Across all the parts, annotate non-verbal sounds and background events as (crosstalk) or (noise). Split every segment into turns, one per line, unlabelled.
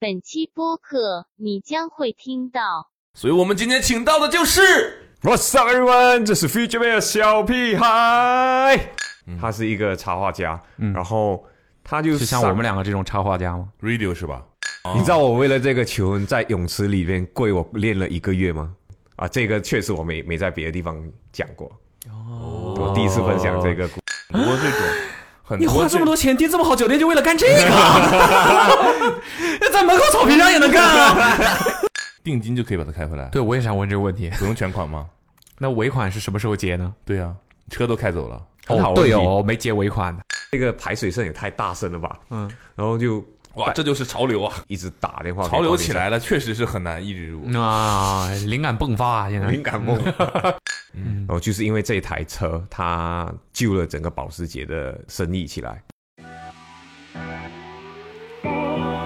本期播客你将会听到。
所以我们今天请到的就是，
What's up, everyone？这是 Future Bear 小屁孩，他是一个插画家，然后他嗯就是
像我们两个这种插画家吗？
Radio 是吧？
你知道我为了这个球在泳池里面跪，我练了一个月吗？啊，这个确实我没没在别的地方讲过，哦，我第一次分享这个故
很多 (laughs) 这种，很
你花
多
这
这
么
种
多钱订这么好酒店，就为了干这 (laughs) 个？那在门口草坪上也能干啊！
定金就可以把它开回来，
(laughs) 对，我也想问这个问题。
不用全款吗？
那尾款是什么时候结呢？
对呀，车都开走了，
很好
哦，
的问
对
题
哦，没结尾款的。
这个排水声也太大声了吧，嗯，然后就
哇，这就是潮流啊！
一直打电话给
潮流
管理层
起，来了，确实是很难抑制住。
啊，灵感迸发啊！现在
敏感梦。然后就是因为这台车，它救了整个保时捷的生意起来。
(laughs)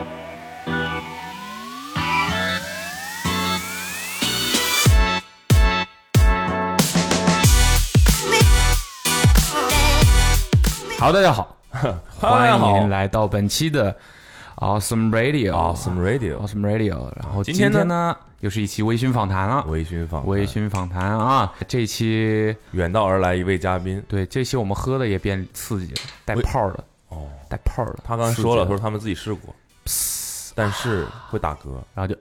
好，大家 (laughs) 好，欢
大家好
迎来到本期的 Awesome (laughs) Radio。
Awesome Radio，
Awesome Radio。然后
今
今
天
天
呢
呢，又是一期微醺访谈了。
微醺放
微醺访谈啊，这期
远道而来一位嘉宾，
对这期我们喝的也变刺激了，带
微
泡的
哦，
带泡的。
他刚才说了，他
刺激
说他们自己试过，但是会打嗝，
然后就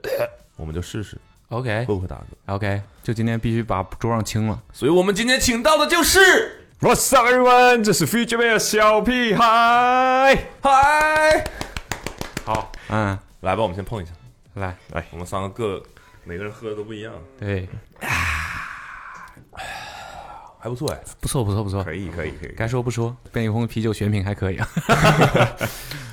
我们就试试
OK
会不会打嗝。
OK，就今天必须把桌上清了。
所以我们今天请到的就是，
What's up, everyone？这是 Future Bear 小屁孩。
嗨，好，
嗯，
来吧，我们先碰一下，
来，
哎
我们三个各每个人喝的都不一样，
对，
还不错哎。
不错不错不错，
可以，可以，可以。
该说不说，便利蜂啤酒选品还可以。啊
(laughs)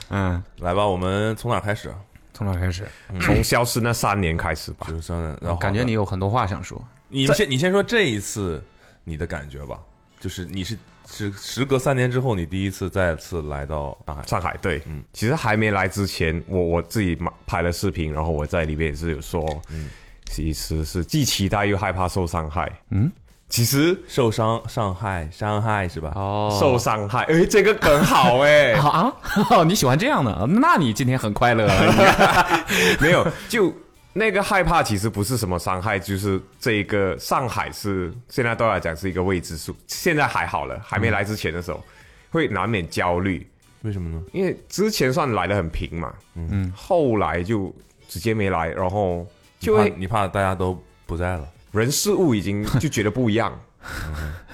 嗯，
来吧，我们从哪儿开始啊？
从哪儿开始？
从消失那三年开始吧。
就是说呢，然后
感觉你有很多话想说。
你先你先说这一次你的感觉吧，就是你是是时隔三年之后，你第一次再次来到上海，
上海对，
嗯
嗯，其实还没来之前，我我自己嘛拍了视频，然后我在里面也是有说，嗯，其实是既期待又害怕受伤害。
嗯，
其实
受伤、伤害、伤害是吧？
哦
受伤害，诶，这个梗好诶。
好啊， (laughs) 你喜欢这样的？那你今天很快乐了。
(laughs)
应该
没有，就那个害怕其实不是什么伤害，就是这一个上海是现在对我来讲是一个未知数。现在还好了，还没来之前的时候，会难免焦虑，
为什么呢？
因为之前算来的很平嘛，嗯，后来就直接没来，然后就
你怕
会
你怕大家都不在了，
人事物已经就觉得不一样。 (laughs)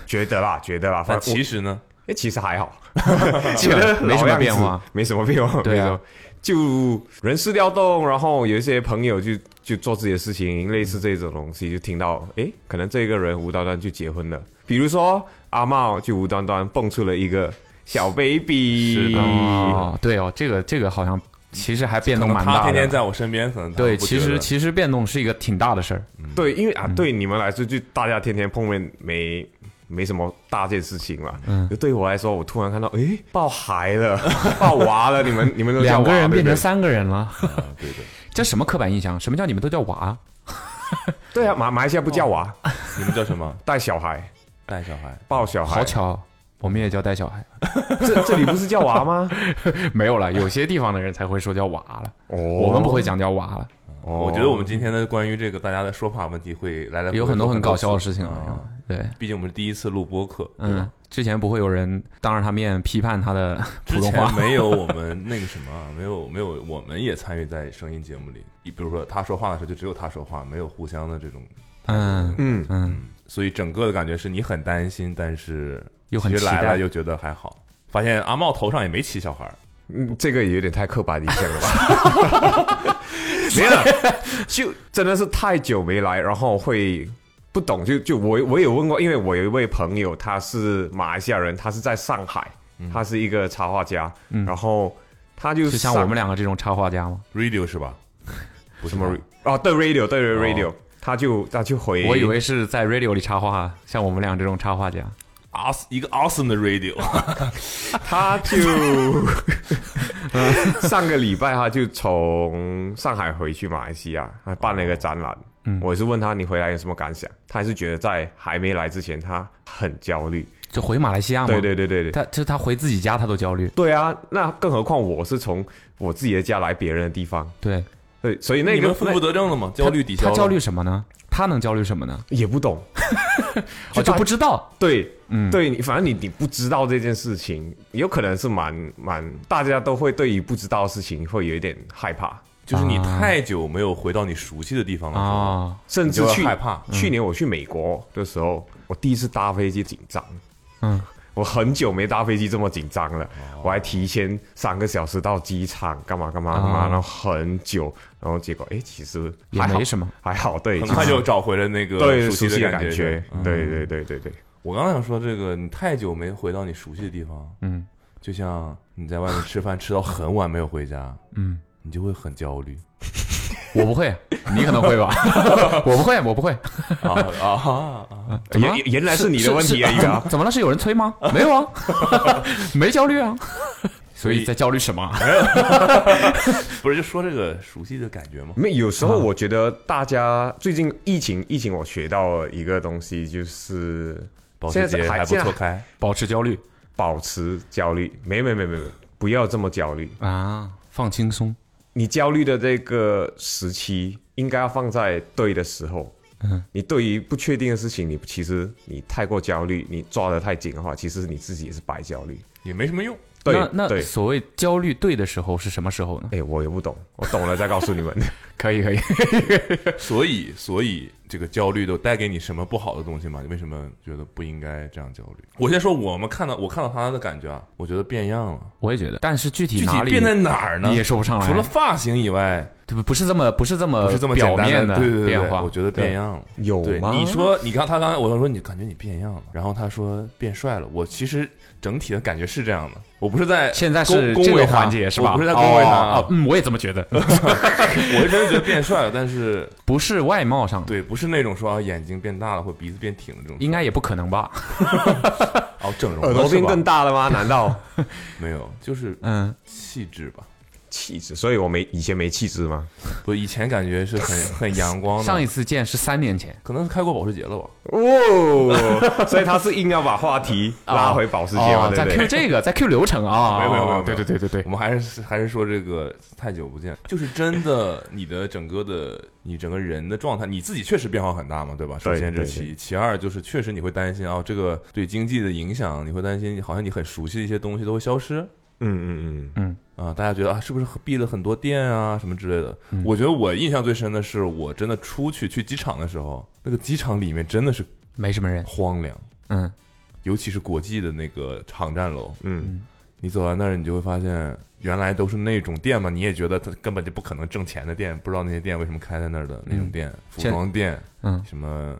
觉得啦，觉得啦，
但
反正
其
我
实呢，
诶其实还好，
基
觉
本
得
(laughs) 没什
老
么
样
变
子
化。，
没什么变化，
(laughs) 对啊
没什么，就人事调动，然后有一些朋友就就做自己的事情，类似这种东西，就听到诶，可能这个人无端端就结婚了，比如说阿茂就无端端蹦出了一个小 baby，
是的
哦，对哦，这个这个好像其实还变动蛮
他
大
天天
的。
在我身边，可能他
对，
不
其
觉
实
得
其实变动是一个挺大的事儿。
对，因为
嗯
啊，对你们来说，就大家天天碰面没。没什么大件事情了，嗯，就对我来说，我突然看到，诶，抱孩
(laughs)
了，抱娃了，你们你们都叫
两个
娃
人
对
变
不对
成三个人了，
啊对对，
(laughs) 这什么刻板印象？什么叫你们都叫娃？
对啊，马马来西亚不叫娃，
你们叫什么？
带小孩，
(laughs) 带小孩，
抱小孩，
好巧，我们也叫带小孩。 (laughs)
这这里不是叫娃吗？
没有了，有些地方的人才会说叫娃了，
哦，
(laughs) 我们不会讲叫娃了，
哦。
我觉得我们今天的关于这个大家的说法问题会来来
有很多很搞笑的
事，
事情啊。对，
毕竟我们是第一次录播客，对
嗯
吧？，
之前不会有人当着他面批判他的 (laughs) 普
之
通
前
话，
没有我
(laughs)
们那个什么啊，没有没有，我们也参与在声音节目里。你比如说他说话的时候，就只有他说话，没有互相的这种，
嗯
嗯，
嗯，
所以整个的感觉是你很担心，但是
又很
其实来
期待
了又觉得还好。发现阿茂头上也没骑小孩儿，
嗯，这个也有点太刻板印象了吧？
(laughs)
没有，就真的是太久没来，然后会不懂。就就我我有问过，因为我有一位朋友，他是马来西亚人，他是在上海，他是一个插画家，然后他就
嗯就像我们两个这种插画家吗？
radio 是
(laughs)
吧？不是
什么
吗
ra- 哦，对 radio 对 radio，、他就他就回，
哦我以为是在 radio 里插画，像我们俩这种插画家，
awesome 一个 awesome 的
(laughs)
radio，
他就 (laughs) 上个礼拜他就从上海回去马来西亚，还办了一个展览。我也是问他你回来有什么感想，他还是觉得在还没来之前他很焦虑。
就回马来西亚嘛。
对，对对对对，
啊他就他回自己家他都焦虑。
对啊，那更何况我是从我自己的家来别人的地方，
对，
对，所以那
你
个
们负负得正了吗？焦虑抵消
他
了，
焦虑什么呢？他能焦虑什么呢？
也不懂，
我就不知道。
对，嗯，对你，反正你你不知道这件事情，有可能是蛮蛮，大家都会对于不知道的事情会有一点害怕，
就是你
啊
太久没有回到你熟悉的地方了。
啊，
甚至
你就会
去
害怕
去年我去美国的时候，我第一次搭飞机紧张，
嗯，
我很久没搭飞机这么紧张了，我还提前三个小时到机场，干嘛干嘛干嘛，
哦
然后很久，然后结果哎，其实
也
还好
没什么，
还好，对，
很快
其实
就找回了那个
对
熟
熟悉
的
的感觉
觉。，嗯
对对对对对，
我刚想说这个，你太久没回到你熟悉的地方，
嗯
就像你在外面吃饭吃到很晚没有回
(laughs)
家，
嗯，
你就会很焦虑
我不会， (laughs) 你可能会吧？我不会，我不会。
啊啊啊！
怎么了
原原来是你的问题啊，一个啊。
怎么了？是有人催吗？没有啊， (laughs) 没焦虑啊。所以在焦虑什么？
不是就说这个熟悉的感觉吗？
没，有时候我觉得大家最近疫情，疫情我学到了一个东西，就是
保
现
时
在
捷
还
还不
现在
错开，
保持焦虑
保持焦虑。没没没没没，不要这么焦虑。
啊，放轻松。
你焦虑的这个时期，应该要放在对的时候。嗯，你对于不确定的事情，你其实你太过焦虑，你抓得太紧的话，其实你自己也是白焦虑。
也没什么用。
对
那那
对，
所谓焦虑对的时候是什么时候呢？
哎，我也不懂，我懂了再告诉你
(laughs)
们。
可以可以，
所以，所以这个焦虑都带给你什么不好的东西吗？你为什么觉得不应该这样焦虑？我先说，我们看到我看到他的感觉啊，我觉得变样了，
我也觉得。但是具体
具体
哪里
变在哪儿呢？
你也说不上来，
除了发型以外，
对不不是这么不是这么
不是这么
表
简单
面
的对对对对
变化，
我觉得变样了。
有
对，
吗？
你说你刚他刚才我说你感觉你变样了，然后他说变帅了，我其实整体的感觉是这样的，我不是在
现在
恭
是
恭
这
维
个
他
环节是吧？
我不是在恭维他
哦哦
啊，
嗯，我也这么觉得，
我是真的觉得变帅了，但是
不是外貌上，
对，不是那种说啊眼睛变大了或鼻子变挺的这种，
应该也不可能吧？
哦整容了
耳朵
是
变
吧
更大了吗？难道
没有，就是
嗯，
气质吧。
气质？所以我没以前没气质吗？
不，以前感觉是很很阳光的，
上一次见是三年前，
可能是开过保时捷了吧？
哦，所以他是硬要把话题拉回保时捷嘛，
哦
对哦
在
不
Q
对？
这个，在 Q 流程啊，
没有没有没有没有
对对对对对
嗯
我，们还是还是说这个太久不见，就是真的，你的整个的你整个人的状态，你自己确实变化很大嘛，对吧？首
对
先这
对
其一其二就是确实你会担心啊、这个对经济的影响，你会担心好像你很熟悉的一些东西都会消失
嗯嗯嗯，
啊、大家觉得啊是不是闭了很多店啊什么之类的？
嗯
我觉得我印象最深的是我真的出去去机场的时候，那个机场里面真的是
没什么人，
荒凉，
嗯，
尤其是国际的那个航站楼，
嗯，
你走到那儿，你就会发现，原来都是那种店嘛，你也觉得它根本就不可能挣钱的店，不知道那些店为什么开在那儿的那种店，服
嗯现
装店，
嗯
什么，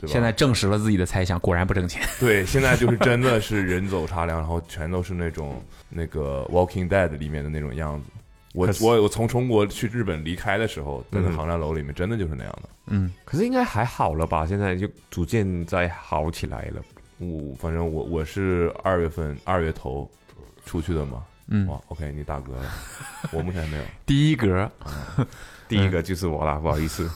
对吧？
现在证实了自己的猜想，果然不
(laughs)
挣钱，
对，现在就是真的是人走茶凉，然后全都是那种那个《Walking Dead》里面的那种样子。我
可是
我我从中国去日本离开的时候，在那
嗯
航站楼里面，真的就是那样的。
嗯，
可是应该还好了吧？现在就逐渐在好起来了。
嗯我反正我我是二月份二月头出去的嘛，
嗯
哇，OK，你打嗝了，我目前还没有。
第一格，
第一个就是
(laughs)
我啦，不好意思，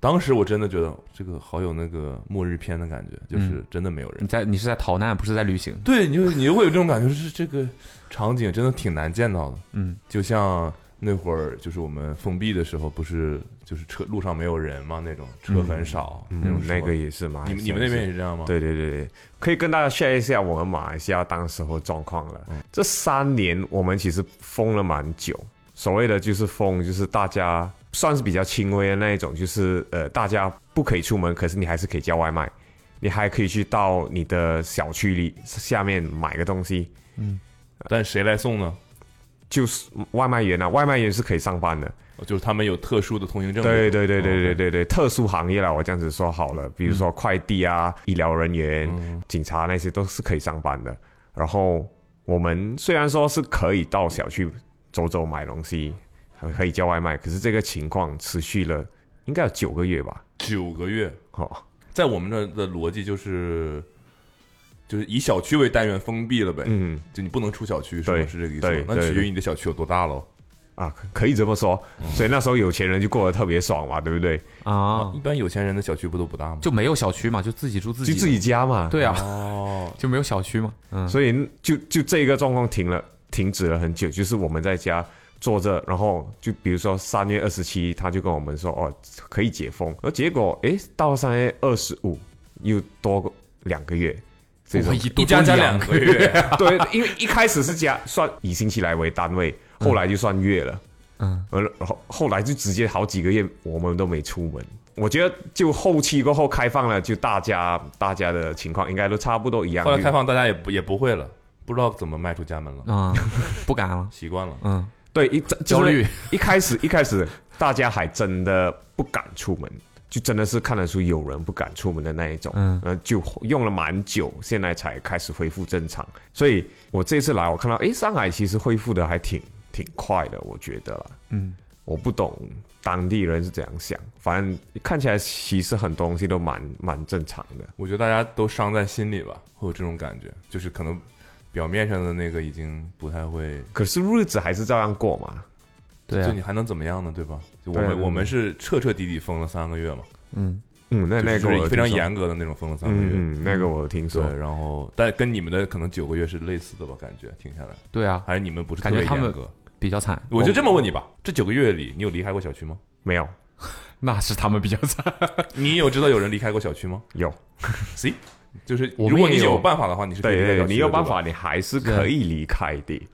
当时我真的觉得这个好有那个末日片的感觉，就是真的没有人。
你在你是在逃难，不是在旅行，
对，你就你就会有这种感觉，就是这个场景真的挺难见到的。
嗯，
就像那会儿就是我们封闭的时候，不是就是车路上没有人嘛，那种车很少，那种
嗯，
时候
那个也是嘛。
你们你们那边也？是这样吗？，
对对对对，可以跟大家 share 一下我们马来西亚当时候状况了。
嗯
这三年我们其实封了蛮久，所谓的就是封，就是大家算是比较轻微的那一种，就是呃，大家不可以出门，可是你还是可以叫外卖，你还可以去到你的小区里下面买个东西，
但谁来送呢？
就是外卖员啊，外卖员是可以上班的。
就是他们有特殊的通行证。
对对对
哦
对对对对，特殊行业啦，我这样子说好了，比如
嗯
说快递啊、医疗人员、警察那些都是可以上班的。然后我们虽然说是可以到小区走走买东西，还可以叫外卖，可是这个情况持续了应该有九个月吧。
九个月，
哦，
在我们这儿的逻辑就是。就是以小区为单元封闭了呗，
嗯
就你不能出小区，是吗？
对
是这个意思吗
对？
那
对
取决于你的小区有多大喽。
啊，可可以这么说。所以那时候有钱人就过得特别爽嘛，对不对？
啊
一，般有钱人的小区不都不大吗？
就没有小区嘛，就自己住自己
就
的，
自己家嘛。
对啊，
哦，
就没有小区嘛，嗯，
所以就就这个状况停了，停止了很久，就是我们在家坐着，然后就比如说三月二十七，他就跟我们说哦可以解封，而结果诶到三月二十五又多个两个月， (laughs) 这种
我一
一
多
加加
两
两个月，
(laughs)
对，因为一开始是加算以星期来为单位，后来就算月了，
嗯，
而然后后来就直接好几个月我们都没出门。我觉得就后期过后开放了，就大家大家的情况应该都差不多一样。
后来开放大家也不也不会了，不知道怎么迈出家门了，
啊，不敢了，
习惯了。
嗯，
对一就是
焦虑
一开始一开始大家还真的不敢出门，就真的是看得出有人不敢出门的那一种。
嗯
呃，就用了蛮久，现在才开始恢复正常。所以我这次来，我看到诶，上海其实恢复的还挺挺快的，我觉得啦。
嗯，
我不懂当地人是怎样想，反正看起来其实很多东西都蛮蛮正常的。
我觉得大家都伤在心里吧，会有这种感觉，就是可能表面上的那个已经不太会，
可是日子还是照样过嘛。
对
就
啊
你，还能怎么样呢？对吧？就我
对
们
对对
我们是彻彻底底封了三个月嘛，
嗯，
嗯，那那
就
个我
是
有
非常
听说。
严格的那种封了三个月。
嗯嗯，那个我有听
对
说。，
然后但跟你们的可能九个月是类似的吧？感觉听下来，
对啊，
还是你们不是特
感觉
别
他们
严格？
比较惨。哦
我就这么问你吧，这九个月里，你有离开过小区吗？
没有，
那是他们比较惨。
你有知道有人离开过小区吗
有，
？C，就是
我们
如果你
也有
有办法的话，你是可以
对
离开小区
对对，
的
你有办
对吧
法，你还是可以离开的。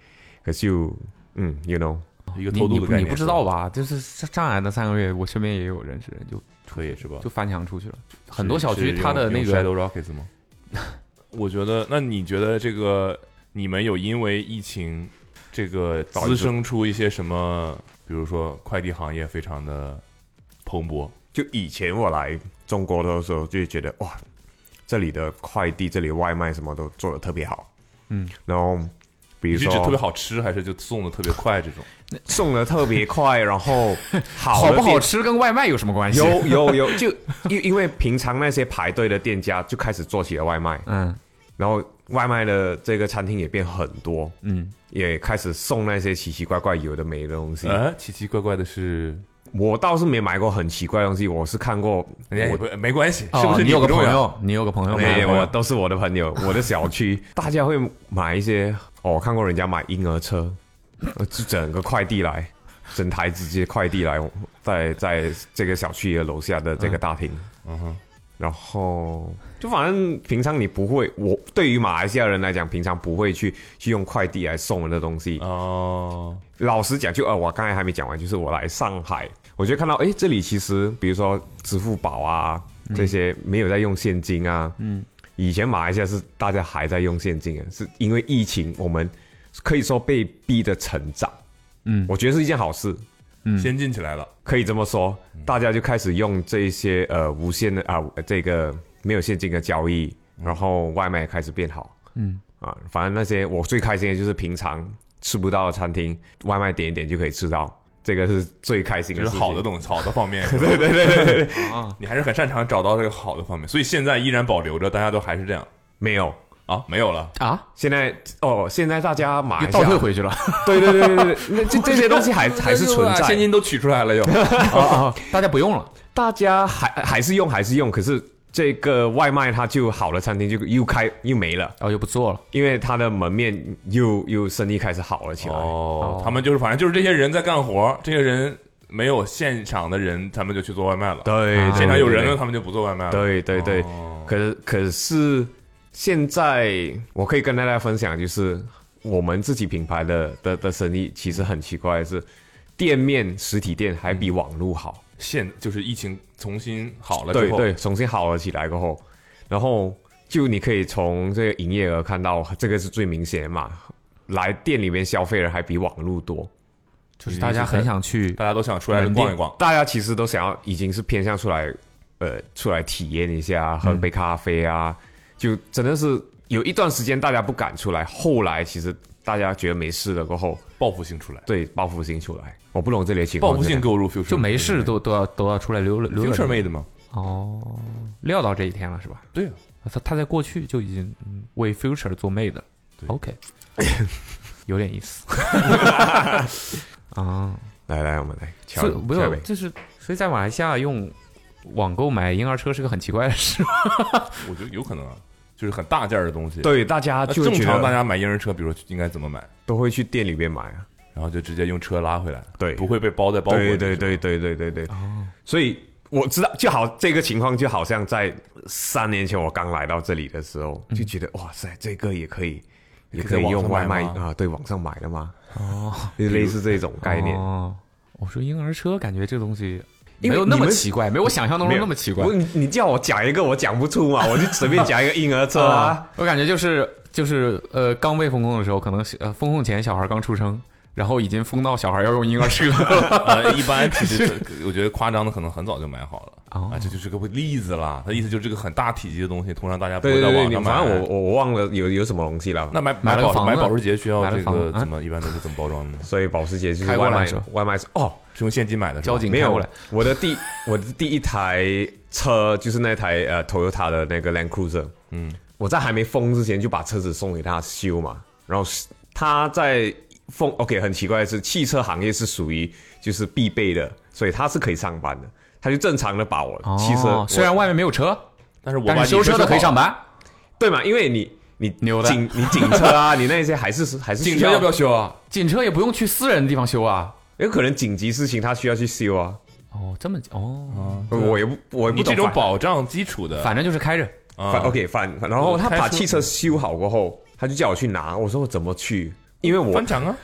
可是就，嗯，you know，
一个
你
偷渡
你
的
不
概
你
念，
不知道吧？就是上海那三个月，我身边也有认识人就
可以是吧？
就翻墙出去了，很多小区它的那
是用
个
用 Shadow Rockets
(laughs)
吗？我觉得，那你觉得这个你们有因为疫情这个滋生出一些什么？比如说快递行业非常的蓬勃，
就以前我来中国的时候，就觉得哇，这里的快递、这里的外卖什么都做的特别好。
嗯，
然后比
你
如
是指特别
说
好吃，还是就送的特别快这种？
送的特别快，然后好
不
的
(laughs) 好
店
吃跟外卖有什么关系？
有有有，就因因为平常那些排队的店家就开始做起了外卖，
嗯
然后外卖的这个餐厅也变很多，
嗯，
也开始送那些奇奇怪怪有的没的东西。
呃，奇奇怪怪的是，
我倒是没买过很奇怪的东西，我是看过
人家也哎不没关系，是
哦
不是
你有个
不重
朋
要？
友，你有个朋友
没
没
有，哎我都是我的朋友，我的小区 (laughs) 大家会买一些哦，我看过人家买婴儿车，呃就整个快递来，整台直接快递来，在在这个小区的楼下的这个大厅，
嗯哼，
然后就反正平常你不会，我对于马来西亚人来讲，平常不会去去用快递来送人的东西。
哦，
老实讲就，呃，我刚才还没讲完，就是我来上海，我就看到诶，这里其实比如说支付宝啊这些没有在用现金啊，嗯，以前马来西亚是大家还在用现金啊，是因为疫情，我们可以说被逼的成长，
嗯
我觉得是一件好事，
先进起来了，
可以这么说，大家就开始用这一些呃无限的啊、呃这个没有现金的交易，然后外卖也开始变好，
嗯
啊，反正那些我最开心的就是平常吃不到的餐厅，外卖点一点就可以吃到，这个是最开心
就
的
是
事情。
好的东西，好的方
(laughs)
面，
啊，
你还是很擅长找到这个好的方面，所以现在依然保留着，大家都还是这样
没有，
啊，没有了。
啊，
现在哦，现在大家马
又
来西
倒
亚
退回去了。
(laughs) 对对对对对，那这这些
(laughs)
东西还 (laughs) 还是存在
现金都取出来了
(laughs)
又。
哦， (laughs) 大家不用了。
大家还还是用还是用，可是这个外卖它就好的餐厅就又开又没了，
然后就哦不做了。
因为它的门面又又生意开始好了起来。
哦，他们就是反正就是这些人在干活，这些人没有现场的人，他们就去做外卖了。
对，
啊
对
现场有人
对
了，他们就不做外卖了。
对对对，
哦
可是可是现在我可以跟大家分享，就是我们自己品牌的的的生意其实很奇怪的是，店面实体店还比网络好。
现就是疫情重新好了
对
之后，
对，重新好了起来过后，然后就你可以从这个营业额看到，这个是最明显的嘛。来店里面消费的还比网络多，
就是大家很想去，
大家都想出来逛一逛。
大家其实都想要，已经是偏向出来，呃，出来体验一下，喝杯咖啡啊，就真的是有一段时间大家不敢出来，后来其实大家觉得没事了过后，
报复性出来，
对报复性出来，我不懂这里的情况。
报复性购入 future 嗯
就没事都都要都要出来溜溜
future
溜。
made 吗？
哦，料到这一天了是吧？
对啊，
他他在过去就已经嗯为 future 做 made 了。
对
(laughs) OK，有点意 (laughs) 思。啊，
来来，我们来敲
所以没
敲
有，
杯。
就是所以在马来西亚用网购买婴儿车是个很奇怪的事。
我觉得有可能啊，就是很大件儿的东西。，
对，大家就
啊正
觉
常大
得
家买婴儿车，比如说应该怎么买？
都会去店里面买啊，
然后就直接用车拉回来，
对
不会被包在包裹里。
对对对对对对对。所以我知道，就好这个情况，就好像在三年前我刚来到这里的时候，就觉得哇塞，这个也可以，嗯也可以用外卖
也可以网上买吗
啊，对，网上买的吗？
哦，
就类似这种概念。
哦，我说婴儿车，感觉这东西
因为
没有那
你
么
们
奇怪，没有我想象当
没
中
有
那么奇怪
不。你你叫我讲一个，我讲不出 (laughs) 嘛，我就随便讲一个婴儿车啊。
啊，我感觉就是就是呃，刚被封控的时候，可能呃封控前小孩刚出生，然后已经封到小孩要用婴儿车了。
(laughs) 呃，一般其
(laughs)
实我觉得夸张的可能很早就买好了
哦
啊，这就是个例子啦。他意思就是这个很大体积的东西，通常大家不
对
会
对
在
对，
网
你
上买。
反正我我我忘了有有什么东西了。
那买
买了个
保
房
买
子
保时捷需要
买了
这
房
个
子啊
怎么一般都是怎么包装的呢？
所以保时捷就是
开过
外
来
卖
是吧
外卖是哦，
是用现金买的是吧？
交警
没
开
有
过来，
我的第我的第一台车就是那台呃 Toyota 的那个 Land Cruiser，嗯，我在还没封之前就把车子送给他修嘛，然后是他在封 OK 很奇怪的是，汽车行业是属于就是必备的，所以他是可以上班的，他就正常的把我汽车、
哦虽然外面没有车，
但是我
但
把
是修车的可以上
班。
班。
对嘛，因为你你
牛的
警你警车啊， (laughs) 你那些还是还是
警车要不要修啊？
警车也不用去私人的地方修啊。
有可能紧急事情他需要去修啊，
哦，这么哦，
我也不我也不
你这
懂
种
法
保障基础的
反正就是开着。
啊
反 OK 反，然后他
开
把
车
汽车修好过后，他就叫我去拿，我说我怎么去？因为我
翻墙啊，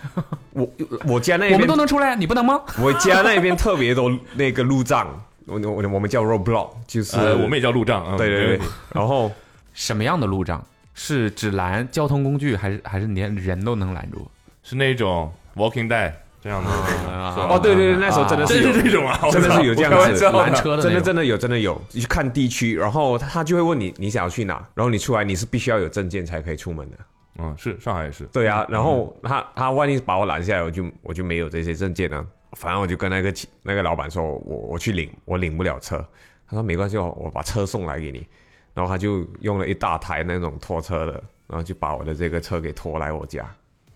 我我家那
我们都
边
能出来，你不能吗？
我家那边特别多那个路障，我我我们叫 roadblock，就是
呃，我们也叫路障啊。
对
没
对
问
对
题，
然后
什么样的路障是只拦交通工具，还是还是连人都能拦住？
是那种 Walking Dead 这样的是吧
哦对对对，那时候真的
真
是有
是这种啊，我
真的
操
是有这样
我开玩
子
笑的
拦车的
真的
那种
真的有真的有，你去看地区，然后他就会问你你想要去哪，然后你出来你是必须要有证件才可以出门的。
嗯，是上海也是。
对啊，然后
嗯
他他万一把我拦下来，我就我就没有这些证件啊。反正我就跟那个骑那个老板说，我我去领，我领不了车。他说没关系，我我把车送来给你。然后他就用了一大台那种拖车的，然后就把我的这个车给拖来我家。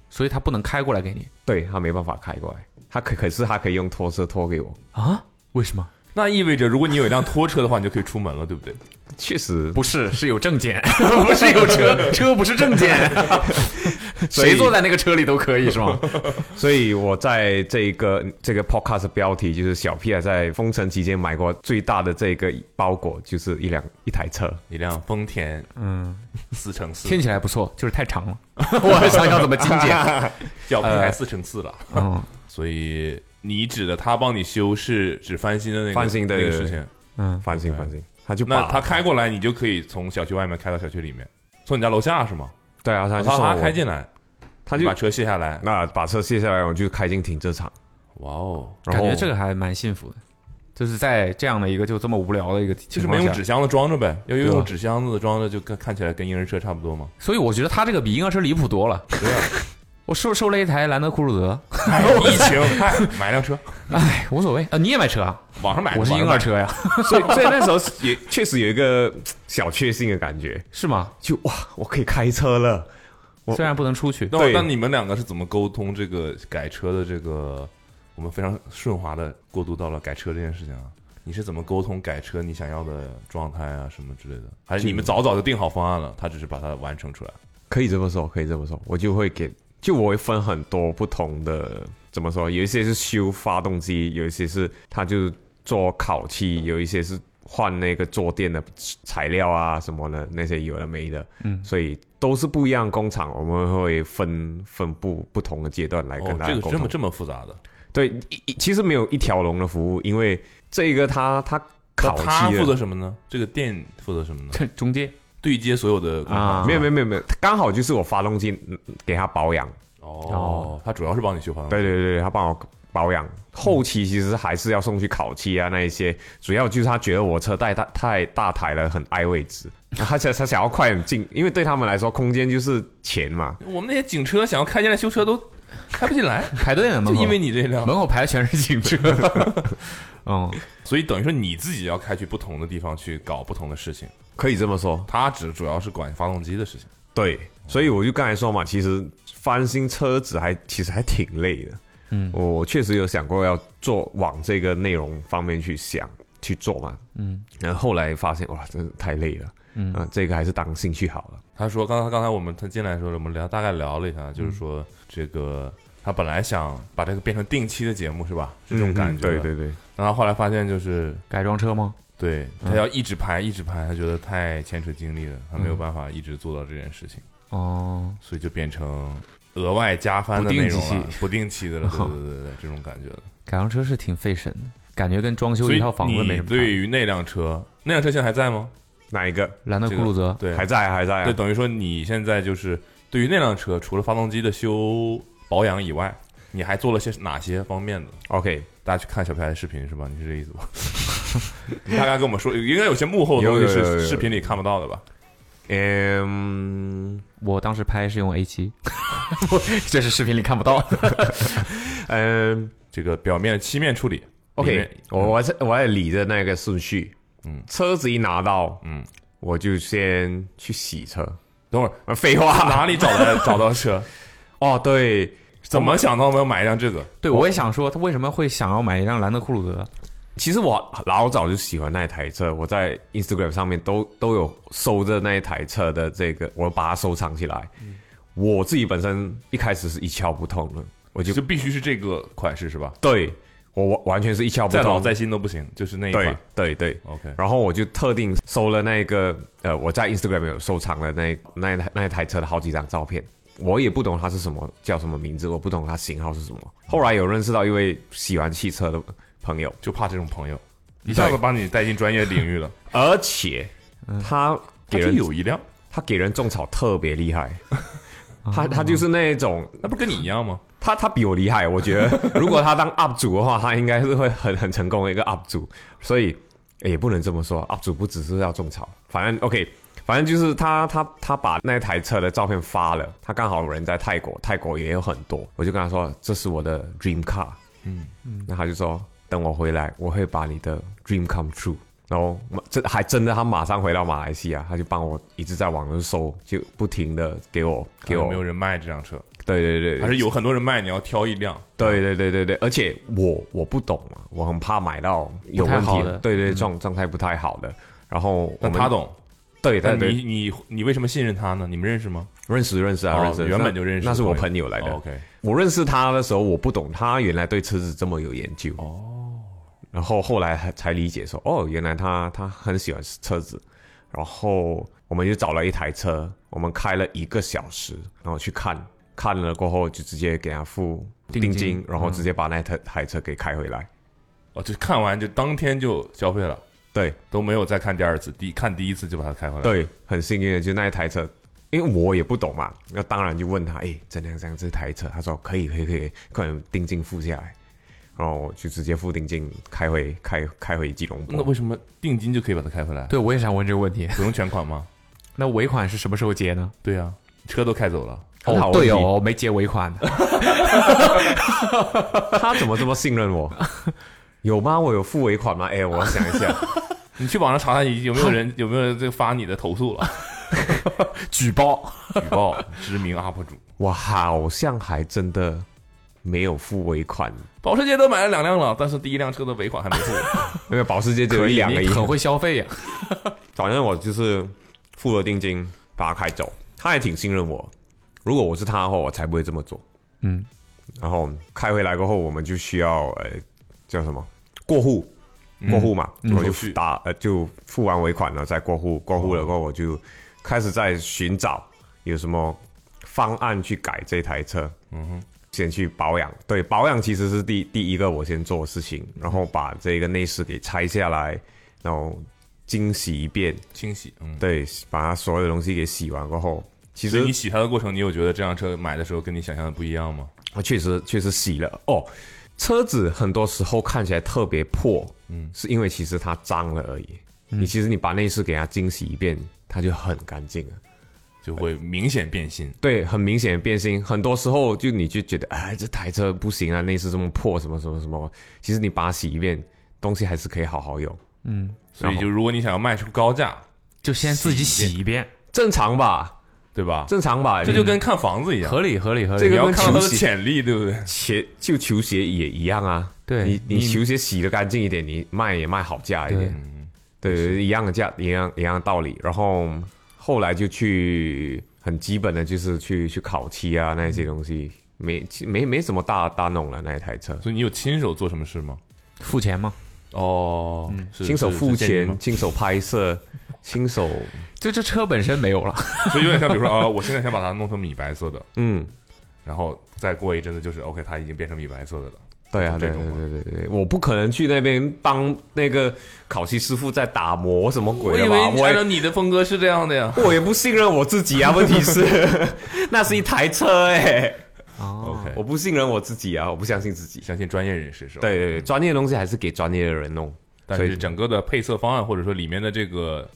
所以他不能开过来给你
对他没办法开过来，他可可是他可以用拖车拖给我。
啊？为什么？
那意味着如果你有一辆拖车的话，你就可以出门了，对不对？
确实，
不 (laughs) 是，是有证件，不是有车， (laughs) 车不是证件，
所以
谁坐在那个车里都可以是吗？
所以我在这个这个 podcast 的标题就是小屁孩在封城期间买过最大的这个包裹就是一辆一台车。
一辆丰田
嗯，
四乘四
(laughs) 听，起来不错，就是太 (laughs) 长了，我还想想怎么精简。 (laughs)
叫平台四乘四了。
嗯
所以你指的他帮你修是指翻新的那个
翻新的
那个
对
事
对
情。
嗯，
放心放心，他就
那
把
他开过来，你就可以从小区外面开到小区里面，从你家楼下是吗？
对啊，他
哦他
就送我
他开进来，
他
你
就
把车卸下来。
那把车卸下来，我就开进停车场，
(laughs) 哇哦，
然
感
后
觉这个还蛮幸福的，就是在这样的一个就这么无聊的一个
就
情
是没
况
用
下，
纸箱子装着呗，要
对
用
吧
纸箱子装着，就看看起来跟婴儿车差不多嘛。
所以我觉得他这个比婴儿车离谱多了。对啊 (laughs) 我收收了一台兰德酷路泽，
哎疫情，哎买辆车，
哎，无所谓啊，你也买车啊？
网上买的，
我是
网上
婴
买
儿
的
车呀， (laughs)
所以所以那时候是也确实有一个小确幸的感觉，
是吗？
就哇，我可以开车了。我
虽然不能出去，
那我
对
那你们两个是怎么沟通这个改车的这个？我们非常顺滑的过渡到了改车这件事情啊。你是怎么沟通改车你想要的状态啊什么之类的？还是你们早早就定好方案了，他只是把它完成出来？
可以这么说，可以这么说，我就会给，就我会分很多不同的，怎么说？有一些是修发动机，有一些是他就是做烤漆，有一些是换那个坐垫的材料啊什么的，那些有的没的，嗯，所以都是不一样的工厂，我们会分分布不同的阶段来
哦
跟，大家
这个
沟通。
这么这么复杂的，
对，一一其实没有一条龙的服务，因为这个他他
那
烤漆
他
的
负责什么呢？这个店负责什么呢？
这中介
对接所有的工厂
啊
没有没有没有没有，刚好就是我发动机嗯给他保养，
哦，他主要是帮你修方案。
对对对，他帮我保养，后期其实还是要送去烤漆啊那一些，主要就是他觉得我车太大太大台了，很碍位置， (laughs) 他想他想要快点进，因为对他们来说空间就是钱嘛，
我们那些警车想要开进来修车都开不进 (laughs) 来，
排队呢，
就
门口
因为你这辆
(laughs) 门，口排的全是警车。 (laughs) 嗯，
所以等于说你自己要开去不同的地方去搞不同的事情。
可以这么说，
他只主要是管发动机的事情。
对，所以我就刚才说嘛，其实翻新车子还其实还挺累的。嗯，我确实有想过要做往这个内容方面去想去做嘛。嗯，然后后来发现哇，真的太累了。嗯、啊，这个还是当兴趣好了。
他说刚才刚才我们他进来的时候，我们聊大概聊了一下，就是说这个他本来想把这个变成定期的节目是吧？是这种感觉。
嗯对。对对，
然后后来发现就是，
改装车吗？
对他要一直排一直排，他觉得太牵扯精力了，他没有办法一直做到这件事情，
哦，
所以就变成额外加番的
不定
内
期
容了，不定期的了，对对对对对，这种感觉了。
改装车是挺费神的，感觉跟装修
所
一
以
套房子没
你
什么差
对于那辆车，那辆车现在还在吗？
哪一个
兰德
这
酷
个
路泽，
对，
还在还在
对，
啊？
等于说你现在就是对于那辆车，除了发动机的修保养以外，你还做了些哪些方面的？
？OK，
大家去看小飘的视频是吧？你是这意思吧？
(laughs)
你大概跟我们说，应该有些幕后的
有
东西
有有有
是视频里看不到的吧？
嗯，
我当时拍是用 A (laughs) 七，这是视频里看不到的。
嗯
这个表面漆面处理里
，OK，
面
我我在我在理着那个顺序，
嗯
车子一拿到，
嗯，
我就先去洗车。
等会儿
啊，废话
哪里找来找到
(laughs)
车？
哦，对，
怎么想到我们要买一辆这个？
哦对，我也想说，他为什么会想要买一辆兰德酷路泽？
其实我老早就喜欢那台车，我在 Instagram 上面都都有收着那一台车的这个，我把它收藏起来。我自己本身一开始是一窍不通的，我就
就必须是这个款式是吧？
对我完完全是一窍不
再老
通，
再新都不行，就是那一
对
款。
对对。
OK，
然后我就特定收了那个呃，我在 Instagram 有收藏了那那一台那一台车的好几张照片。我也不懂它是什么叫什么名字，我不懂它型号是什么。后来有认识到一位喜欢汽车的朋友，
就怕这种朋友一下子把你带进专业领域了。
而且他
他就
给人
有一辆，
他给人种草特别厉害，他他就是那种
那不是跟你一样吗？
他他比我厉害，我觉得如果他当 UP 主的话，他应该是会很很成功的一个 UP 主，所以诶也不能这么说，UP 主不只是要种草，反正 OK。反正就是他，他他把那台车的照片发了，他刚好人在泰国，泰国也有很多，我就跟他说这是我的 dream car，嗯，那他就说等我回来，我会把你的 dream come true。然后这还真的，他马上回到马来西亚，他就帮我一直在网上搜，就不停的给我给
有
我
啊没，有人卖这辆车？
对对对，
还是有很多人卖，你要挑一辆。
对对对对对，而且我我不懂嘛，我很怕买到有问
不太
题
好的
对对状状态不太好的。然后我
但
们
嗯他，懂，
对对
但
对，
你你你为什么信任他呢？你们认识吗？
认识认识啊，
哦
认识，
原本
那
就认识
那是我
朋哦
朋友来的。
OK，
我认识他的时候，我不懂他原来对车子这么有研究哦。然后后来才才理解说，哦，原来他他很喜欢车子。然后我们就找了一台车，我们开了一个小时，然后去看看了过后就直接给他付
定
定
金
金，然后
嗯
直接把那台台车给开回来。
哦，就看完就当天就消费了，
对，
都没有再看第二次，第看第一次就把它开回来。，
对，很幸运的，就那一台车，因为我也不懂嘛，那当然就问他，哎，怎样怎样这台车？他说可以可以可以，快点定金付下来，然后我就直接付定金开回开开回吉隆
那
坡。
为什么定金就可以把它开回来？
对，我也想问这个问题。
不用全款吗？
那尾款是什么时候结呢？
对呀、车都开走了，
很好问
对
题
哦，没结尾 (laughs) 款的。
他怎么这么信任我？ (laughs) 有吗？我有付尾款吗？哎，我想一下， (laughs)
你去网上查查你有没有人有没有人这个发你的投诉
(laughs)
了，
举报，
举报知名 UP
(laughs)
主，
我好像还真的没有付尾款，
保时捷都买了两辆了，但是第一辆车的尾款还没付。
因为保时捷只有一两个
你
亿。
很会消费呀、
反正我就是付了定金，把他开走。他也挺信任我，如果我是他的话，我才不会这么做。
嗯，
然后开回来过后，我们就需要呃叫什么过户，过户嘛，
嗯
我
手
就
续
打呃就付完尾款了，再过户，过
哦
户了过后我就开始在寻找有什么方案去改这台车。
嗯哼，
先去保养，对保养其实是第第一个我先做的事情，然后把这个内饰给拆下来，然后清洗一遍，
清洗，嗯。
对，把它所有的东西给洗完过后，其
所以
实
你洗它的过程，你有觉得这辆车买的时候跟你想象的不一样吗？
啊确实确实洗了哦。车子很多时候看起来特别破，嗯，是因为其实它脏了而已。你其实你把内饰给它清洗一遍，它就很干净了。
就会明显变心。
对，很明显的变心。很多时候就你就觉得，哎，这台车不行啊，内饰这么破，什么什么什么。其实你把它洗一遍，东西还是可以好好用，
所以
然后
就如果你想要卖出高价，
就先自己洗一遍，
正常吧？
对吧？
正常吧？
这就跟看房子一样，
合理合理合理。
这
你
个
要
跟
看到它
球
的
鞋
潜力，对不对？
鞋就球鞋也一样啊。
对
你你
你
球鞋洗的干净一点，你卖也卖好价一点，对，一样的价，一样一样的道理。然后后来就去很基本的就是去去烤漆啊那些东西，没没没什么大大弄了那一台车，
所以你有亲手做什么事吗？
付钱吗？
哦，是
嗯亲手
是
付
是建议
钱，
吗
亲手拍摄，亲手
就这车本身没有了，
所以有点
(laughs)
像，比如说啊，我现在想把它弄成米白色的，
嗯。
然后再过一阵子就是 OK，它已经变成米白色的了。
对啊，
这
对
种
对
吗
对对对，我不可能去那边帮那个烤漆师傅在打磨什么鬼的吧？我也
你的风格是这样的呀。
我也不信任我自己啊！问题是，那是一台车哎、
OK，
我不信任我自己啊！我不相信自己。
相信专业人士是吧？
对对对，专业的东西还是给专业的人弄。
但
所
是
以
整个的配色方案或者说里面的这个，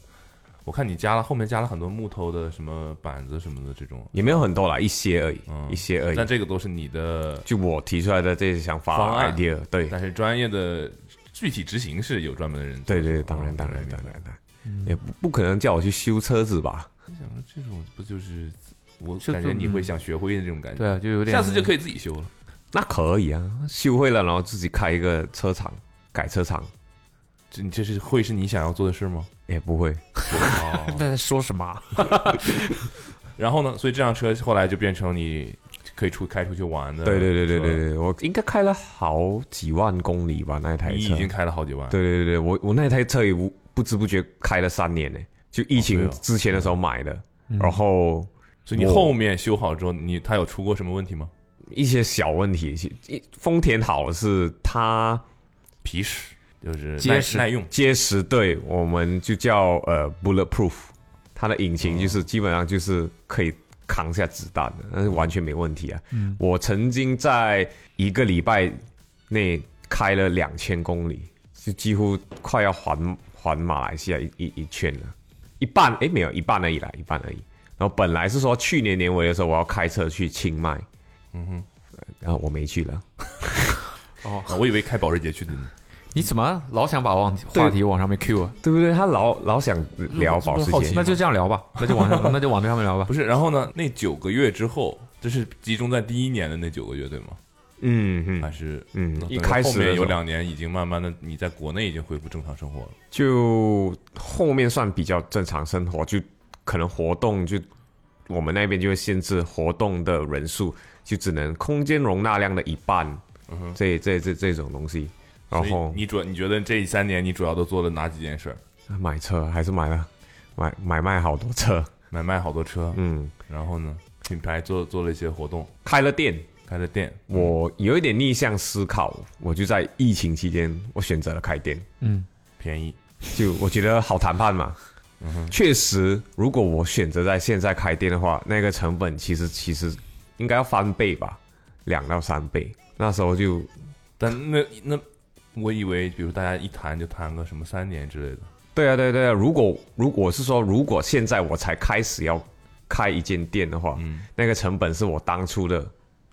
我看你加了后面加了很多木头的什么板子什么的这种，
也没有很多啦，一些而已，
嗯
一些而已
那。这个都是你的，
就我提出来的这些想法
方案
idea，对
但是专业的具体执行是有专门的人做
对
的。
对对，当然
哦
当然嗯当然。当然，也不不可能叫我去修车子吧？
你想说这种不就是我
就
感觉你
嗯
会想学会的这种感觉。
(laughs) 对啊，就有点
下次就可
以
以自己修了。
那可以啊，修会了然后自己开一个车厂，改车厂
这你这是会是你想要做的事吗？
也不会。
哦 (laughs)
在说什么？啊
然后呢？所以这辆车后来就变成你可以出开出去玩的。
对对对对对
是吧，
对，嗯我应该开了好几万公里吧，那一台车。
你已经开了好几万。
对对对对，我我那台车也不不知不觉开了三年呢，就疫
对
情
哦
之前的时候买的，然后
所以你
我
后面修好之后，你它有出过什么问题吗？
一些小问题，其一丰田好是它
皮实，就是
结
耐
实
耐用。
结实，对我们就叫呃 bulletproof，它的引擎就是、基本上就是可以扛下子弹的，但是完全没问题啊。我曾经在一个礼拜内开了两千公里，就几乎快要环环马来西亚一一一圈了，一半诶，没有一半而已啦，一半而已。然后本来是说去年年尾的时候我要开车去清迈，呃
嗯哼，
然后我没去了。
哦，
啊我以为开保时捷去的呢。
你怎么老想把往话题往上面 Q 啊？
对不对？他老老想聊保时
好奇
捷
吗，
那就这样聊吧，那就往上， (laughs) 那就往这上面聊吧
不。是，然后呢？那九个月之后，这是集中在第一年的那九个月，对吗？
嗯嗯
还是
嗯
那
一开始
后
的时
面
候
有两年，已经慢慢的你在国内已经恢复正常生活了。
就后面算比较正常生活，就可能活动就我们那边就会限制活动的人数，就只能空间容纳量的一半，
嗯哼。
这这这这种东西。然
所以
后
你主你觉得这三年你主要都做了哪几件事儿？
买车还是买了，买买卖好多车，
买卖好多车，
嗯，
然后呢，品牌做做了一些活动，
开了店。
开了店。
我有一点逆向思考，我就在疫情期间，我选择了开店。
嗯，
便宜，
就我觉得好谈判嘛。确实，如果我选择在现在开店的话，那个成本其实其实应该要翻倍吧，两到三倍。那时候就
但那那我以为，比如大家一谈就谈个什么三年之类的，
对啊，对啊对啊。如果如果我是说，如果现在我才开始要开一间店的话，
嗯，
那个成本是我当初的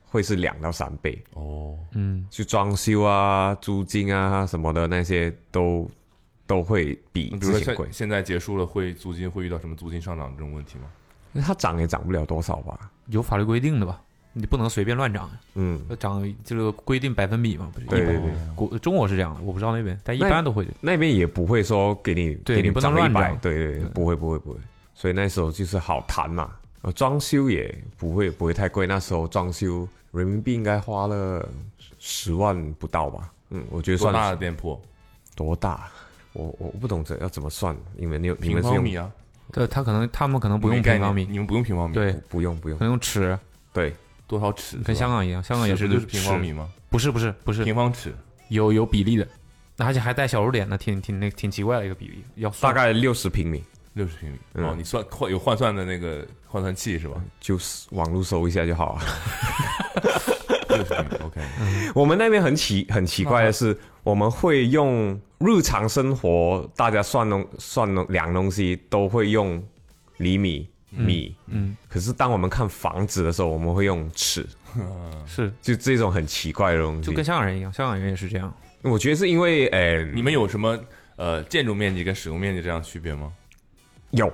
会是两到三倍，
哦，
嗯，
就装修啊、租金啊什么的那些都都会比
那比如
之
说
前贵
现。现在结束了，会租金会遇到什么租金上涨这种问题吗？
那它涨也涨不了多少吧？
有法律规定的吧？你不能随便乱涨，
嗯，
涨这个规定百分比嘛，不是？
对
一百
对对。
国中国是这样的，我不知道那边，但一般都会。
那边也不会说给你
对
给
你
你
不能
涨一
乱
百
涨，
对对对，
对
不会不会不会。所以那时候就是好谈嘛，呃，装修也不会不会太贵。那时候装修人民币应该花了十万不到吧？嗯，我觉得
多
算
大的店铺？
多大？我我我不懂这要怎么算，你们你有你
平
们是
方
用
米啊，
对呃他可能他们可能不
没
用
概
平方
念
米，
你们不用平方米，
对，
不用不用
可能用尺，
对
多少尺？
跟香
港
港一样，香港也
是吧
是
就是平方米吗？
不是不是不是
平方尺，
有有比例的，而且还带小数点的，挺挺那挺奇怪的一个比例，要
大
算
概六十平米，
六十平米。
嗯
哦，你算换有换算的那个换算器是吧？
就是网络搜一下就好啊。
六十平米，OK。
我们那边很奇很奇
啊
怪的是，我们会用日常生活大家算东算东量东西都会用厘米米。
嗯
可是当我们看房子的时候，我们会用尺，
是
就这种很奇怪的东西。
就跟香港人一样，香港人也是这样，
我觉得是因为，呃，
你们有什么呃建筑面积跟使用面积这样的区别吗？
有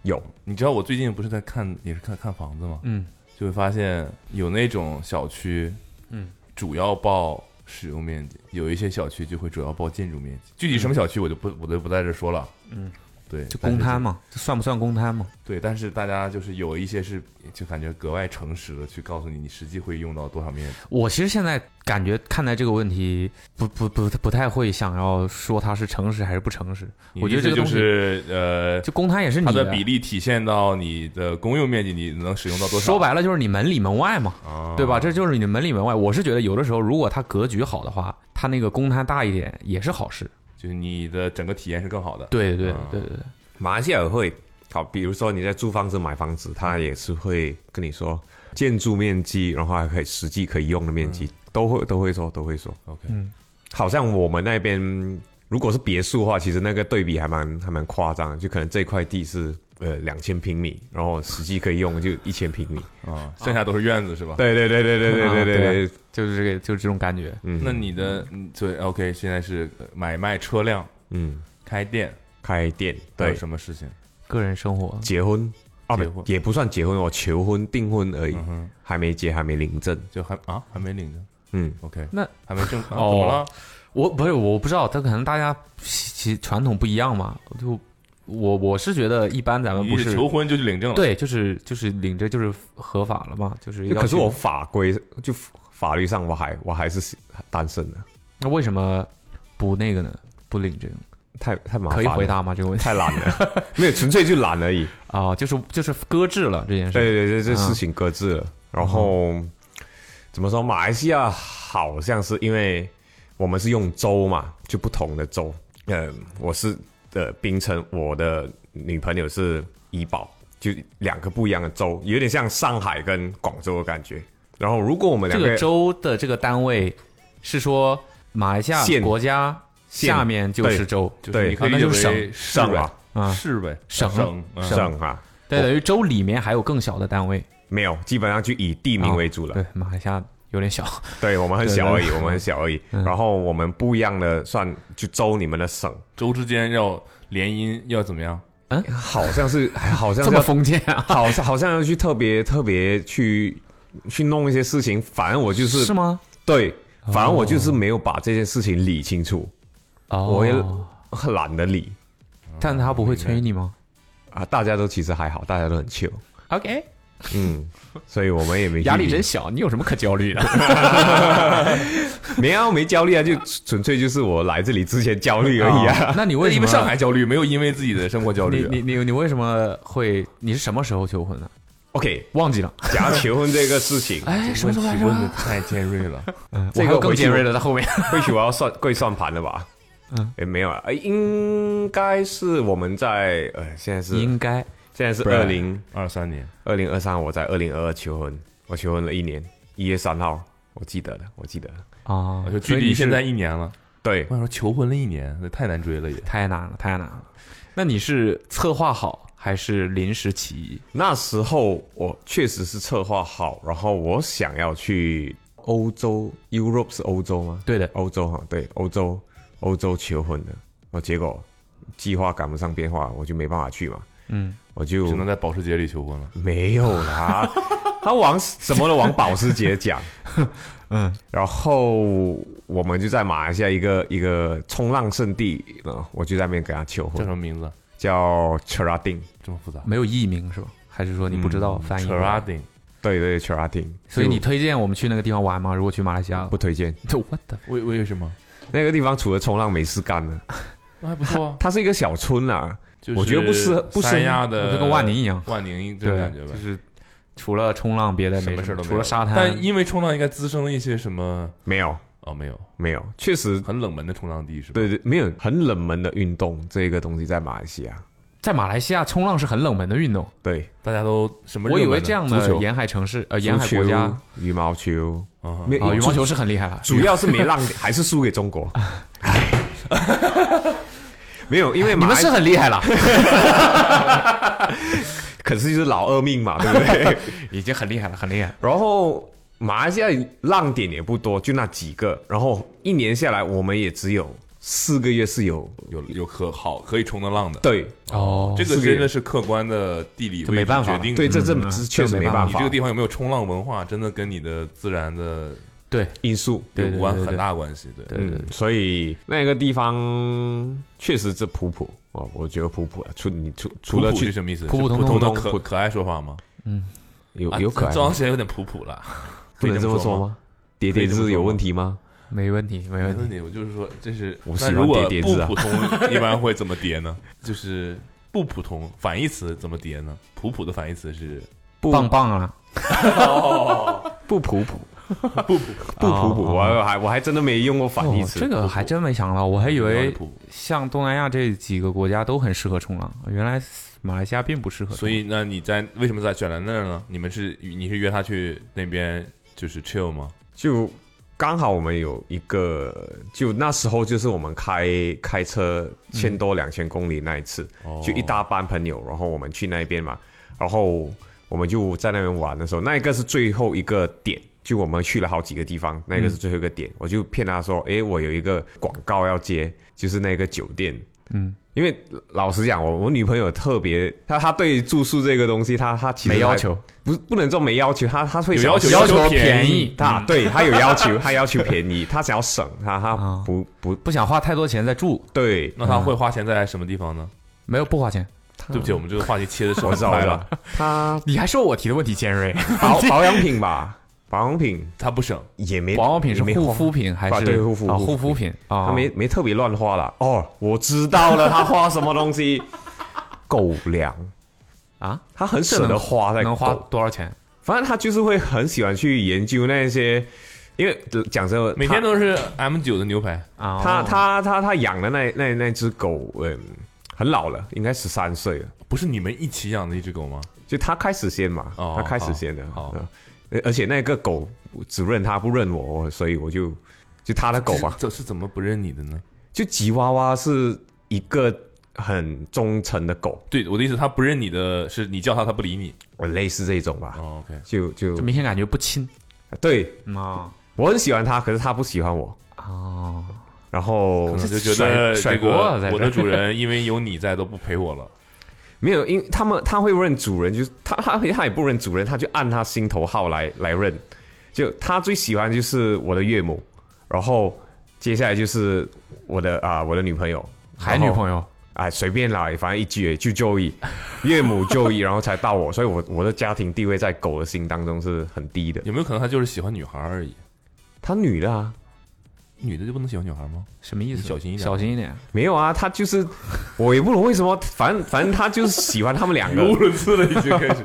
有
你知道我最近不是在看也是看看房子吗？
嗯，
就会发现有那种小区，
嗯，
主要报使用面积，有一些小区就会主要报建筑面积。具体什么小区我就不我就不在这说了，嗯，对，
就
但是
公摊嘛，这算不算公摊嘛？
对，但是大家就是有一些是就感觉格外诚实的去告诉你，你实际会用到多少面积。
我其实现在感觉看待这个问题，不不不不太会想要说它是诚实还是不诚实。
你
我觉得
意思
这个
就
东西
是呃，
就公摊也是你啊
它
的
的比例体现到你的公用面积，你能使用到多少？
说白了就是你门里门外嘛，
啊，
对吧？这就是你的门里门外。我是觉得有的时候，如果它格局好的话，它那个公摊大一点也是好事。
就是你的整个体验是更好的。
对对
啊
对对对，
马来西亚也会好，比如说你在租房子、买房子，他也是会跟你说建筑面积，然后还可以实际可以用的面
嗯
积，都会都会说都会说。
OK，
好像我们那边如果是别墅的话，其实那个对比还蛮还蛮夸张的，就可能这块地是。呃，两千平米，然后实际可以用就一千平米。
啊，剩下都是院子是吧？。
对对对对对对对对对，
就是这个就是这种感觉。
嗯，
那你的嗯对 OK，现在是呃买卖车辆、
嗯，
开店，
开店
还有
对，
什么事情？
个人生活，
结婚啊，
结
不
婚
也不算结婚哦，求婚订婚而已
嗯，哼，
还没结，还没领证。
就还啊还没领着
嗯，
，OK，
那
还没正啊怎
哦
么了？
我不是我不知道，但可能大家习习传统不一样嘛。就我我是觉得一般咱们
你
不
是
是
求婚就去领证了？，
对，就是就是领着就是合法了嘛，就是要
可是
去
我法规就法律上我还我还是单身的，
那为什么不那个呢？不领这个
太太麻
可
烦
以
了，
回答吗？这个问题
太懒了， (laughs) 没有纯粹就懒而已。
啊、就是就是嗯搁置了这件事。
对对对，这事情搁置了。然后怎么说？马来西亚啊好像是因为我们是用州嘛，就不同的州。呃，我是呃槟城，我的女朋友是怡保，就两个不一样的州，有点像上海跟广州的感觉。然后如果我们
这
两
个
个
州的这个单位是说马来西亚
县
国家
县
下面就是
对
州，
就是你
对
可以
啊那
理解
就是
为市
省
呗
啊，
啊
市呗，
省
省嗯
省
省啊，
对，等于州里面还有更小的单位。啊
没有，基本上就以地名为主了。
对，马来西亚有
(laughs)
点小。
对我们很小而已，我们很小而已。
嗯
然后我们不一样的算就州你们的省，
州之间要联姻要怎么样？
好像是哎 (laughs) 好像
这
是
么
要
封建啊？
好像好像要去特别特别去去弄一些事情。反正我 (laughs) 就是
吗？
对，反正我
哦
就是没有把这件事情理清楚，
哦，
我也很懒得理
但他不会催你吗
啊。大家都其实还好，大家都很 chill，
？OK， (laughs)
嗯，所以我们也没去
压力
理
真小，你有什么可焦
(laughs)
虑的？
没啊，没焦虑啊，就纯粹就是我来这里之前焦虑而已啊。
哦那你为什
因
么
为上海焦虑，没有因为自己的生活焦
你
虑啊。
你你你为什么会？你是什么时候求婚的？
(laughs) OK，
忘记了。
讲到求婚这个事情，
哎，什么时候来
提
着
问的？太尖锐了，
我还
这
有
个
更
回去
尖锐的在后面。
或许我要算跪算盘了吧？
嗯
嗯，也没有啊，哎应该是我们在呃，现在是
应该
现在是
不然
二零
二三年
二零二三，我在二零二二求婚，我求婚了一年，一月三号，我记得的，我记得的。
啊，
啊
就距
所以你
离
是
现在一年了。
对
我，想说求婚了一年，那太难追了也。
太难了，太难了。那你是策划好还是临时起意？
那时候我确实是策划好，然后我想要去欧洲，Europe 是欧洲吗？
对的
欧洲哈，对，欧洲，欧洲求婚的，我结果计划赶不上变化，我就没办法去嘛，
嗯，
我就
只能在保时捷里求婚了。
没有
(laughs)
啦，他往什么都往保时捷讲，
嗯，
然后我们就在马来西亚一个一个冲浪圣地，嗯，我就在那边给他求
叫什
婚，
么名字？
叫 Cherading，
这么复杂？
没有译名是吧？还是说你不知道翻译
c h e
过
r a
来？
d i n g
对对 Cherading，
所以你推荐我们去那个地方玩吗？如果去马来西亚，
不推荐
就 what the
为为什么？
那个地方，除了冲浪没事干呢，
那还不错啊。
它是一个小村啊，
就是
我觉得不适合不适合
三亚的，
就跟万宁一样
万宁呃这
对
种感觉呗
就，是除了冲浪，别的
什
没
么事儿都没有。
除了沙滩，
但因为冲浪应该滋生了一些什么？
没有
哦，没有，
没有，确实
很冷门的冲浪地是吧？
对对，没有很冷门的运动这个东西在马来西亚，
在马来西亚冲浪是很冷门的运动。
对，
大家都什么热
我
门呢？
以为这样
足球
的沿海城市，呃，沿海
足球
国家
羽毛球，
啊
没
啊，羽毛
足
球是很厉害了。
主要是没让，还是输给中国。唉没有，因为
你
马
们
来
是很厉害了， (laughs)
可是就是老二命嘛，对不
(laughs)
对？
已经很厉害了，很厉害。
然后马来西亚浪点也不多，就那几个。然后一年下来，我们也只有四个月是有
有有可好可以冲的浪的。
对
哦
这个
是这样
真的是客观的地理
就
位
没
置
办法
决定
对，
的。
这这
嗯
这确实没办
你
法
这个，地方有没有冲浪文化，真的跟你的自然的
对
因素。
对
有关
对对
很大关系。对，嗯
对对
嗯，所以那个地方确实是普普，哦，我觉得普普除你除除
普
了
普
去
是什么意思？
普普
是
通
普
通
的
通
可可爱说话吗？
有
啊
有可
这
爱
这
吗
样显然有点普普了，
不能
可以这么
说
说
吗？叠
可以
叠
这么
字
说
有
吗
问题吗？
没问题，没
没
问题。
问题，我就是说，这是
我喜
那
欢
如果
叠叠
不
字啊
普通，一般会怎么叠呢？就是不普通反义词怎么叠呢？普普的反义词是
不
棒棒 (laughs) 啊！
不普普
不普，
不普普，
哦
我还我还我还真的没用过反义
哦
词。
这个还真没想到，我还以
不知道是
为
普普。
像东南亚这几个国家都很适合冲浪，原来马来西亚并不适合冲浪。
所以那你在为什么在卷兰那儿呢？你们是你是约他去那边就是 chill 吗？
就刚好我们有一个，就那时候就是我们开开车千多两千公里那一次，
哦
就一大班朋友，然后我们去那边嘛，然后我们就在那边玩的时候，那一个是最后一个点。就我们去了好几个地方，那个是最后一个
嗯
点，我就骗他说，诶，我有一个广告要接，就是那个酒店，
嗯，
因为老实讲，我我女朋友特别，她她对住宿这个东西，她她其实
没要
还
求，
不不能说没要求，她她会
有
想
要求
要求
求
便
宜
宜，嗯
他啊对他有要求，他要求便宜，他想要省，他他
啊
不不
不想花太多钱在住，
对，
那他会花钱在什么地方呢？
没有不花钱。
对不起，我们这个话题切的是
我
很
知道我
快
知
(laughs)
了
道，，他
你还说我提的问题尖 (laughs) 锐，
保保养品吧，保养品
他不省，
也没
保养品是
也没花
护肤品还
啊
是
对护肤
啊
护肤
护肤品啊？
他没没特别乱花啦。哦，我知道了，他花什么东西？狗粮，
啊，
他很舍得花在
能花
狗
多少钱？
反正他就是会很喜欢去研究那些，因为呃讲真的，
每天都是 M 九的牛排，
啊，
他他他他他养的那那那只狗，嗯，很老了，应该十三岁了。
不是你们一起养的一只狗吗？
就他开始先嘛，
哦
他开始先的。
好好
嗯呃而且那个狗只认他不认我，哦所以我就就他的狗嘛， (laughs)
这是怎么不认你的呢？
就吉娃娃是一个很忠诚的狗，
对，我的意思，他不认你的是你叫他，他不理你。
我类似这种吧，
哦，OK，
就就
就明显感觉不亲
对
啊
我很喜欢他，可是他不喜欢我，
哦，
然后
可能就觉得
甩甩
这
锅啊在
个
这
我的主人因为有你在都不陪我了。
没有，因为他们他会认主人，就是他他他也不认主人，他就按他心头好来来认。就他最喜欢就是我的岳母，然后接下来就是我的啊、我的女朋友，
还女
然后
朋友
哎，随便啦，反正一句也就就医，岳母就医，然后才到我，所以我我的家庭地位在狗的心当中是很低的。
有没有可能他就是喜欢女孩而已？
她女的啊，
女的就不能喜欢女孩吗？
什么意思？
你小心一点
小心一点。
没有啊，她就是，我也不懂为什么，反正反正她就是喜欢他们
(laughs)
两个，
伦次了，已经开始。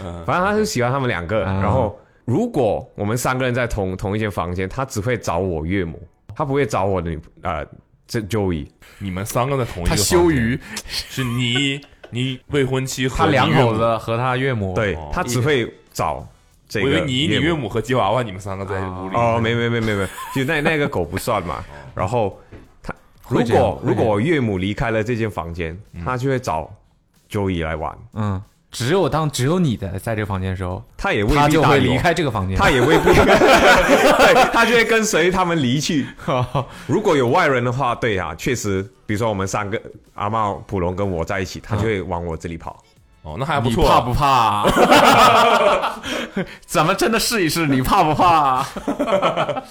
嗯，
反正她就喜欢他们两个。
啊
然后如果我们三个人在同同一间房间，她只会找我岳母，她不会找我的女呃这 Joey。
(laughs) 你们三个在同一个房
他
间，
羞于
是你你未婚妻和
他两
你岳母
口子和他岳母，
对
哦，
她只会找这个。
我以为你、你岳。母和吉娃娃你们三个在屋里。
哦，没没没没没，就那那个狗不算嘛。然后他如
会这样
果
会这
如
样
果我岳母离开了这间房间，他就会找 Joey 来玩，
嗯，只有当只有你的在这个房间的时候，
他也未
他
必
就
搭
会
理我
离，开这个房间。 (laughs)
他也未必， (laughs) 对，他就会跟随他们离去。如果有外人的话，对啊，确实，比如说我们三个阿茂、普龙跟我在一起，他就会往我这里跑。
哦，那还不
你
错。
怕不怕啊？咱们真的试一试，你怕不怕啊？嗯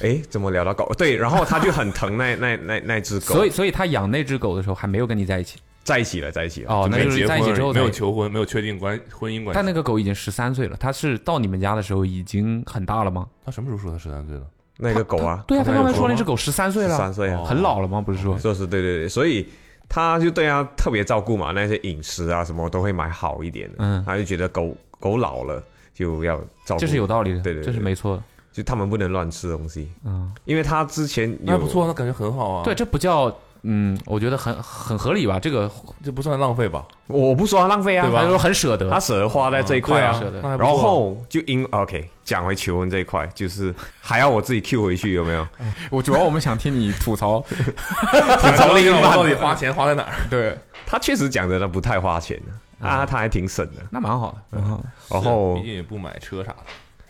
诶，怎么聊到狗？对，然后他就很疼
(laughs)
那那那那只狗，
所以，所以他养那只狗的时候还没有跟你在一起
在一起了，在一起了。
哦，
就
那
没
就
结
是在一起
婚
之后
没有
才
求婚，没有确定关婚姻关系。
但那个狗已经十三岁了，它是到你们家的时候已经很大了吗？
他什么时候说他十三岁了？
那个狗啊，
对啊，
它
他刚才
有说
说那
吗
只狗十三岁了，
三岁啊，
很老了吗？不是说
说是对对对，所以他就对他特别照顾嘛，那些饮食啊什么都会买好一点的。
嗯
他就觉得狗狗老了就要照顾，
这是有道理的，
对对对
这是没错的。
就他们不能乱吃东西，
嗯，
因为他之前有
那不错，那感觉很好啊。
对，，这不叫嗯，我觉得很很合理吧？这个
这不算浪费吧？
我不说他浪费啊，
对吧？说很舍得
他舍得花在这一块啊。
嗯对啊舍得
那还不
然
错
后就因 OK 讲回求婚这一块，就是还要我自己 Q 回去有没
(laughs)
有？
我主要我们想听你吐槽， (laughs)
啊 (laughs)
找另一半
到底花钱花在哪儿？
对，
他确实讲的他不太花钱
嗯
的啊，他还挺省的。
那蛮好的，蛮好的，
然后
哦
毕竟也不买车啥的。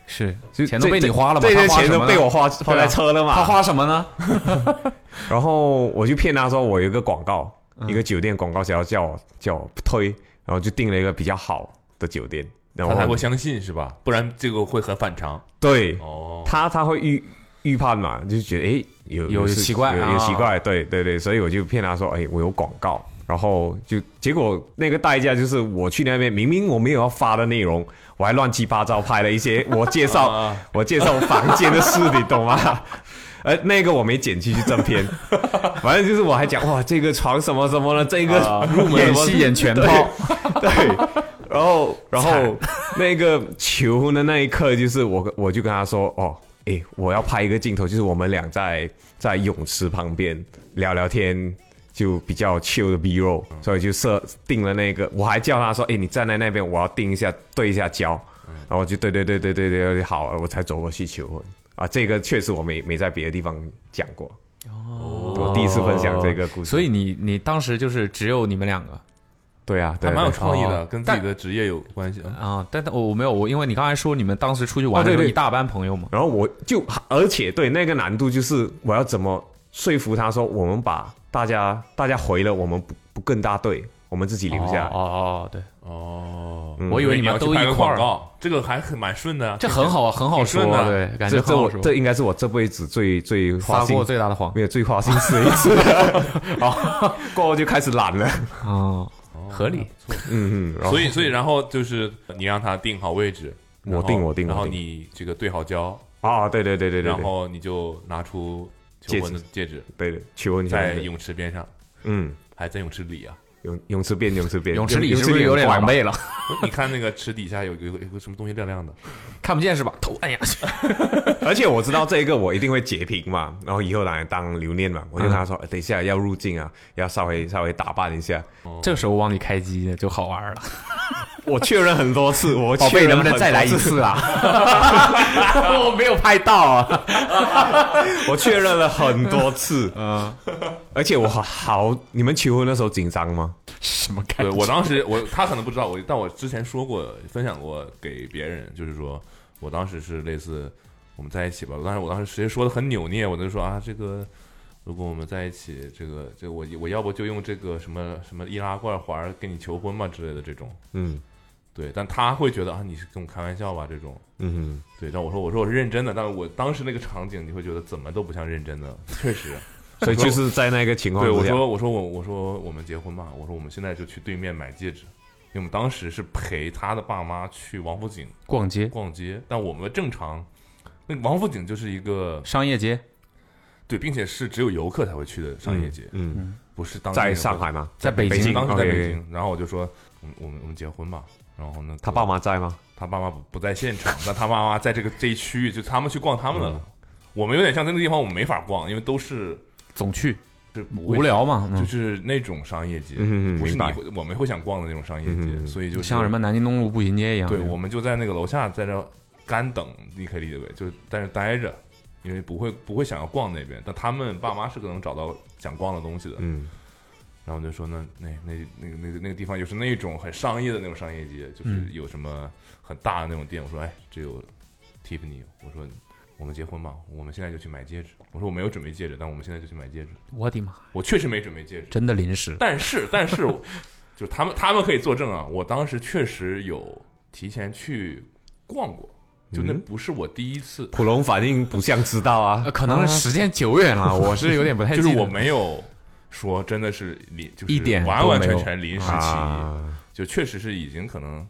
是
就
钱啊都
这
被你花了嘛？
这些
他花
钱
什
都
么呢
被我花花
对
在
啊
车了嘛？
他花什么呢？
然后我就骗他说我有一个广告，
嗯
一个酒店广告想要叫我叫我推，然后就订了一个比较好的酒店，然
他才会
后
相信是吧？不然这个会很反常。
对
哦，
他他会预预判嘛，就觉得诶有
有
事
奇怪
有
啊
有奇怪，对对对，所以我就骗他说诶我有广告，然后就结果那个代价就是我去那边，明明我没有要发的内容，我还乱七八糟拍了一些我介
(laughs)
绍
啊
我介绍房间的事，你懂吗？呃，那个我没剪进去正
(laughs)
片，反正就是我还讲哇，这个床什么什么了，这个入
啊演戏演全套，
对，
(laughs)
然后然后那个求的那一刻，就是我我就跟他说，哦，诶，我要拍一个镜头，就是我们俩在在泳池旁边聊聊天。就比较 chill 的 B roll，所以
嗯
就设定了那个，我还叫他说：“诶，你站在那边，我要定一下，对一下焦。”然后就对对对对对对，好，我才走过去求婚啊。这个确实我没没在别的地方讲过，我第一次分享这个故事。
所以你你当时就是只有你们两个
对啊，对
还
啊，
蛮有
对啊
创意的，
哦
跟自己的职业有关系啊。
啊，但但我我没有我，因为你刚才说你们当时出去玩的
啊对
时候
对
一大班朋友嘛，
然后我就，啊而且对那个难度就是我要怎么说服他说，我们把大家大家回了，我们不不跟大队，我们自己留下来。
哦哦哦，对，
哦，
嗯
我以为你们
要去
都一
拍个
块
广
儿，
告，这个还很蛮顺的啊，
这很好啊，很好说
挺顺
啊，
的
对，感觉
这
很
这
好
我
说，
这应该是我这辈子最最花
撒
心
过最大的谎
没有最花心思的一次，哦，过后就开始懒了。
啊，
哦
合理，
嗯嗯，然后
所以，所以然后就是你让他定好位置，
我
然后
定我定
然后
我定
你这个对好焦，
啊，对对对对对，
然后你就拿出求婚的戒指，
对对，求婚
在
求婚
泳池边上，
嗯
还在泳池里
(laughs)
啊。
泳泳池边泳池边
泳池里是不是有点
怪
狼
吧
狈了？
你看那个池底下有个有个什么东西亮亮的，
看不见是吧？头哎按下去，
而且我知道这一个我一定会截屏嘛，然后以后拿来当留念嘛。我就跟他说，哎等一下要入境啊，要稍微稍微打扮一下。
这个时候我帮你开机就好玩了。
我确认很多次，我
宝
确
贝，
认
哦能不能再来一
很多次？
次 (laughs) 啊？我没有拍到 (laughs) 啊。
(laughs) 我确认了很多次，
(laughs) 嗯，
而且我好好，你们求婚那时候紧张吗？
什么感
对
觉？
我当时我他可能不知道我，但我之前说过分享过给别人，就是说我当时是类似我们在一起吧，但是我当时直接说的很扭捏，我就说啊这个。如果我们在一起，这个这个我我要不就用这个什么什么易拉罐环儿跟你求婚嘛之类的这种，
嗯
对，但他会觉得啊你是跟我开玩笑吧这种，
嗯
对，但我说我说我是认真的，但是我当时那个场景你会觉得怎么都不像认真的， (laughs) 确实，
哼，所以就是在那个情况
对，我
之下，
说我说我我说我们结婚吧，我说我们现在就去对面买戒指，因为我们当时是陪他的爸妈去王府井
逛街，
逛街，但我们正常，那个王府井就是一个
商业街，
对，并且是只有游客才会去的商业街，
嗯，
不是当地
在
人会
上，海吗？
在北
北
京
京
当时在北
OK，OK
京，然后我就说，我们我们我们结婚吧，然后呢，
他爸妈在吗？
他爸妈不不在现场，但他爸妈在这个这一区域，就他们去逛他们的了。我们有点像在那个地方，我们没法逛，因为都是
总去，
是不会
无聊嘛，
就
嗯
是那种商业街，
嗯嗯嗯
不是你
明白
会我们会想逛的那种商业街，
嗯嗯嗯
所以就
像什
么，
么南京东路步行街一样。
对，我们就在那个楼下，在这干等，你可以理解为就是在那待着，因为不会不会想要逛那边，但他们爸妈是可能找到想逛的东西的，
嗯
然后我就说那那那那个那个那个地方又是那种很商业的那种商业街，就是
嗯
有什么很大的那种店，我说哎，这有 Tiffany，我说我们结婚吧，我们现在就去买戒指，我说我没有准备戒指，但我们现在就去买戒指，
我的妈，
我确实没准备戒指。
真的临时。
但是，但是，就他们他们可以作证啊，我当时确实有提前去逛过，就那
嗯
不是我第一次，
普龙反应不像知道啊
呃，，可能时间久远了，我是有点不太 (laughs)
就
记
是
得。
我没有说真的是临，就是
一点
完
都
完
没有
全全临时起意，
啊，
就确实是已经可能。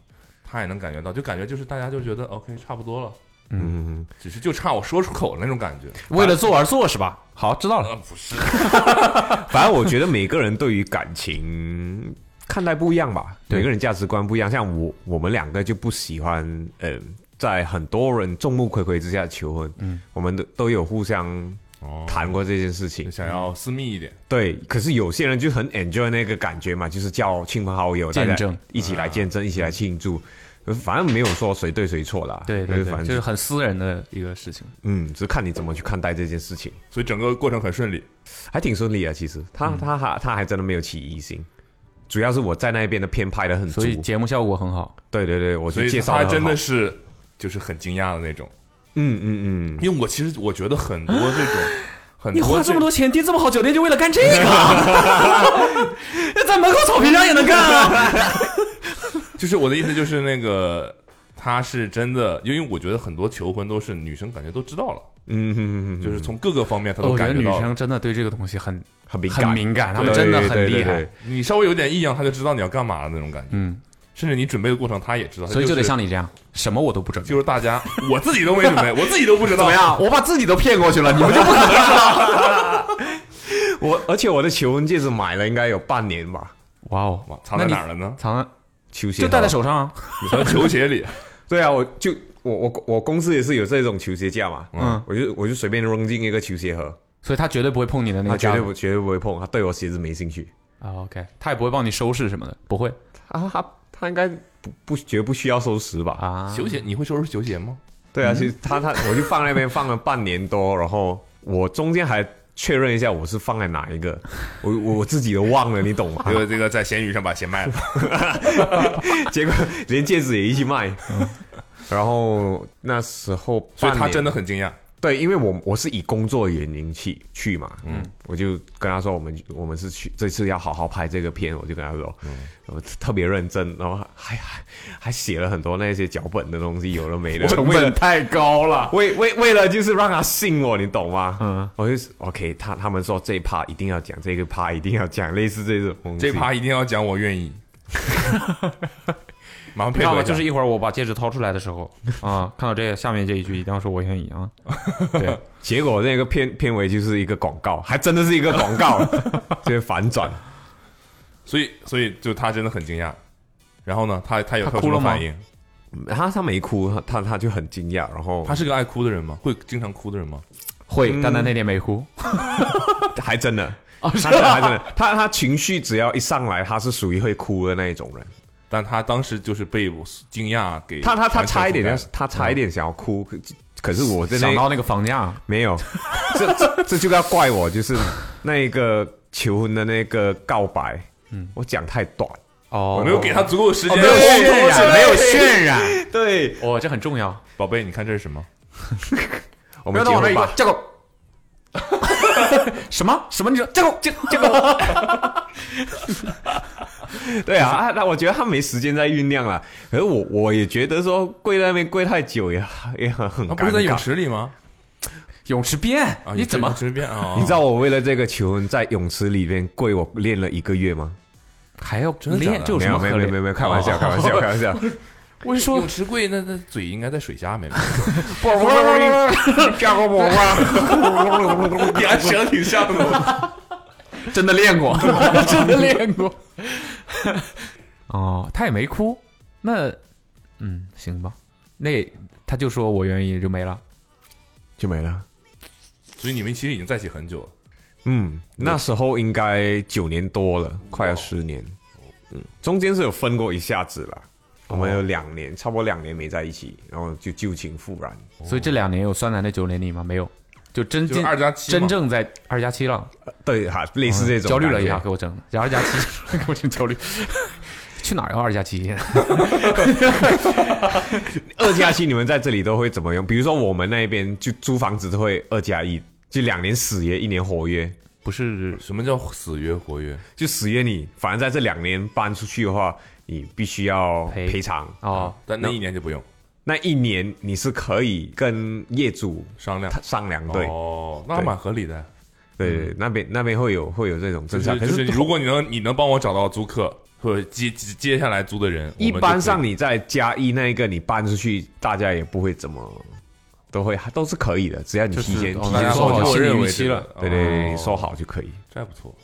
他也能感觉到，就感觉就是大家就觉得 OK 差不多了，
嗯，
只是就差我说出口了那种感觉。
为了做而做是吧？好，知道了。
(laughs) 呃，不是，
反正我觉得每个人对于感情看待不一样吧，
对
每个人价值观不一样。像我我们两个就不喜欢，呃，在很多人众目睽睽之下求婚，嗯，我们都都有互相
哦
谈过这件事情。
哦
想要私密一点，
对，可是有些人就很 enjoy 那个感觉嘛，就是叫亲朋好友，大家
见证啊
一起来见证，一起来庆祝。呃反正没有说谁对谁错啦，
对
反
对对，
正
就是很私人的一个事情。
嗯，只是看你怎么去看待这件事情，
所以整个过程很顺利。
还挺顺利啊。其实他、
嗯
他还他还真的没有起疑心，主要是我在那边的片拍的很足
所，以节目效果很好。
对对对，我
所
就
以
介绍
他
得很
真的
好
是就是很惊讶的那种，
嗯嗯嗯，
因为我其实我觉得很多这
(gasps)
种，很
你花
多
这么
种
多钱订这么好酒店，就为了干这 (laughs) 个？在门口草坪上也能干啊！
就是我的意思就是那个他是真的，因为我觉得很多求婚都是女生感觉都知道了，
嗯哼，
就是从各个方面她都
我觉得
感觉
哦女
到了。
生真的对这个东西很
很敏
很
感，
敏感，她们
对
真的
对
很
对
厉
对
(laughs) 害。
你稍微有点异样，她就知道你要干嘛了那种感觉。
嗯，
甚至你准备的过程，她也知道。
所以
就
就得
是
像你这样，什么我都不准备。
就是大家，我自己都没准备，我自己都不知道。
(laughs) 怎么样？啊我把自己都骗过去了，你们就不可能知道。
(laughs) 我而且我的求婚戒指买了应该有半年吧，
哇哦，
哇？藏在哪儿了呢？ (laughs)
藏在
球鞋
就戴在
手。
手上啊。
藏在球鞋里。
对啊，我就我我我公司也是有这种球鞋架嘛，
嗯，
我就我就随便扔进一个球鞋盒，
所以他绝对不会碰你的那
他
个
绝
家
对不绝对不会碰，他对我鞋子没兴趣，
啊，OK，他也不会帮你收拾什么的，不会
他他他应该不不绝不需要收拾吧？
啊。
球鞋，你会收拾球鞋吗？
对啊，其实他他我就放那边放了半年多，然后我中间还确认一下我是放在哪一
(laughs)
个，我我我自己都忘了，你懂吗
啊
这？个这个在闲鱼上把鞋
(laughs)
卖了。
(laughs) 结果连戒指也一起卖，然后那时候
嗯所以他
半年
真的很惊讶。
对，因为我我是以工作原因去去嘛，嗯，我就跟他说我们我们是去这次要好好拍这个片，我就跟他说，我特别认真，然后还还还写了很多那些脚本的东西，有的没的，
成
为
本
了
太高了。
为为为了就是让他信我，你懂吗？
嗯
嗯，我就是 OK，他他们说这一趴一定要讲，这个趴一定要讲，类似这种东西
这趴一定要讲我愿
(laughs)
意，马上
你
配
知道
合
吗？
一下
就是一会儿我把戒指掏出来的时候啊，看到这个下面这一句，一定要说我愿意啊。对，
结果那个片片尾就是一个广告，还真的是一个广告，就是反转。
所以所以就他真的很惊讶。然后呢，他他有
他
他有
哭
什
了
么
吗
反应？
他他没哭，他他他就很惊讶，然后
他是个爱哭的人吗？会经常哭的人吗？
会，
嗯
但他那天没哭。
还真的，他真的还真的，他他情绪只要一上来，他是属于会哭的那一种人。
但他当时就是被我惊讶给
他他他
完全覆
差一点
盖
要
了，
他差一点想要哭，可可是我真
想
的
到那个房价，
没有， (laughs) 这这这就要怪我，就是那一个求婚的那个告白，嗯，我讲太短，
哦
我没有给他足够的时间。
哦没有
对
渲
对
染没有
渲染，
(laughs) 对，
哦，这很重要。
宝贝，你看这是什么？
我
不
们
要
结
到我那
婚
一个
吧，
架构。 (laughs) 什么什么？你说这个这个这个？
对 (laughs) 啊，啊那我觉得他没时间再酝酿了，可是我我也觉得说跪在那边跪太久也也很很
他
尴
不是在泳
尬。
池里吗？
泳池边
啊，，
你怎么
随便
哦
啊？
你知道我为了这个求婚在泳池里边跪，我练了一个月吗？
还要
的假的
练？这有
没
什么哦
有
可
没有没
练
有没有，开玩笑开玩笑开玩
(laughs)
笑。
我是说
泳， (laughs) 池贵，那那嘴应该在水下面。
不不不不，嫁给我吧！
你还学的挺像
(laughs)
的。
真的练过， (laughs) 真的练过。 (laughs) 哦，他也没哭，那嗯，行吧。那他就说我愿意就没了。
就没了。
所以你们其实已经在一起很久了。
嗯，那时候应该九年多了，快要十年。嗯，中间是有分过一下子啦，
哦
我们有两年，差不多两年没在一起，然后就旧情复燃。
所以这两年有算在那九年里吗？没有，哦就真
就是
进
二加七嘛
真正在二加七了，
对哈，类似这种
哦焦虑了一下，
下。
给我整的二加七，给 (laughs) 我整焦虑。去哪儿要二加七？
(laughs) 二加七，你们在这里都会怎么用？比如说我们那边就租房子都会二加一，就两年死约，一年活约，
不是
什么叫死约活约？
就死约你，反正在这两年搬出去的话，你必须要
赔
赔偿。
哦，
啊但那一年就不用
那一年你是可以跟业主
商量
他。商量，对、
哦，那
对
蛮合理的。
对，那边那边会有会有这种
就
政策，
是就
可
是，如果你能你能帮我找到租客或者接接接下来租的人，
一般上
你
你在加一那一个你搬出去，大家也不会怎么，都会都是可以的，只要你提前、
哦
提
大家
前说
说好
好，
心
我
理
认为
预期
这个
了
对对对，
哦
你说好就可以。
这还不错。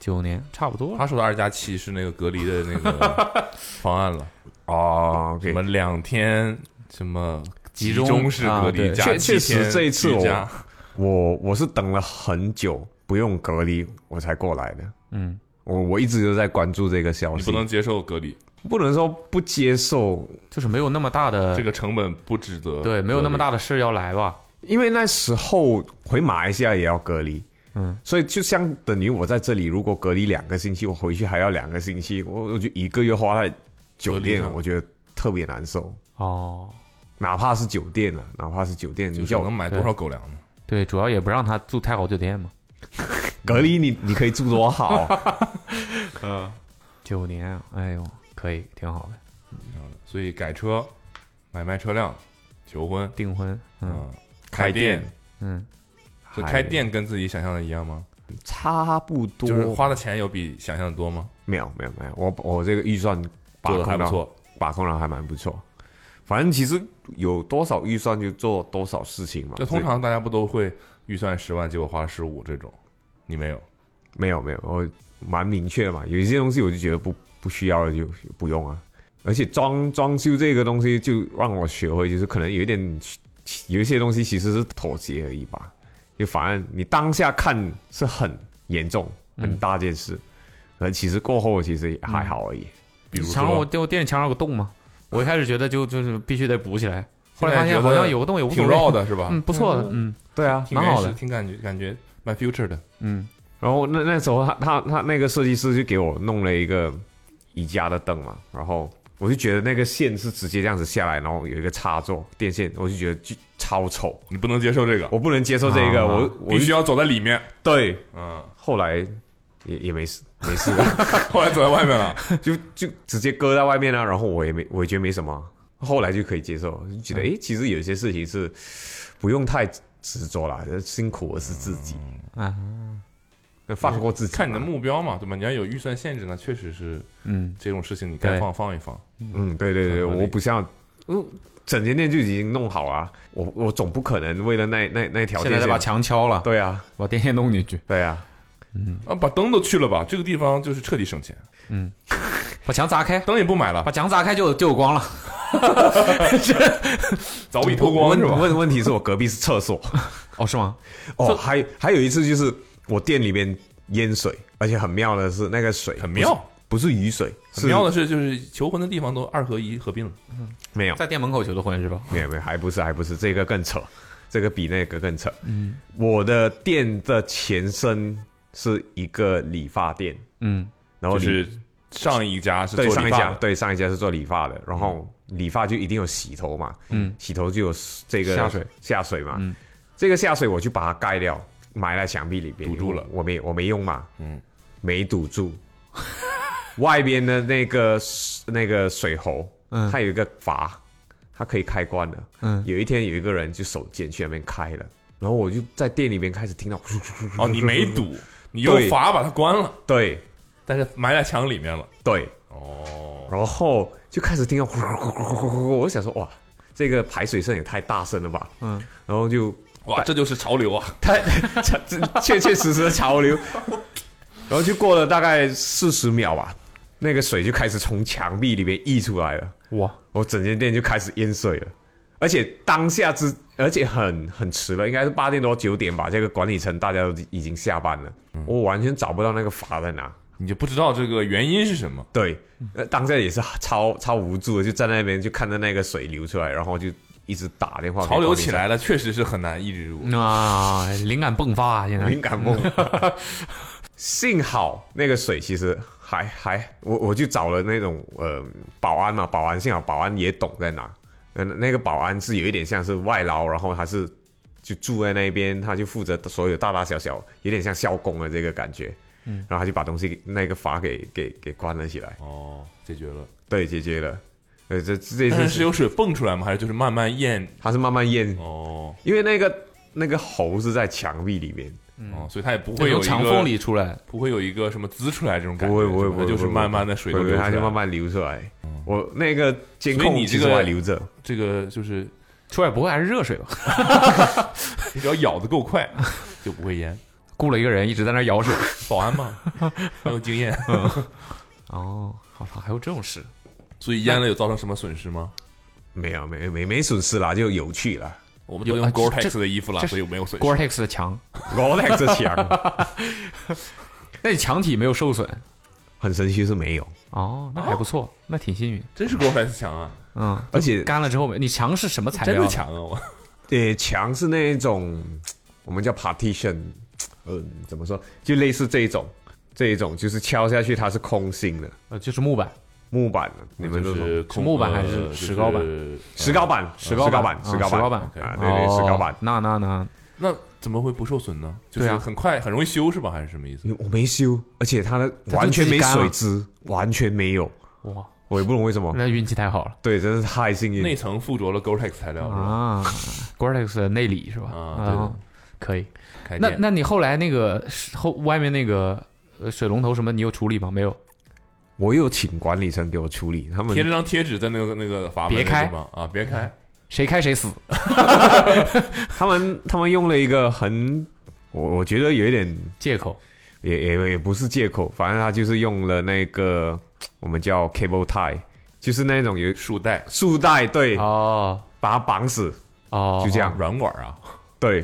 九年差不多
(laughs)
了。
他说的二加七是那个隔离的那个方案了，
哦
什么两天什么
集中
中式隔
啊
离
对
加
确
七
确
天
实这一次
居
我
家
我我是等了很久不用隔离我才过来的，
嗯，
我我一直都在关注这个消
你
息，
不能接受隔离，
不能说不接受，
就是没有那么大的
这个成本不值得。
对，没有那么大的事要来吧？
因为那时候回马来西亚也要隔离，
嗯，
所以就相等于我在这里如果隔离两个星期，我回去还要两个星期，我我就一个月花在酒店
隔离
了，
上
我觉得特别难受。
哦，
哪怕是酒店啊，哪怕是酒店，
隔离，
你
就是
叫
能
我
买多少狗粮呢？
对，主要也不让他住太好酒店嘛。
隔离你，你可以住多好？
九年啊，哎呦，可以，挺好的。
所以改车买卖车辆、求婚，
订婚，嗯
嗯，
开
店，
嗯，
(laughs) 就开店跟自己想象的一样吗？
差不多，
就是花的钱有比想象的多吗？
没有没有没有，我我这个预算把
做
控
的还不
到
错，
把控的还蛮不错。反正其实有多少预算就做多少事情嘛。
就通常大家不都会预算十万，结果花了十五这种，你没有？
这没有没有，我蛮明确的嘛。有一些东西我就觉得不不需要了就不用啊。而且装装修这个东西就让我学会，就是可能有一点有一些东西其实是妥协而已吧。就反正你当下看是很严重、
嗯
很大件事，可能其实过后其实也还好而已。
比如
墙上我
说，
我电视墙上有个洞嘛，我一开始觉得就就是必须得补起来，后来
现在觉得
发现好像有个洞也无所
挺
谓，
绕的是吧？
(laughs) 嗯，不错的，嗯
对啊，
挺
蛮
原
好
始
的
挺感觉感觉蛮 future 的。
嗯，
然后那那时候他他他那个设计师就给我弄了一个宜家的凳嘛，然后我就觉得那个线是直接这样子下来，然后有一个插座电线，我就觉得就超丑，
你不能接受这 (laughs) 个，
我不能接受这个，
哦
啊
我我
必须要走在里 (laughs) 面。
对，啊
嗯，
后来也也没事没事，
后来走在外面了，
就就直接搁在外面啊，然后我也没我也觉得没什么，后来就可以接受，就觉得
嗯
诶，其实有些事情是不用太执着啦，辛苦的是自己，
啊，
放过自己
(laughs)
嘛，
看你的目标嘛，对吧？你要有预算限制呢，确实是
嗯，
这种事情你该
对
放放一放。
嗯，对对对，
很合理
我不像，嗯，整间店就已经弄好啊，我我总不可能为了那那那条
现
电
在再把
线，
墙敲了，
对啊，
把电线弄进去，
对啊，
啊，把灯都去了吧，这个地方就是彻底省钱，
把墙砸开，
灯也不买了
把，墙砸开就就有光了，
早已偷光
问
是吧？
问问题是我隔壁是
(laughs)
厕所，
哦，是吗？
哦，还还有一次就是我店里面淹水，而且很妙的是那个水
很妙，
不是不是雨水，
很妙的是，就是求婚的地方都二合一合并了，
是没有
在店门口求的婚是吧？
没有没有，还不是还不是，这个更扯，这个比那个更扯，嗯，我的店的前身是一个理发店，
嗯，
然后
哦就
理
是上一家是做
对上
理
一
发
家，
的，
对上一家是做理发的，然后理发就一定有洗头嘛，
嗯，
洗头就有这个
下水
下水嘛，
嗯
这个下水我就把它盖掉，埋在墙壁里边，
堵住了
我没我没用嘛，
嗯，
没堵住，外边的那个那个水喉，
嗯
它有一个阀，它可以开关的，
嗯
有一天有一个人就手贱去那边开了，然后我就在店里面开始听到，
哦，你没 (laughs) 堵，你用
对
阀把它关了，
对
但是埋在墙里面了。
对，
哦，
然后就开始听到呼呼呼呼呼呼呼，我想说哇，这个排水声也太大声了吧，
嗯，
然后就
哇，这就是潮流啊！
它这这确确实实的潮流，然后就过了大概四十秒吧，那个水就开始从墙壁里面溢出来了，
哇，
我整间店就开始淹水了，而且当下之而且很很迟了，应该是八点多九点吧，这个管理层大家都已经下班了，我完全找不到那个阀在哪。
你就不知道这个原因是什么，
对，呃，当下也是超超无助的，就站在那边就看着那个水流出来，然后就一直打电话给
潮流
管理
起
层
来了，确实是很难抑制住。
啊，灵感迸发啊，现在
敏感梦。幸好那个水其实还还，我我就找了那种呃保安嘛，保安幸好保安也懂在哪。嗯，那个保安是有一点像是外劳，然后他是就住在那边，他就负责所有大大小小，有点像校工的这个感觉。嗯，然后他就把东西给那个阀给给给关了起来，
哦，解决了。
对，解决了。呃，这这
但
件
是
事
是有水蹦出来吗？还是就是慢慢咽？
他是慢慢淹，
哦
因为那个那个喉是在墙壁里面，
哦，所以它也不
会
会有
有
一个
墙缝，里出来，
不会有一个什么滋出来这种感觉，
不会不会
是吧
不会，
就是慢慢的水
不
都
会
流出
它
来。哦
就慢慢流出来。我那个监
所以
控
你
其
这
实
个
我还留着，
这个就是
出来不会还是热水吧？
你只要咬的够快，就不会淹。
雇了一个人一直在那儿舀 (laughs) 水。
保安嘛，很有经验，
哦，好吧，还有这种事，
所以淹了有造成什么损失吗？
没有没没没损失啦，就有趣啦。
我们都
有
用
啊这
Gore-Tex
这
的衣服了，
这
所以没有损失。
Gore-Tex 的墙，
我那个墙 (laughs)
那你墙体没有受损
很神奇是没有，
哦，那还不错，那挺幸运。
真是 Gore-Tex 强啊，
嗯，
而且
干了之后没，你墙是什么材
真
料
的
啊？
强啊！我
呃墙是那一种我们叫 partition，嗯、怎么说？就类似这一种，这一种就是敲下去它是空心的
呃，就是木板，
木板的，你们都
就
说
是哦空
是木板
呃
还是
就是
石膏板
石膏板，石
膏
膏
板
板，
啊
石膏
石膏
板
板
？OK，
啊，对对，石膏板
哦。那那那，
那怎么会不受损呢？就
对
是
啊
很快很容易修是吧？还是什么意思？
我没修，而且它的
它
完
就自
全
己
没
干了啊
水渍，完全没有。
哇，
我我也不懂为什么。
那运气太好了
对，真是太幸运。
内层附着了 Gore-Tex 材料是吧？
嗯 (laughs) 啊 g o r t e x 的内里是吧？
啊对的
啊，可以。
开
那
店
那你后来那个后外面那个呃水龙头什么，你有处理吗？没有，
我有请管理层给我处理，他们
贴了张贴纸在那个那个阀门那
别
个
开
地方啊，别开，
谁开谁死。
他们他们用了一个很，我我觉得有一点
借口
也也也不是借口，反正他就是用了那个我们叫 cable tie，就是那种
嗯
有
束带
束带，对，
哦
把它绑死，
哦，
就这样，
软管啊，
对，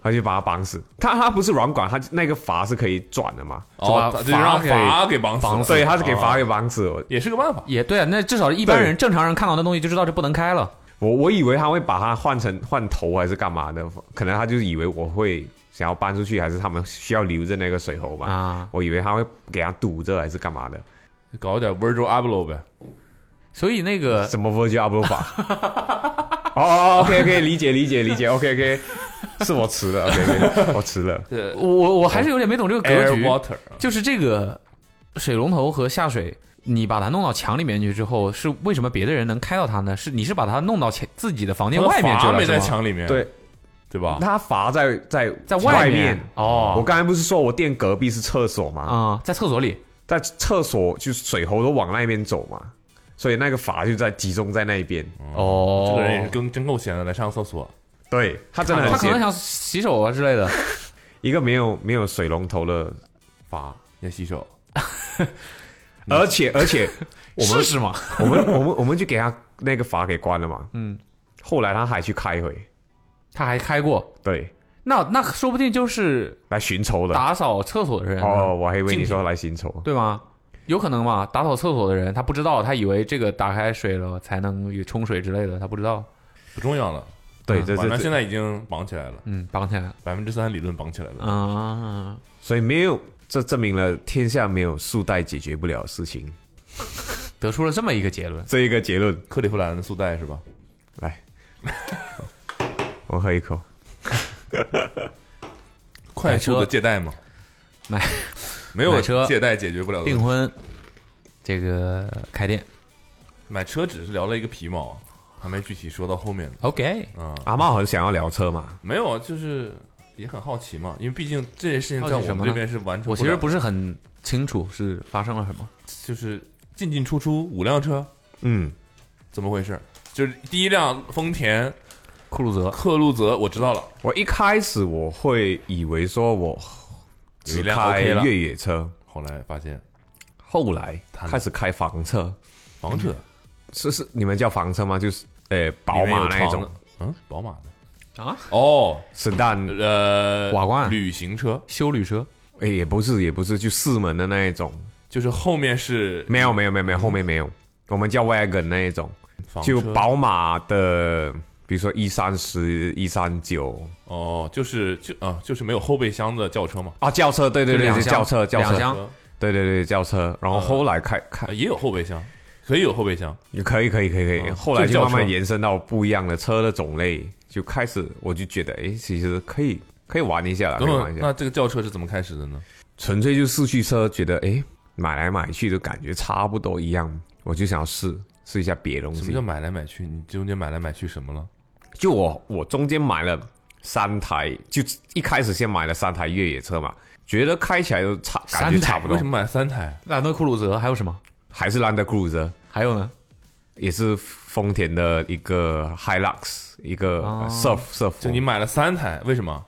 他就把它绑死。他他不是软管，他那个阀是可以转的嘛，
哦，
把
就让
阀给
阀给绑
绑
了
死
对，他是给
啊
阀给绑死了。
也是个办法。
也对啊，那至少一般
对
人正常人看到那东西就知道这不能开了。
我我以为他会把它换成换头还是干嘛的，可能他就是以为我会想要搬出去，还是他们需要留着那个水喉嘛。
啊
我以为他会给他堵着还是干嘛的，
搞点 Virgil Abloh 呗，
所以那个
什么 Virgil Abloh 法？
(laughs)
哦，OK OK，理解理解理解，OK OK，是 (laughs) 我迟了，OK OK，
(laughs)
我迟了。
对
我我我还是有点没懂这个格
，Air
局，
Water
就是这个水龙头和下水，你把它弄到墙里面去之后，是为什么别的人能开到它呢？是你是把它弄到墙自己的房间外面去
阀
了，
没在
是吗？
墙里面，
对，
对吧？
他阀在在
在
外
面
我
哦
刚才不是说我店隔壁是厕所吗？
啊，在厕所里
在厕所就是水喉都往那边走嘛，所以那个阀就在集中在那边。
哦
这个人也是跟真够闲的，来上厕所。
对他真的
他
很
可能
闲，
想洗手啊之类
(laughs)
的。
一个没有没有水龙头的阀，
要洗手，
而且而且我们
试试嘛，
我们我们我们就给他那个阀给关了嘛。
嗯，
后来他还去开会，
他还开过，
对，
那那说不定就是
来寻仇的。
打扫厕所的人啊呢
哦，我还以为
竞
你说来寻仇。
对吗？有可能嘛？打扫厕所的人他不知道，他以为这个打开水了才能冲水之类的，他不知道。
不重要了。
对，
嗯
这
反
这
正啊现
这，
在已经绑起来了，
嗯，绑起来了。
百分之三理论绑起来了。
啊，
所以没有，这证明了天下没有束带解决不了的事情
得出了这么一个结论。
这一个结论。
克利夫兰的束带是吧？
来，我喝一口。
快速的
买车
借贷嘛，
买
没有
买车
借贷解决不了的问
订
题。
婚，这个开店。
买车只是聊了一个皮毛，还没具体说到后面呢。
OK，
啊，
阿茂很想要聊车嘛，
没有，啊，就是也很好奇嘛，因为毕竟这件事情
好奇
在我
什么
们
呢
这边是完全了，
我其实不是很清楚是发生了什么。
就是进进出出五辆车，
嗯，
怎么回事？就是第一辆丰田
库鲁泽
克路泽，我知道了，
我一开始我会以为说我
质
只
量
开
OK 了
越野车，
后来发现
后来
他呢
开始开房车，
房车
是是你们叫房车吗？就是呃宝马那一种，，
嗯，宝马
啊，
的哦，
是但
呃，
瓦罐
旅行车
修旅车
诶也不是也不是，就四门的那一种，
就是后面是
没有没有没有没有，后面没有，我们叫 wagon 那一种，
房车
就宝马的，比如说一三十、一三九
哦，就是就啊，就是没有后备箱的轿车嘛，
啊，轿车，对对对，
两
是
厢
轿车轿
两
车
厢，
车
对对对轿车，然后后来开开
呃也有后备箱，可以有后备箱，
也可以，可以，可以，可以。
啊
后来
就
就
轿
慢慢
车
延伸到不一样的车的种类，就开始我就觉得，哎，其实可以，可以玩一下了，可
等
以
等
玩一，下
那。这个轿车是怎么开始的呢？
纯粹就四驱车，觉得哎，买来买去都感觉差不多一样，我就想要试试一下别的东
什么叫
西。
买来买去？你中间买来买去什么了？
就我我中间买了三台，就一开始先买了三台越野车嘛，觉得开起来都差，感觉
三台
差不
为
多
什。么买三台？
兰德酷路泽还有什么？
还是 Land Cruiser，
还有呢？
也是丰田的一个 Hilux，一个
哦
Surf Surf。
就你买了三台，为什么？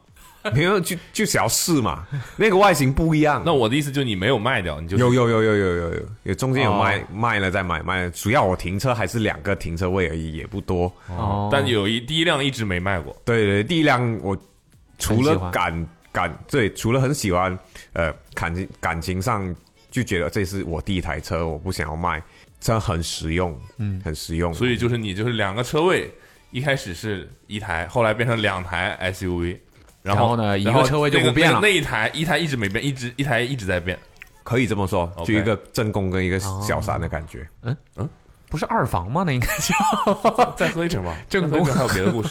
没有，就就想要试嘛，那个外形不一样。
那我的意思就是你没有卖掉，你就
有有有有有有有有，中间有
哦
卖、卖了再买卖了，主要我停车还是两个停车位而已，也不多。
哦
但有一第一辆一直没卖过，
对对，第一辆我除
很喜
了
欢
感感对，除了很喜欢，呃，感情感情上就觉得这是我第一台车，我不想要卖，真的很实用，嗯，很实用。
所以就是你就是两个车位，一开始是一台，后来变成两台 SUV，然后
然后呢一个车位就
然后
不变了
那个那一台一台一直没变，一直一台一直在变，
可以这么说，
OK
就一个正宫跟一个小三的感觉。
不是二房吗？那应该 (laughs) 叫
再喝一瓶吧，再
正
喝一瓶
宫
还有别的故事。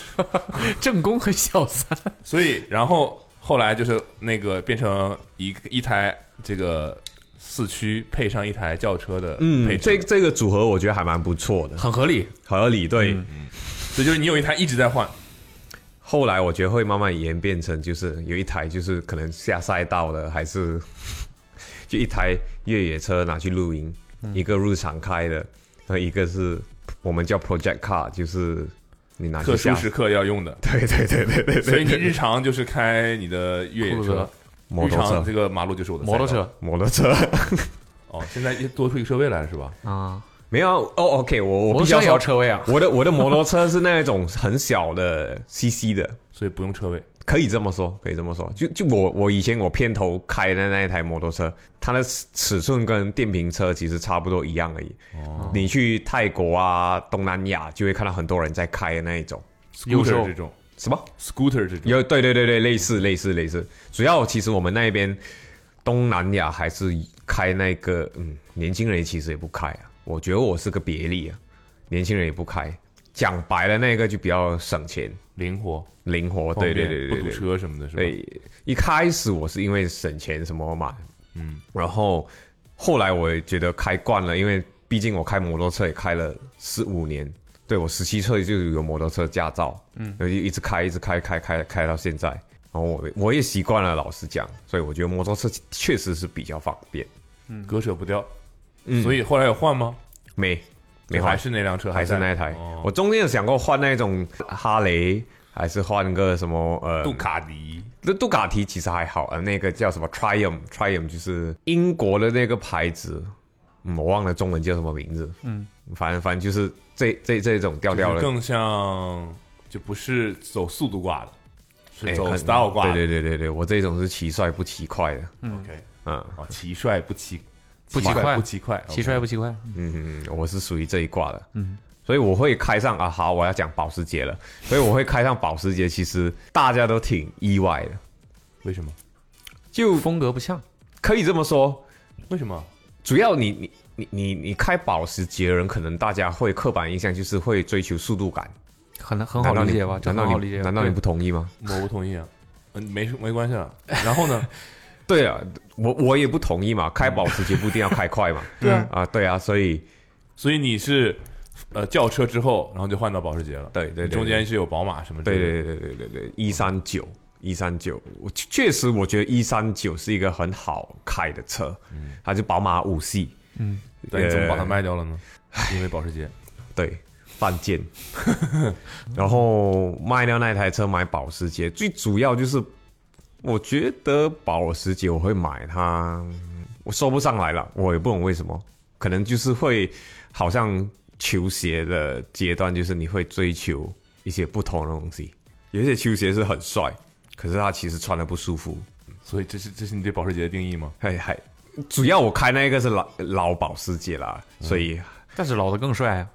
正宫和小三。
所以，然后后来就是那个变成一个一台这个四驱配上一台轿车的配
嗯，
置，
这这个组合我觉得还蛮不错的，
很合理。
合理对。
所以就是你有一台一直在换，
后来我觉得会慢慢演变成，就是有一台就是可能下赛道的，还是 (laughs) 就一台越野车拿去露营，一个日常开的，然后一个是我们叫 project car，就是你拿去
特
下
殊时刻要用的。
(laughs) 对对对对对
所
对，
以你日常就是开你的越野
酷的
车，
摩
日
托
常
车
这，个马路就是我的赛
摩
道
托车
摩托车
哦，现在又多出一个车位来了是吧？
啊，
没有啊哦，OK，我我
摩
必
托
须要
车也要
说，
车位 (laughs) 啊。
我的我的摩托车是那种很小的 CC 的，
所以不用车位，
可以这么说，可以这么说。就就我我以前我片头开的那一台摩托车，它的尺尺寸跟电瓶车其实差不多一样而已。哦，你去泰国啊、东南亚就会看到很多人在开的那一种，
有时
scooter
候
这种
什么？
scooter 这种
有对对对对，类似类似类似。主要其实我们那边东南亚还是开那个，嗯，年轻人其实也不开啊。我觉得我是个别例啊，年轻人也不开。讲白了，那个就比较省钱、
灵活，
灵活。
方
对
便
对对对对
不堵车什么的是吧？
对，一开始我是因为省钱什么嘛，嗯，然后后来我也觉得开惯了，因为毕竟我开摩托车也开了四五年，对我十七岁就有摩托车驾照，嗯，就一直开一直开开开开到现在，然后我我也习惯了，老实讲，所以我觉得摩托车确实是比较方便，
割舍不掉。所以后来有换吗？
没没坏
还是那辆车
还是
在
那一台，
哦
我中间有想过换那种哈雷。还是换个什么呃，
杜卡迪，
那杜卡迪其实还好，呃，那个叫什么 Triumph，Triumph 就是英国的那个牌子，嗯，我忘了中文叫什么名字，嗯，反正反正就是这这这种调调
就是
的，
更像就不是走速度挂的，
哎
是走
很
style 挂的。
对对对对对，我这种是奇帅不奇快的，
OK，
嗯
哦，奇帅不奇
不奇
怪
怪
不奇快，
奇帅不奇怪？
嗯，我是属于这一挂的，嗯，所以我会开上啊，好，我要讲保时捷了，所以我会开上保时捷，其实大家都挺意外的，
为什么？
就
风格不像，
可以这么说，
为什么？
主要你你你你你开保时捷的人，可能大家会刻板印象就是会追求速度感，
很很好理解吧？这
难
很
道
好理
你
解吧。
难道你不同意吗？
我不同意啊。嗯，没事没关系
(laughs)
啊。然后呢？
对啊，我我也不同意嘛。开保时捷不一定要开快嘛？对啊，对啊，所以
所以你是呃轿车之后，然后就换到保时捷了。
对对对对
中间是有宝马什么之类
对
的。
对对对对对，一三九一三九，我确实我觉得一三九是一个很好开的车，
嗯
它是宝马五系，
但
呃
你怎么把它卖掉了呢？因为保时捷。
对，犯贱。 (laughs) 然后卖掉那台车买保时捷，最主要就是我觉得保时捷我会买它，我说不上来了，我也不懂为什么，可能就是会好像球鞋的阶段，就是你会追求一些不同的东西，有一些球鞋是很帅，可是它其实穿的不舒服。
所以这是这是你对保时捷的定义吗？
嘿嘿，主要我开那个是老老保时捷啦，所以、
但是老的更帅啊！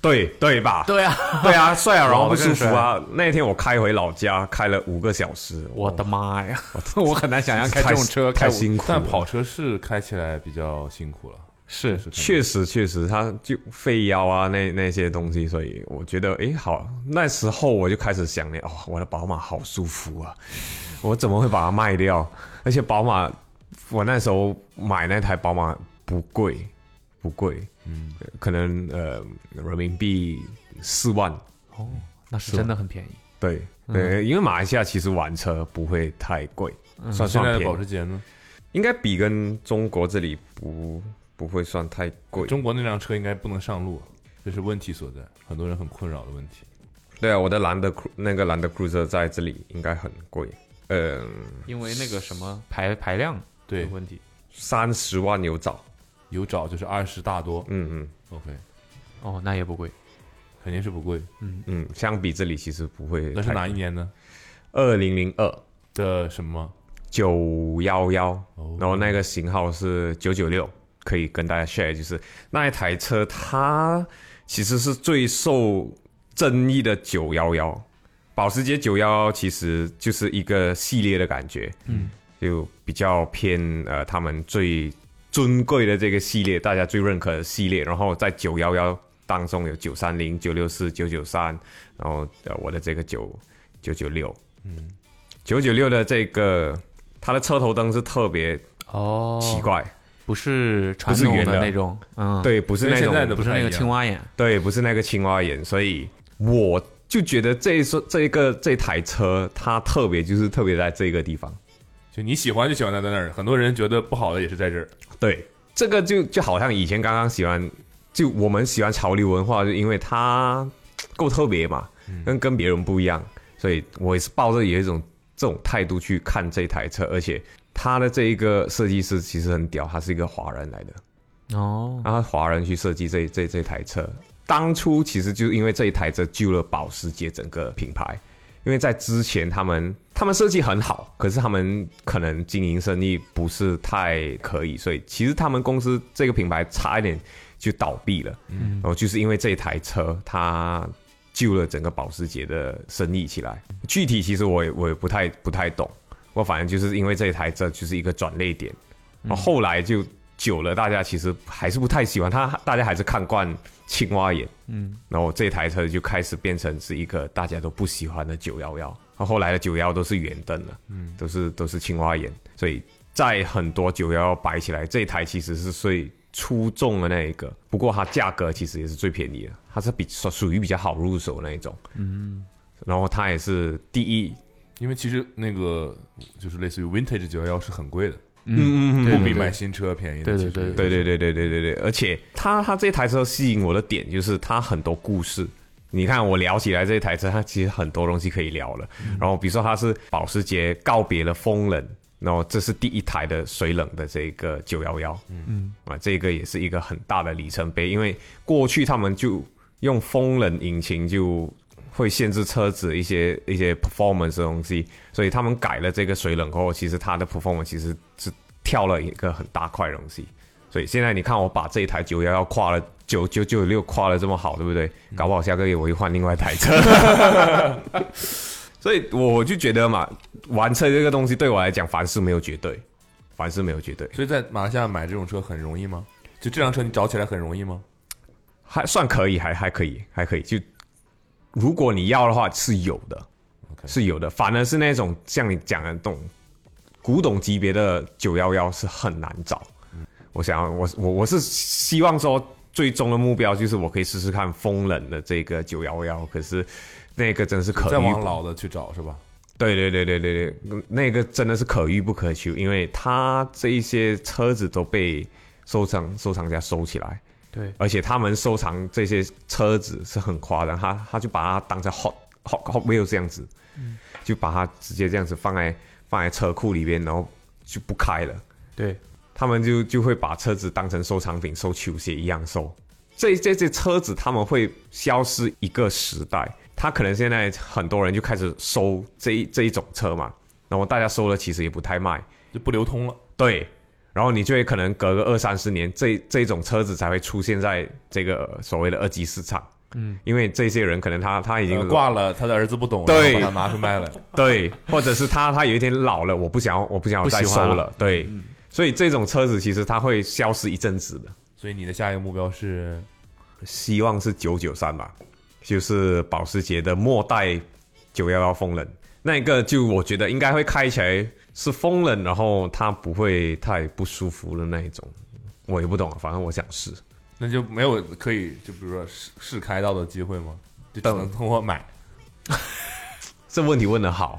对对吧？
对啊， (laughs)
对啊，帅啊，然后不舒服
老
啊。那一天我开回老家，开了五个小时，
我的妈呀！ (laughs) 我很难想象开这种车
太
开
太
五
辛苦了。
但跑车是开起来比较辛苦了。
是
确实确实，它就费腰啊，那那些东西，所以我觉得，诶，好，那时候我就开始想念，哦，我的宝马好舒服啊，我怎么会把它卖掉？而且宝马，我那时候买那台宝马不贵，不贵，嗯，可能呃人民币四万，
哦，那是真的很便宜。
对
嗯
对，因为马来西亚其实玩车不会太贵，算
嗯现
算
在的
便
保时
宜，
捷呢？
应该比跟中国这里不不会算太贵。
中国那辆车应该不能上路，这是问题所在，很多人很困扰的问题。
对啊，我的兰德酷那个兰德 cruiser 在这里应该很贵，嗯、
因为那个什么排排量
对
有问题。
三十万有找，
有找就是二十大多
嗯嗯
，OK，
哦，那也不贵。
肯定是不贵。
嗯，相比这里其实不会。
那是哪一？年呢？
二零零二
的什么？
九幺幺
哦，
然后那个型号是九九六，可以跟大家 share，就是那一台车它其实是最受争议的九幺幺，保时捷九幺幺其实就是一个系列的感觉，嗯，就比较偏呃他们最尊贵的这个系列，大家最认可的系列，然后在九幺幺当中有九三零、九六四、九九三，然后呃我的这个九九九六，嗯，九九六的这个它的车头灯是特别
哦，
奇怪，
不是传
不是
统
圆的
那种，嗯，，
对，不是
跟
那
现在
种
的
不是那个青蛙眼，
对，不是那个青蛙眼，所以我就觉得这一说这一个这台车，它特别就是特别在这个地方。
就你喜欢就喜欢它在那儿，很多人觉得不好的也是在这儿。
对，这个就就好像以前刚刚喜欢，就我们喜欢潮流文化，就因为它够特别嘛，跟跟别人不一样，所以我也是抱着有一种这种态度去看这台车，而且它的这一个设计师其实很屌，他是一个华人来的，
哦，
然后华人去设计这这这台车。当初其实就是因为这一台车救了保时捷整个品牌，因为在之前他们他们设计很好，可是他们可能经营生意不是太可以，所以其实他们公司这个品牌差一点就倒闭了。嗯，然后就是因为这一台车，它救了整个保时捷的生意起来。具体其实我也我也不太不太懂，我反正就是因为这一台车就是一个转捩点，然后后来就久了，大家其实还是不太喜欢它，大家还是看惯青蛙眼。嗯，然后这台车就开始变成是一个大家都不喜欢的九幺幺，然后后来的九幺都是圆灯了，嗯，都是都是青蛙眼，所以在很多九幺幺摆起来，这一台其实是最出众的那一个，不过它价格其实也是最便宜的，它是比属属于比较好入手的那一种，嗯，然后它也是第一，
因为其实那个就是类似于 vintage 九幺幺是很贵的，
嗯
不比
对
买新车便宜的。
对对
其实
对对对对对对对，而且它它这台车吸引我的点就是它很多故事。你看我聊起来这台车，它其实很多东西可以聊了。然后比如说它是保时捷告别了风冷，然后这是第一台的水冷的这个九幺幺，嗯啊，这个也是一个很大的里程碑，因为过去他们就用风冷引擎就会限制车子一些一些 performance 的东西，所以他们改了这个水冷后，其实它的 performance 其实是跳了一个很大块的东西。所以现在你看，我把这一台九幺幺跨了九九九六跨了这么好，对不对？搞不好下个月我又换另外一台车。 (laughs) 所以我就觉得嘛，玩车这个东西对我来讲，凡事没有绝对，凡事没有绝对，
所以在马来西亚买这种车很容易吗？就这辆车你找起来很容易吗？
还算可以，还还可以，还可以。就如果你要的话，是有的
OK
是有的。反而是那种像你讲的那种古董级别的九幺幺是很难找。我想要，我我我是希望说，最终的目标就是我可以试试看风冷的这个九幺幺，可是那个真是可遇
再往
不
老的去找是吧？
对对对对对对，那个真的是可遇不可求，因为它这一些车子都被收藏收藏家收起来，
对，
而且他们收藏这些车子是很夸张，他他就把它当成 hot hot hot wheel 这样子，就把它直接这样子放在放在车库里边，然后就不开了。
对，
他们就就会把车子当成收藏品、收球鞋一样收。这这这车子他们会消失一个时代，他可能现在很多人就开始收这一这一种车嘛，然后大家收了其实也不太卖，
就不流通了。
对，然后你就会可能隔个二三十年，这这种车子才会出现在这个呃所谓的二级市场，嗯，因为这些人可能他他已经
呃挂了，他的儿子不懂，
对
然后把它拿出卖了。
对，或者是他他有一天老了，我不想要我不想要
不
再
喜
收
欢
了，
了
对，所以这种车子其实它会消失一阵子的。
所以你的下一个目标是
希望是九九三吧，就是保时捷的末代九幺幺风冷，那个就我觉得应该会开起来是风冷，然后它不会太不舒服的那一种，我也不懂，啊反正我想试。
那就没有可以就比如说试试开到的机会吗？就只能通过买。
这问题问得好，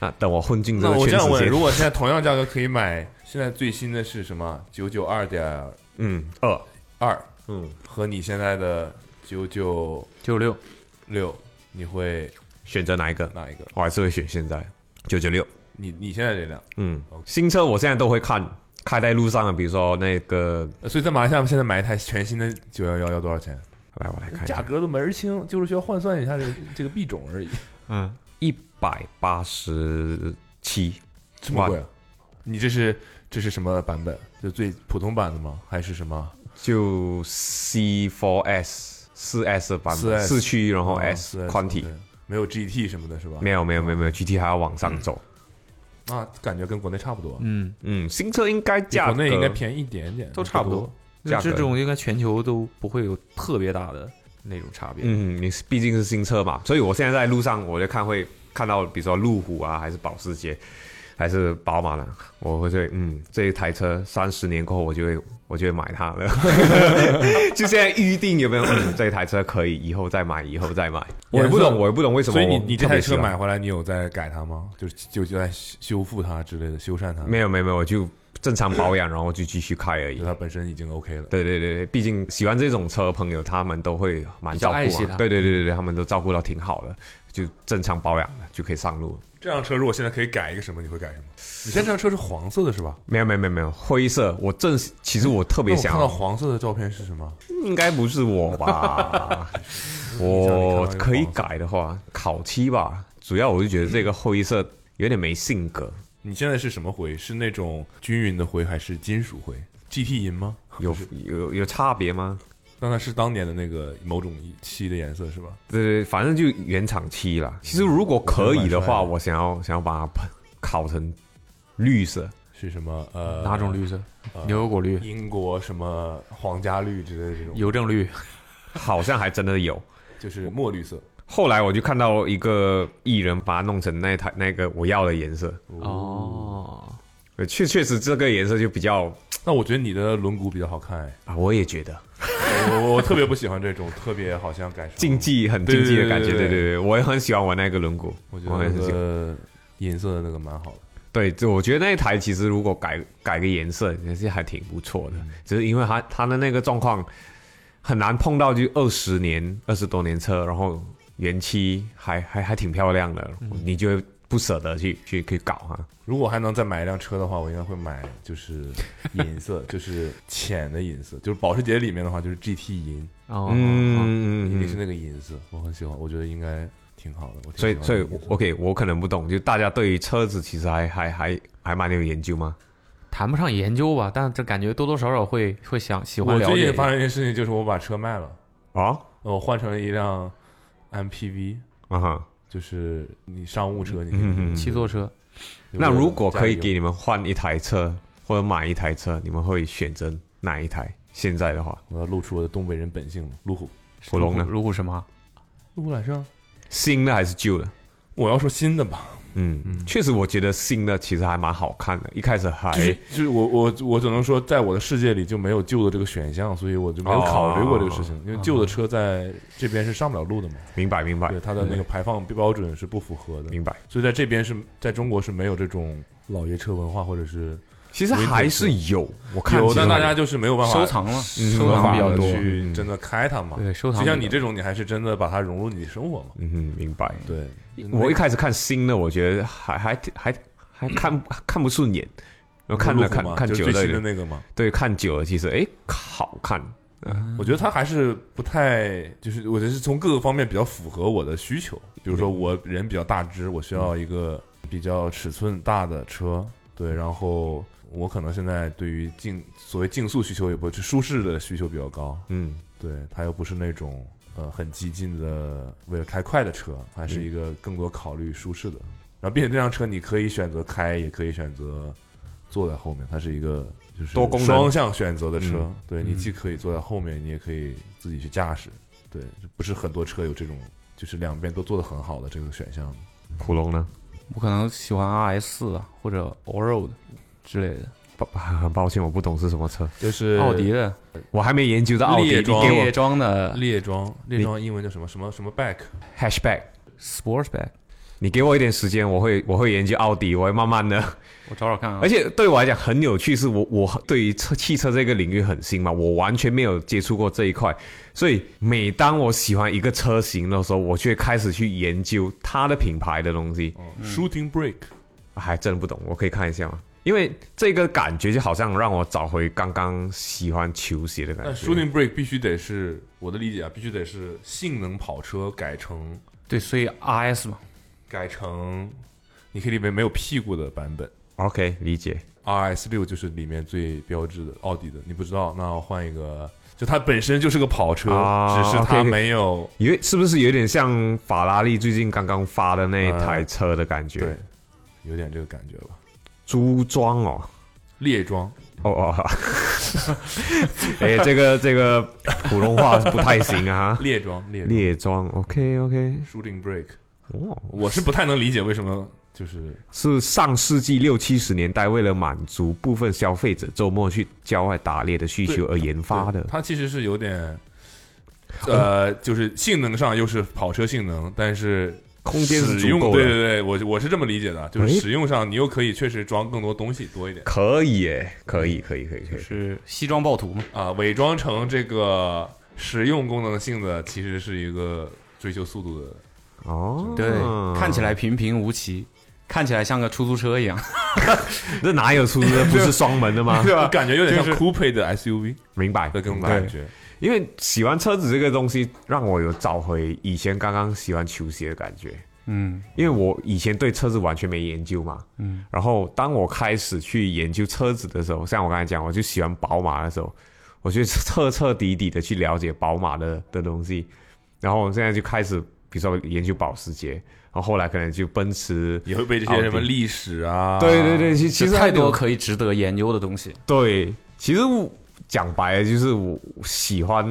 啊，等我混进这
那
个
我这
全
样
世
问，
界
如，果现在同样价格可以买，现在最新的是什么？九九二点
嗯，二，
二
嗯，
和你现在的九九
九六，
六，你会
选择哪一个？
哪一个？
我还是会选现在九九六。
你你现在这辆，
嗯
OK，
新车我现在都会看，开在路上的，啊比如说那个，
呃所以在马来西亚现在买一台全新的九幺幺要多少钱？
来我来看一
价
下，
格都没人清，就是需要换算一下这个这个币种而已。
嗯，
一百八十七，
这么贵、啊？你这是这是什么版本？就最普通版的吗？还是什么？
就 C 4 S 四 S 版本，
4S
四驱，然后 S
4S
宽体，
哦对没有 GT 什么的，是吧？
没有没有没有没有，GT 还要往上走。
啊，感觉跟国内差不多。
嗯，
嗯，新车应该
比
价
国
格
内应该便宜一点点，
都差不多。
价格
这种应该全球都不会有特别大的那种差别。
嗯，你毕竟是新车嘛，所以我现在在路上我就看会看到，比如说路虎啊，还是保时捷，还是宝马呢？我会觉得，嗯，这一台车三十年过后，我就会我就会买它
(laughs)
了。就现在预定有没有？嗯，这一台车可以，以后再买，以后再买。我也不
颜
懂，
色
我也不懂为什么
所
我
以
特
你你
别喜欢。
这台车买回来，你有在改它吗？就就就在修复它之类的，修缮它，
没有没有没有，我就正常保养，然后就继续开而已
就。它本身已经 OK 了。
对对对对，毕竟喜欢这种车的朋友，他们都会蛮照顾、啊，
比较爱惜它
对对对对对，他们都照顾到挺好的，就正常保养的就可以上路了。
这辆车如果现在可以改一个什么，你会改什么？你现在这辆车是黄色的是吧？
没有没有没有没有，灰色，我正其实我特别
那我
想
看到黄色的照片是什么？
应该不是我吧？我可以改的话，烤漆吧。主要我就觉得这个灰色有点没性格，
你现在是什么灰？是那种均匀的灰还是金属灰？GT 银吗？
有有有差别吗？
那它是当年的那个某种漆的颜色是吧？
对对，呃反正就原厂漆啦。其实如果可以的话，
我觉得蛮帅的
我想要想要把它喷烤成绿色，
是什么？呃，
哪种绿色？
呃？
牛油果绿、
(laughs) 英国什么皇家绿之类的这种，
邮政绿，
好像还真的有。
就是墨绿色。
后来我就看到一个艺人把它弄成那台那个我要的颜色，
哦，
呃确确实这个颜色就比较
那我觉得你的轮毂比较好看哎，
啊，我也觉得
我我特别不喜欢这种特别好像改成
竞，技很竞技的感
对
觉，对
对对
对
对
对，我也很喜欢玩那个轮毂，
我觉
我
得
也
那
很喜欢。
个银色的那个蛮好的。
对，就我觉得那一台其实如果改改个颜色，也是还挺不错的，
嗯
只是因为它它的那个状况很难碰到，就二十年二十多年车，然后原漆还还还挺漂亮的，
嗯
你就会不舍得去去去搞哈、
如果还能再买一辆车的话，我应该会买就是银
(laughs)
色，就是浅的银色，就是保时捷里面的话就是 GT 银，
哦，嗯，
嗯
一定是那个银色，我很喜欢，我觉得应该挺好的。我挺喜
所
嗯
以，
欢
所以
那个颜色
OK，我可能不懂，就大家对于车子其实还还还还蛮有研究吗？
谈不上研究吧，但这感觉多多少少会会想喜欢
我
了
最
解
近
一
发
下。
生一件事情，就是我把车卖了，呃
啊
我换成了一辆 MPV，
啊哈，
就是你商务车，你可以
嗯嗯
七座车，
有
那
个
如果
家
可以
用
给你们换一台车或者买一台车，你们会选择哪一台？现在的话，
我要露出我的东北人本性了，路虎，
火龙呢？
路虎什么？
路虎揽胜，
新的还是旧的？
我要说新的吧，
嗯，确实，我觉得新的其实还蛮好看的。一开始还
就是就是我我我只能说，在我的世界里就没有旧的这个选项，所以我就没有考虑过这个事情，因为旧的车在这边是上不了路的嘛，
明白，明白
对，它的那个排放标准是不符合的，
嗯明白。
所以在这边是在中国是没有这种老爷车文化，或者是
其实还是有，我看
有，
其实
但大家
还
就是没有办法嗯
收藏了，
收
没有
藏
办
比较
法
多，
去真的开它嘛，
对，收藏
就
比较多。
像你这种，你还是真的把它融入你的生活嘛，
嗯哼，明白。
对，
我一开始看新的，我觉得还还挺还还看看不顺眼，我看
路
了
虎
看
嘛
看
就是
久
最
了
新，的那个嘛，
对，看久了其实哎好看，
我觉得它还是不太，就是我觉得是从各个方面比较符合我的需求。比如说我人比较大只，我需要一个比较尺寸大的车，对，然后我可能现在对于竞所谓竞速需求也不是舒适的需求比较高，
嗯，
对，它又不是那种呃很激进的为了开快的车，还是一个更多考虑舒适的。然后并且这辆车你可以选择开，也可以选择坐在后面，它是一个就是
多功能
双向选择的车，
嗯
对你既可以坐在后面，你也可以自己去驾驶，对，就不是很多车有这种就是两边都做得很好的这个选项。
恐龙呢？
我可能喜欢 RS 四啊，或者 Allroad 之类的，
抱很抱歉，我不懂是什么车，
就是
奥迪的
我还没研究到奥迪。
猎
你给
装
列
我
哦装的
列装，列装英文叫什么什么什么 back，
hatchback，
Sportback，
你给我一点时间，我会我会研究奥迪，我会慢慢的。
我找找看啊
而。且对我来讲很有趣，是我我对于车汽车这个领域很新嘛，我完全没有接触过这一块，所以每当我喜欢一个车型的时候，我就会开始去研究它的品牌的东西，
哦 shooting brake，
还真不懂，我可以看一下吗？因为这个感觉就好像让我找回刚刚喜欢球鞋的感
但
觉。
shooting brake 必须得是我的理解啊，必须得是性能跑车改成
对，所以 RS 嘛，
改成，你可以理解为没有屁股的版本。
OK，理解。
RS 六就是里面最标志的奥迪的，你不知道，那我换一个，就它本身就是个跑车，
啊
只是它
OK，OK
没有
有是不是有点像法拉利最近刚刚发的那一台车的感觉？
呃对，有点这个感觉吧。
珠装哦，
列装，。
哦哦， (laughs) 哎，这个这个普通话不太行啊
列装，列装
列装，OK OK，
，shooting brake，
哦，
我是不太能理解为什么。就是
是上世纪六七十年代为了满足部分消费者周末去郊外打猎的需求而研 (laughs) 发的嗯
对。它其实是有点，呃，就是性能上又是跑车性能，但是
空间是
使
足
用
够
对
的，
对对，我我是这么理解的，就是
喂
使用上你又可以确实装更多东西多一点
可以耶，可以，可以，可以，可以。
是西装暴徒嘛？
啊，伪装成这个实用功能性的，其实是一个追求速度的。
哦，
对，看起来平平无奇，看起来像个出租车一样。
这哪有出租车？不是双门的
(laughs)
吗？
吧？感觉有点像
就是
coupe 的 SUV
明白，
的这种
明白
感觉。
因为喜欢车子这个东西，让我有找回以前刚刚喜欢球鞋的感觉。
嗯，
因为我以前对车子完全没研究嘛，嗯，然后当我开始去研究车子的时候，像我刚才讲，我就喜欢宝马的时候，我就彻彻底底的去了解宝马的的东西，然后我现在就开始，比如说研究保时捷，然后后来可能就奔驰，
也会被这些什么历史啊，
对对对，其其
其
实
实太
还有
多可以值得研究的东西。
对，其实我讲白了，就是我喜欢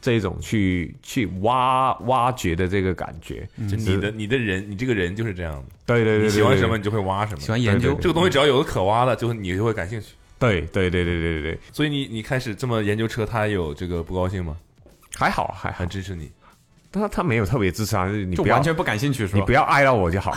这种去去挖挖掘的这个感觉。
就你的你的人，你这个人就是这样的，
对嗯对对
嗯你
对，
喜欢什么
对？
你就会挖什么，
喜欢研究
对对
这个东西，只要有可挖的，就是你就会感兴趣。
对对对对对对对，
所以你你开始这么研究车，他有这个不高兴吗？
还好还好
很，支持你，
但他他没有特别支持啊，你
就
不要
完全不感兴趣是
你
吧
不？要爱到我
(laughs)
就好。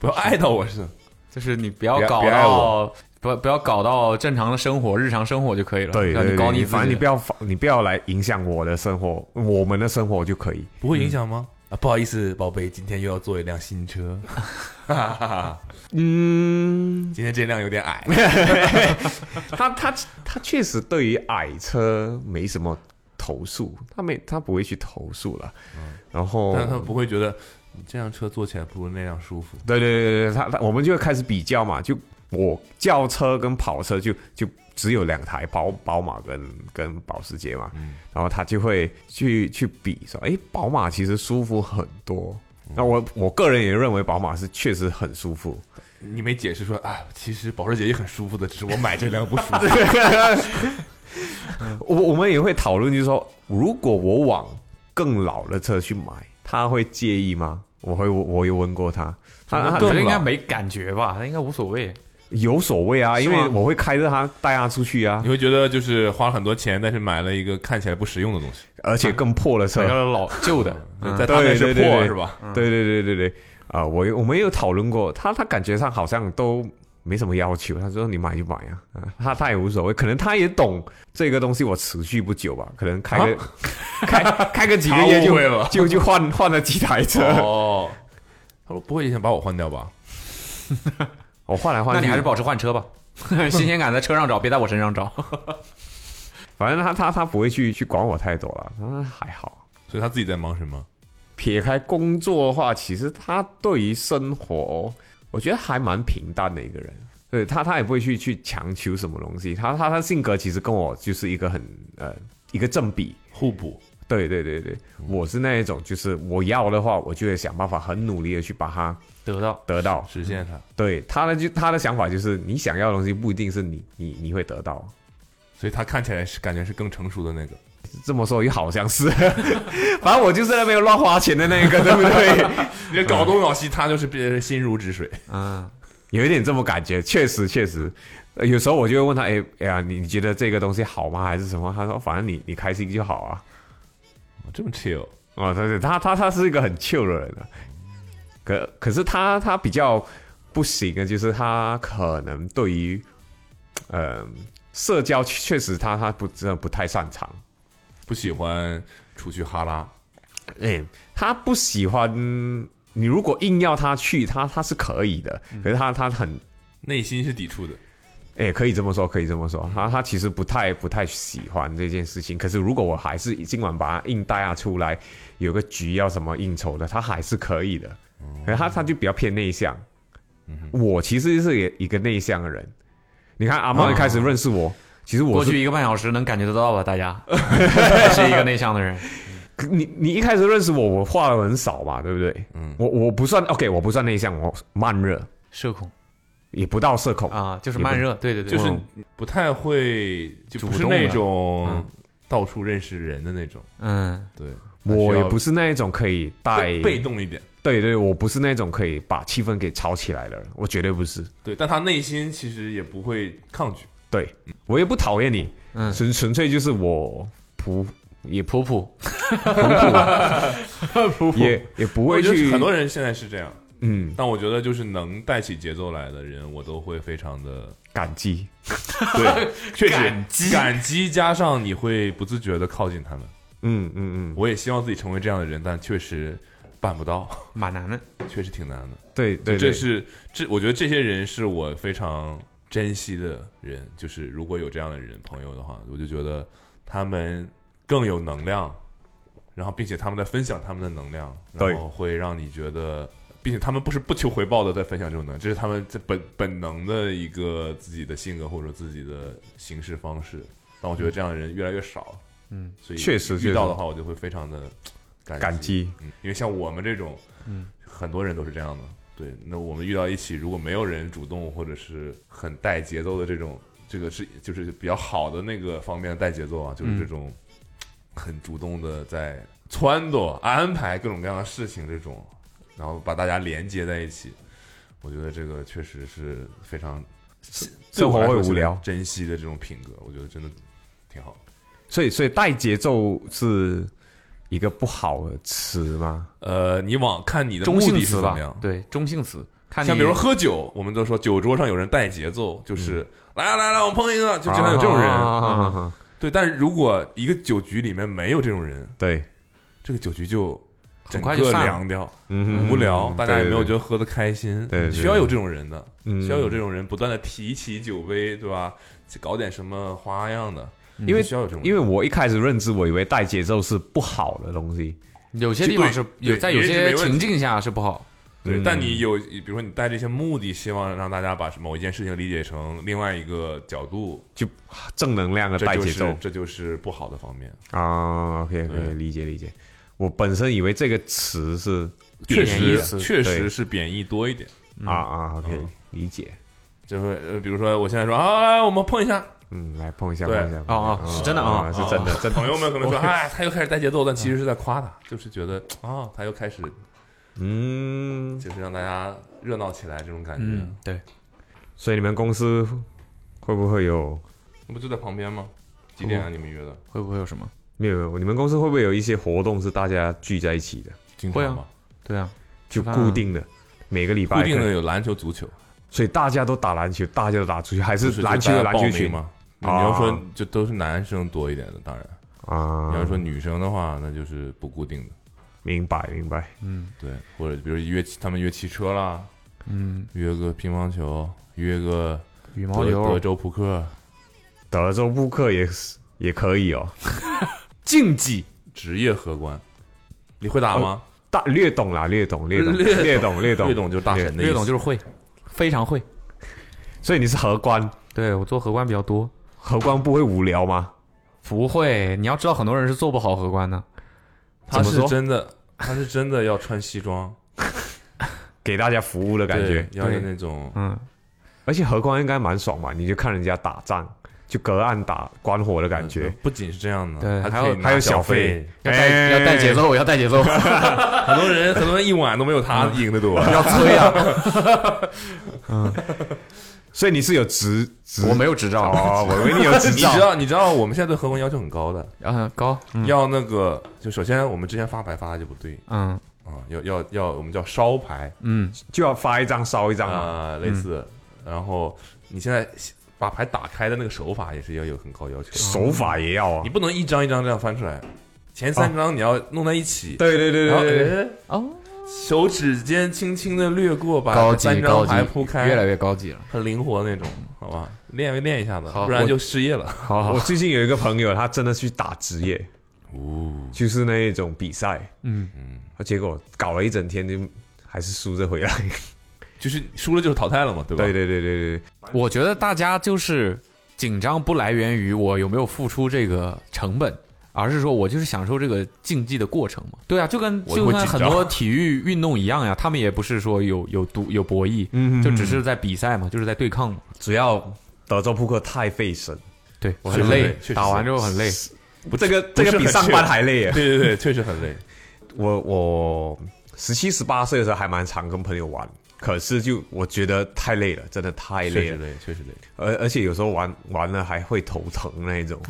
不要爱到我是
就是你不要
别
搞
别爱
到不不要搞到正常的生活、日常生活就可以了。
对
让
对
你搞
对，
你
反正你不
要
要你不要来影响我的生活，我们的生活就可以。
不会影响吗？啊，不好意思，宝贝，今天又要坐一辆新车， (laughs) 哈哈哈，
嗯，
今天这辆有点矮，
他他他确实对于矮车没什么投诉，他没他不会去投诉了。
嗯
然后
但他 (laughs) 不会觉得你这辆车坐起来不如那辆舒服。
对对对对，他他我们就会开始比较嘛，就我轿车跟跑车就就只有两台宝宝马跟跟保时捷嘛，
嗯
然后他就会去去比说，哎，宝马其实舒服很多。
嗯
那我我个人也认为宝马是确实很舒服， (laughs)
你没解释说啊，其实保时捷也很舒服的，只是我买这辆不舒 (laughs) 服。
我我们也会讨论，就是说，如果我往更老的车去买，他会介意吗？我会我我有问过他，他他
他
他
应该没感觉吧？他应该无所谓。
有所谓啊，
是
因
吗
为我会开着他带他出去啊
你，会觉得就是花了很多钱，但是买了一个看起来不实用的东西，
而且更破的车
买，个老旧的，
就在啊他那是
对对对
破
对
是吧？嗯
对对对对对，啊、我有我们也有讨论过，他他感觉上好像都没什么要求，他说你买就买啊，啊他他也无所谓，可能他也懂这个东西我持续不久吧，可能开个、 (laughs) (laughs) 开开个几个
(laughs)
他
月
啊
就
误会了
就 (laughs) 就换换了几台车， (laughs)
哦，他说不会影响把我换掉吧？
我换来换
那
去，
你还是保持换车吧。新鲜感在车上找，别在我身上找。
反正他他他不会去去管我太多了，他哎还好。
所以他自己在忙什么？
撇开工作的话，其实他对于生活，我觉得还蛮平淡的一个人。对他，他也不会去去强求什么东西。他他他性格其实跟我就是一个很呃一个正比。
互补。
对对对对，我是那一种，就是我要的话，我就会想办法很努力的去把它
(laughs) 得到
得到。
实现它，
对他的就他的想法就是，你想要的东西不一定是你你你会得到。
所以他看起来是感觉是更成熟的那个。
这么说又好像是， (laughs) 反正我就是那没有乱花钱的那一个，对不对？
你这搞东搞西，他就是别人心如止水。
啊，
有一点这么感觉，确实确实。呃有时候我就会问他，哎哎呀，你你觉得这个东西好吗？还是什么？他说，反正你你开心就好啊。
这么 chill，
哦，他是他他他是一个很 chill 的人啊。可可是他他比较不行的，就是他可能对于，呃，社交确实他他不真的不太擅长。
不喜欢出去哈拉，
哎，他不喜欢你，如果硬要他去，他他是可以的。可是他他很
内心是抵触的。
哎，可以这么说，可以这么说。他他其实不太不太喜欢这件事情，可是如果我还是今晚把他硬带啊出来，有个局要什么应酬的，他还是可以的。可是他他就比较偏内向。
嗯
我其实是也一个内向的人。你看阿茂一开
哦
始认识我，其实我
过
是
去一个半小时能感觉得到吧？大 (laughs) 家是一个内向的人，
你你一开始认识我，我话很少嘛，对不对？
嗯
我我不算 OK，我不算内向，我慢热，
社恐
也不到社恐。
啊，就是慢热。对对对，哦
就是不太会，就不
主
是
动的
那种
嗯
到处认识人的那种。
嗯，
对，
我也
需要
不是那一种可以带
哎被被动一点，
对对，我不是那种可以把气氛给炒起来的人，我绝对不是。
对，但他内心其实也不会抗拒。
对我也不讨厌你，
嗯
纯纯粹就是我不也不
普普，
也也不
我
会
觉
去
得很多人现在是这样，
嗯
但我觉得就是能带起节奏来的人，我都会非常的
感激。
对，确实
感激
感激加上你会不自觉的靠近他们。
嗯嗯嗯，
我也希望自己成为这样的人，但确实办不到，
蛮难的。
确实挺难的。
对对
这
对，
是这，我觉得这些人是我非常珍惜的人，就是如果有这样的人朋友的话，我就觉得他们更有能量，然后并且他们在分享他们的能量，
对
然后会让你觉得，并且他们不是不求回报的在分享这种能量，这是他们在本本能的一个自己的性格或者自己的行事方式。但我觉得这样的人越来越少，
嗯，
所以
确实确
遇到
实
的话，我就会非常的感
感激。
嗯，因为像我们这种，嗯，很多人都是这样的。对，那我们遇到一起，如果没有人主动或者是很带节奏的这种，这个是就是比较好的那个方面的带节奏啊，就是这种很主动的在撺掇、安排各种各样的事情，这种，然后把大家连接在一起，我觉得这个确实是非常
生活
对我
会
来说
无聊
是珍惜的这种品格，我觉得真的挺好。
所以所以带节奏是一个不好的词吗？
呃，你往看你的目
中性
的是
词
怎
吧
么样？，
对，中性词。看你
像比如喝酒，我们都说酒桌上有人带节奏，
嗯
就是、来来来，我们碰一个，就经常有这种人。
啊
对，但是如果一个酒局里面没有这种人，
对，
这个酒局就整
很快
个
就散了
凉掉，
嗯
无聊，大家也没有觉得
得
喝的开心。
对对对
需要有这种人的，
嗯
需要有这种人不断的提起酒杯，对吧？搞点什么花样的，
嗯因为
需要有这种人，
因为我一开始认知，我以为带节奏是不好的东西。
有些地方
对
是
对
有在有
也是没
些
问题
情境下是不好。
对
嗯，
但你有，比如说你带着一些目的，希望让大家把某一件事情理解成另外一个角度，
就正能量的
这
带
就
节奏
是这就是不好的方面。
啊，OK，可以
对
理解理解。我本身以为这个词是
确
贬义
实
词
确实
对
是贬义多一点，
啊啊，OK，
嗯
理解。
就会呃，比如说我现在说啊，来我们碰一下，
嗯，来碰一下，碰
对
一下。碰一下
哦哦是真的啊
是真的，真的。
朋友们可能说哎，他又开始带节奏，但其实是在夸他，就是觉得啊，他又开始
嗯，
就是让大家热闹起来这种感觉
嗯，，对，
所以你们公司会不会有？
那不就在旁边吗？几点啊？你们约的？
会不会有什么？
没有没有，你们公司会不会有一些活动是大家聚在一起的，
经
会啊
常吗？
对啊，
就
饭啊
固定的，每个礼拜
固定
可
的
能，
有篮球、足球，
所以大家都打篮球，大家都打足球，还
就是是
篮球
就
的
大家
篮
报
球
名
群
嘛？你
啊
要说就都是男生多一点的，当然，
啊
你要说女生的话，那就是不固定的，
明白明白，
对，或者比如约他们约骑车啦，
嗯，
约个乒乓球，约个
羽毛
德德
球、
州扑克
德州扑克也是也可
(laughs)
以哦，
竞技，
职业荷官，你会打吗？
大略懂啦，略懂略懂
略懂
略懂略懂
略懂就是大神的意
略
思，
懂就是会，非常会。
所以你是荷官，
对我做荷官比较多，
荷官不会无聊吗？
不会。你要知道，很多人是做不好荷官的。
他
怎么
是
说
真的，他是真的要穿西装，
给大家服务的感觉，
对要
对
是那种
嗯，
而且荷官应该蛮爽嘛，你就看人家打仗，就隔岸打关火的感觉。
呃不仅是这样的，
对
还
还有
可以拿
还有
小
小费，
要带要带节奏，要带节奏， (laughs)
很多人很多人一晚都没有他赢的多，
要催 (laughs) 啊！
所以你是有执执
我没有执照，
哦，我以为你有
(laughs)
执
你知
照。
道你知道我们现在对荷官要求很高的，
嗯，高，嗯
要那个就首先我们之前发牌发的就不对
嗯
啊，要要要我们叫烧牌
嗯，
就要发一张烧一张嘛。
啊，类似，然后你现在把牌打开的那个手法也是要有很高要求的，
手法也要啊
你。不能一张一张这样翻出来，前三张你要弄在一起，
哦对对对
然后
对对，
哎
哦，
手指尖轻轻的掠过，把
高级
三
高
张
级
牌铺，开，
越来越高级了。
很灵活那种，好吧？练练一下子，
好
不然就失业了。 (laughs)
好
我
好，
最近有一个朋友，他真的去打职业，
哦，
就是那一种比赛，啊
嗯
嗯，
结果搞了一整天就还是输着回来。
就是输了就是淘汰了嘛，对吧？
对对对对对，
我觉得大家就是紧张不来源于我有没有付出这个成本。而是说我就是享受这个竞技的过程嘛，对啊，就跟
我
就
会
跟
紧
很
张
多体育运动一样呀，他们也不是说有有赌有博弈，
嗯
就只是在比赛嘛，就是在对抗嘛，
主要德州扑克太费神，
对，
我
很
很
累
累确，实
打
是
完之后很 (laughs) 累，
这个这
不是
个比
很
上
确
班还累啊！
对对对，确实很累。
我我十七、十八岁的时候还蛮常跟朋友玩，可是就我觉得太累了，真的太
确
累
实
了，
累，确实累。
而而且有时候玩玩了还会头疼那一
(laughs)
种，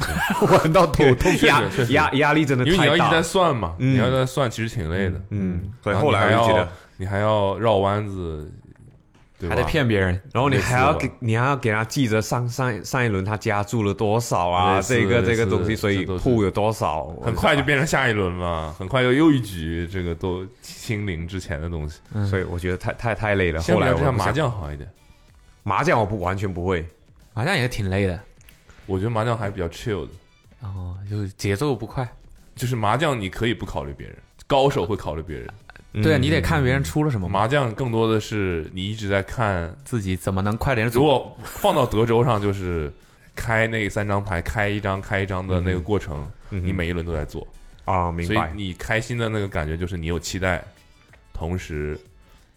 玩到头痛，压
确实
压压力真的
因为你要
太
一直
大
在
了。
算嘛，
嗯
你要在算，其实挺累的。
嗯，所以
然
后来我就觉得，
你还要绕弯子，对吧？
还得骗别人，
然后你
累死
还要
我
给
了
你还要给他记着上上上一轮他加注了多少啊，
类似
这个这
类
个
似
东西，所以
这哎都是
铺有多少，
很快就变成下一轮嘛，很快又又一局，这个都清零之前的东西。
所以我觉得太太太累了。
相
后
比
来
较
我
之下，
不想
麻将好一点，
麻将我不完全不会，
好像也挺累的。
我觉得麻将还比较 chill 的，
然后就节奏不快，
就是麻将你可以不考虑别人，高手会考虑别人，
嗯
嗯
对啊，你得看别人出了什么嘛，
麻将更多的是你一直在看。
自己怎么能快点
如
走。
果放到德州上，就是开那三张牌，开一张开一张的那个过程，
嗯哼
你每一轮都在做。
啊，明
所以
白。
你开心的那个感觉就是你有期待，同时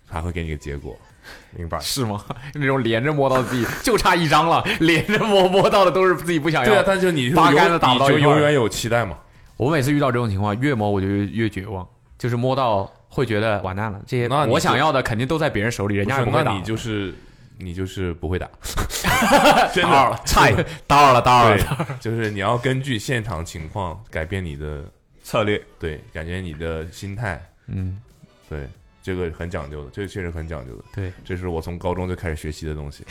还会给你个结果。
明白，
是吗？ (laughs) 那种连着摸到自己，就差一张了，连着摸摸到的都是自己不想
对
要
啊，。但就你就
八
永
竿子打不到
你就
一块儿
永远有期待嘛。
我每次遇到这种情况，越摸我就越越绝望，就是摸到会觉得完蛋了，这些
那你就
我想要的肯定都在别人手里，人家也
不
会
是，
打。
那你就是你就是不会打，真
(laughs) 打
的
扰了，菜 (laughs) 打扰了，打扰了。
对，就是你要根据现场情况改变你的
策略
对，改变你的心态，
嗯，
对，这个很讲究的，这个确实很讲究的，
对，
这是我从高中就开始学习的东西，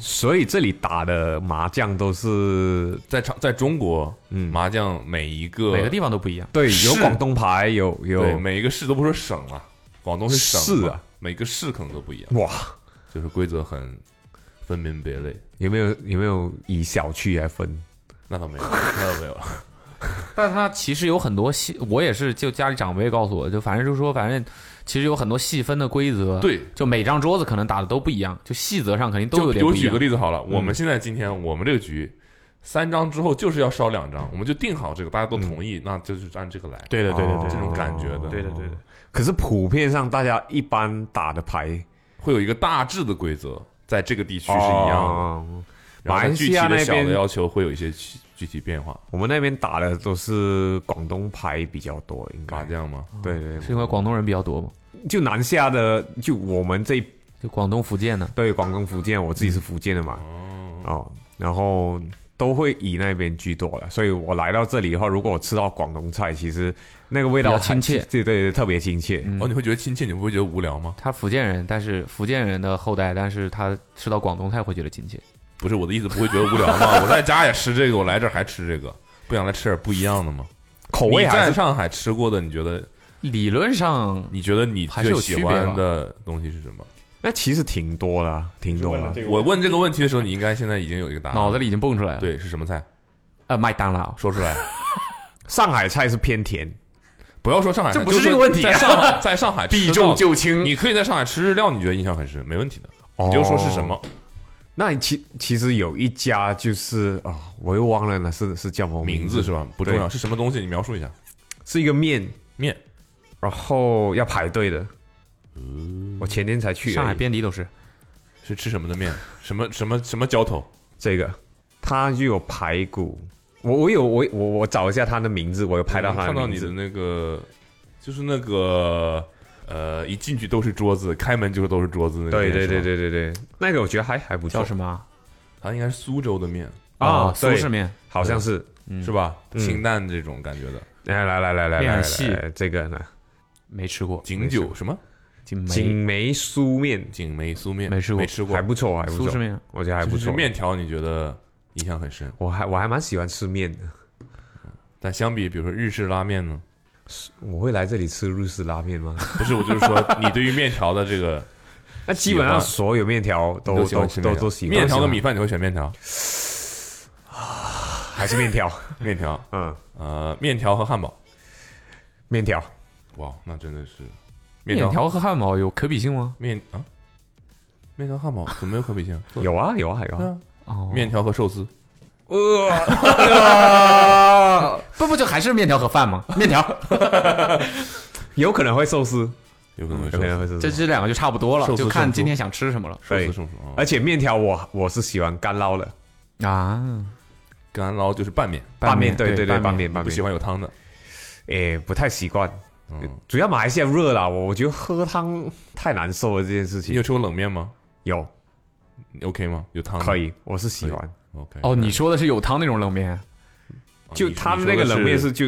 所以这里打的麻将都是
在长在中国，
嗯
麻将每一个
每个地方都不一样。
对，有
是
广东牌，有
对
有
每一个市都不是省嘛，广东是省
是
嘛
啊，
每个市可能都不一样，
哇，
就是规则很分门别类。
有没有有没有以小区来分？
那倒没有，那倒没有。
(laughs) 但它其实有很多细，我也是就家里长辈告诉我，就反正就是说，反正其实有很多细分的规则。，
对，
就每张桌子可能打的都不一样，就细则上肯定都有
就比
点不
如
一
举
样嗯
个。例子好了，我们现在今天我们这个局三张之后就是要烧两张，我们就定好这个，大
嗯
家都同意，那就是按这个来。
对的，对
哦
的，对的，
这种感觉的
对的，对的。
可是普遍上大家一般打的牌
会有一个大致的规则，在这个地区是一样的，
哦
然
马
后
来
具
西
体
亚
的
那
小的
边，
要求会有一些具具体变化。
我们那边打的都是广东牌比较多，应
麻
该
将吗？
对对
是因为广东人比较多嘛？
对，就南下的，就我们这一
就广东、福建呢，
对广东、福建，我自己是福建的嘛，哦，然后都会以那边居多的，所以我来到这里的话，如果我吃到广东菜，其实那个味道
比较亲切
还对对对，特别亲切，
嗯
哦，你会觉得亲切，你不会觉得无聊吗？
他福建人，但是福建人的后代，但是他吃到广东菜会觉得亲切。
不是我的意思，不会觉得无聊吗？ (laughs) 我在家也吃这个，我来这儿还吃这个，不想来吃点不一样的吗？
口
你
味还
在
是
上海吃过的，你觉得
理论上
你觉得你
还是
最
有区
喜
别吧
欢的东西是什么？
那其实挺多的啊，挺多的。
我问这个问题的时候，你应该现在已经有一个答案，
脑子里已经蹦出来了。，
对是什么菜？
呃，麦当劳
说出来，
上海菜是偏甜，
不要说上海菜，
这不是
就
这个问题啊
在上海，在上
(laughs)
海吃到
就哦轻
你可以在上海吃日料，你觉得印象很深，没问题的。你就说是什么
哦那其其实有一家就是啊、我又忘了呢，是是叫什么
名字
字
是吧？不重要，是什么东西？你描述一下。
是一个面，
面
然后要排队的。
嗯
我前天才去而已
上海遍地都是。
是吃什么的面？什么什么什么浇头？
这个，它就有排骨。我我有我我我找一下它的名字，我有拍到它
嗯看到
的名
你的
字。
那个，就是那个呃，一进去都是桌子，开门就都是桌子那个
对
面。
对对
是吧，
对对对，那个我觉得还还不错
叫什么啊哦
它应该是苏州的面
啊，
苏
对
式，面，
好像是。
嗯
是吧？清淡这种感觉的
来来来来来
面
来
很
来
细
来，这个呢，
没吃过，
景酒什么
锦梅
锦梅酥面
景梅酥面
没吃过
没吃过
还不错，还不
苏式
错，
面，
我觉得还不
就是
错。
面条，你觉得印象很深？
我还我还蛮喜欢吃面的。
但相比，比如说日式拉面呢？
我会来这里吃日式拉面
(laughs)
吗？
不是，我就是说，你对于面条的这个，
那基本上
喜欢
所有面条 (laughs) 都
你喜
都
欢吃
都
面条
都喜欢。
面条跟米饭，你会选面条？
还是面条，
面条，
嗯，
呃，面条和汉堡，
面条。
哇，那真的是面
面条和汉堡有可比性吗？
面啊，面条汉堡怎么有可比性？
有啊有啊
(laughs)
有
对
啊，
啊
哦，
面条和寿司，
不不就还是面条和
(laughs)
饭吗？面条，
有可能会寿司，
有可能会
有
寿
可能
司，
会寿
这
司。
这两个就差不多了，
寿司
就看
寿司
今天想吃什么了
寿司
对
寿司，哦
而且面条我我是喜欢干捞的，
啊。
干捞就是拌面，
拌
面
面
对
对
对，
拌
拌面拌
不喜
面，
欢有汤的，
诶不太习惯，
嗯，
主要马来西亚热了，我我觉得喝汤太难受了这件事
你
情
有。嗯吃过冷面吗
有
你？OK 吗？有汤吗
可以，我是喜欢。
OK
哦，你说的是有汤那种冷面，
啊
就
你
他们
你
那
说
个
的
冷面是就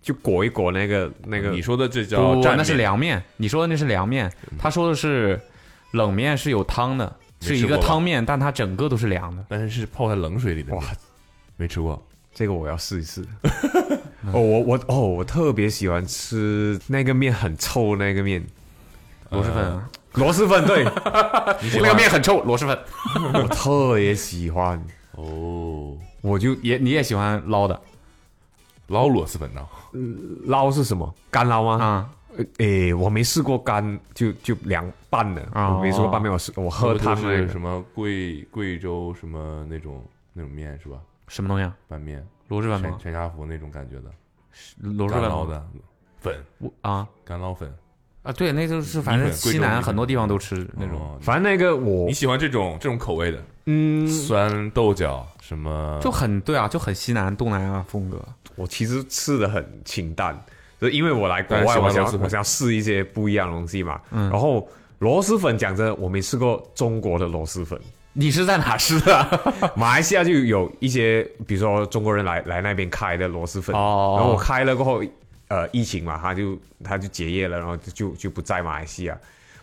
就裹一裹那个那个
嗯你，说的这叫
不，
蘸
那是
面
凉面。你说的那是凉面，他说的是冷面是有汤的，
没
是一
吃
个
过吧
汤面，但它整个都是凉的。
但是是泡在冷水里的面。
哇
没吃过，
这个我要试一试。 (laughs) 哦，我我哦，我特别喜欢吃那个面很臭那个面，
螺蛳粉啊，
螺蛳粉对，
你喜
那个
欢
面很臭，螺蛳粉。
我特别喜欢。
哦，
我就也你也喜欢捞的
捞螺蛳粉呢？
捞是什么？干捞吗？
啊？
呃诶，我没试过干，就就凉拌的，
哦
我没试过拌面，我试我喝
它
汤那
哦是
个
什么贵贵州什么那种那种面是吧？
什么东西啊？
拌面，
螺蛳粉
全
吗？
全家福那种感觉的，
螺蛳
干
粉
捞
吗
的粉，
我啊
干捞
哦
粉
啊，对，那就是反正
米粉贵州
西
米
南
粉
很多地方都吃那
那
种。
种。
反正那个我
你喜欢这种这种口味的
嗯，
酸豆角什么？
就很对啊，就很西南东南亚风格。
我其实吃的很清淡，就是因为我来国
但是
外，
喜欢
我想
螺蛳
要
粉嗯
我想要试一些不一样的东西嘛。然后螺蛳粉，讲真的，我没吃过中国的螺蛳粉，
你是在哪吃
(laughs)
的？
马来西亚就有一些，比如说中国人来来那边开的螺蛳粉，
哦
然后我开了过后，呃，疫情嘛，他就他就结业了，然后就就就不在马来西亚。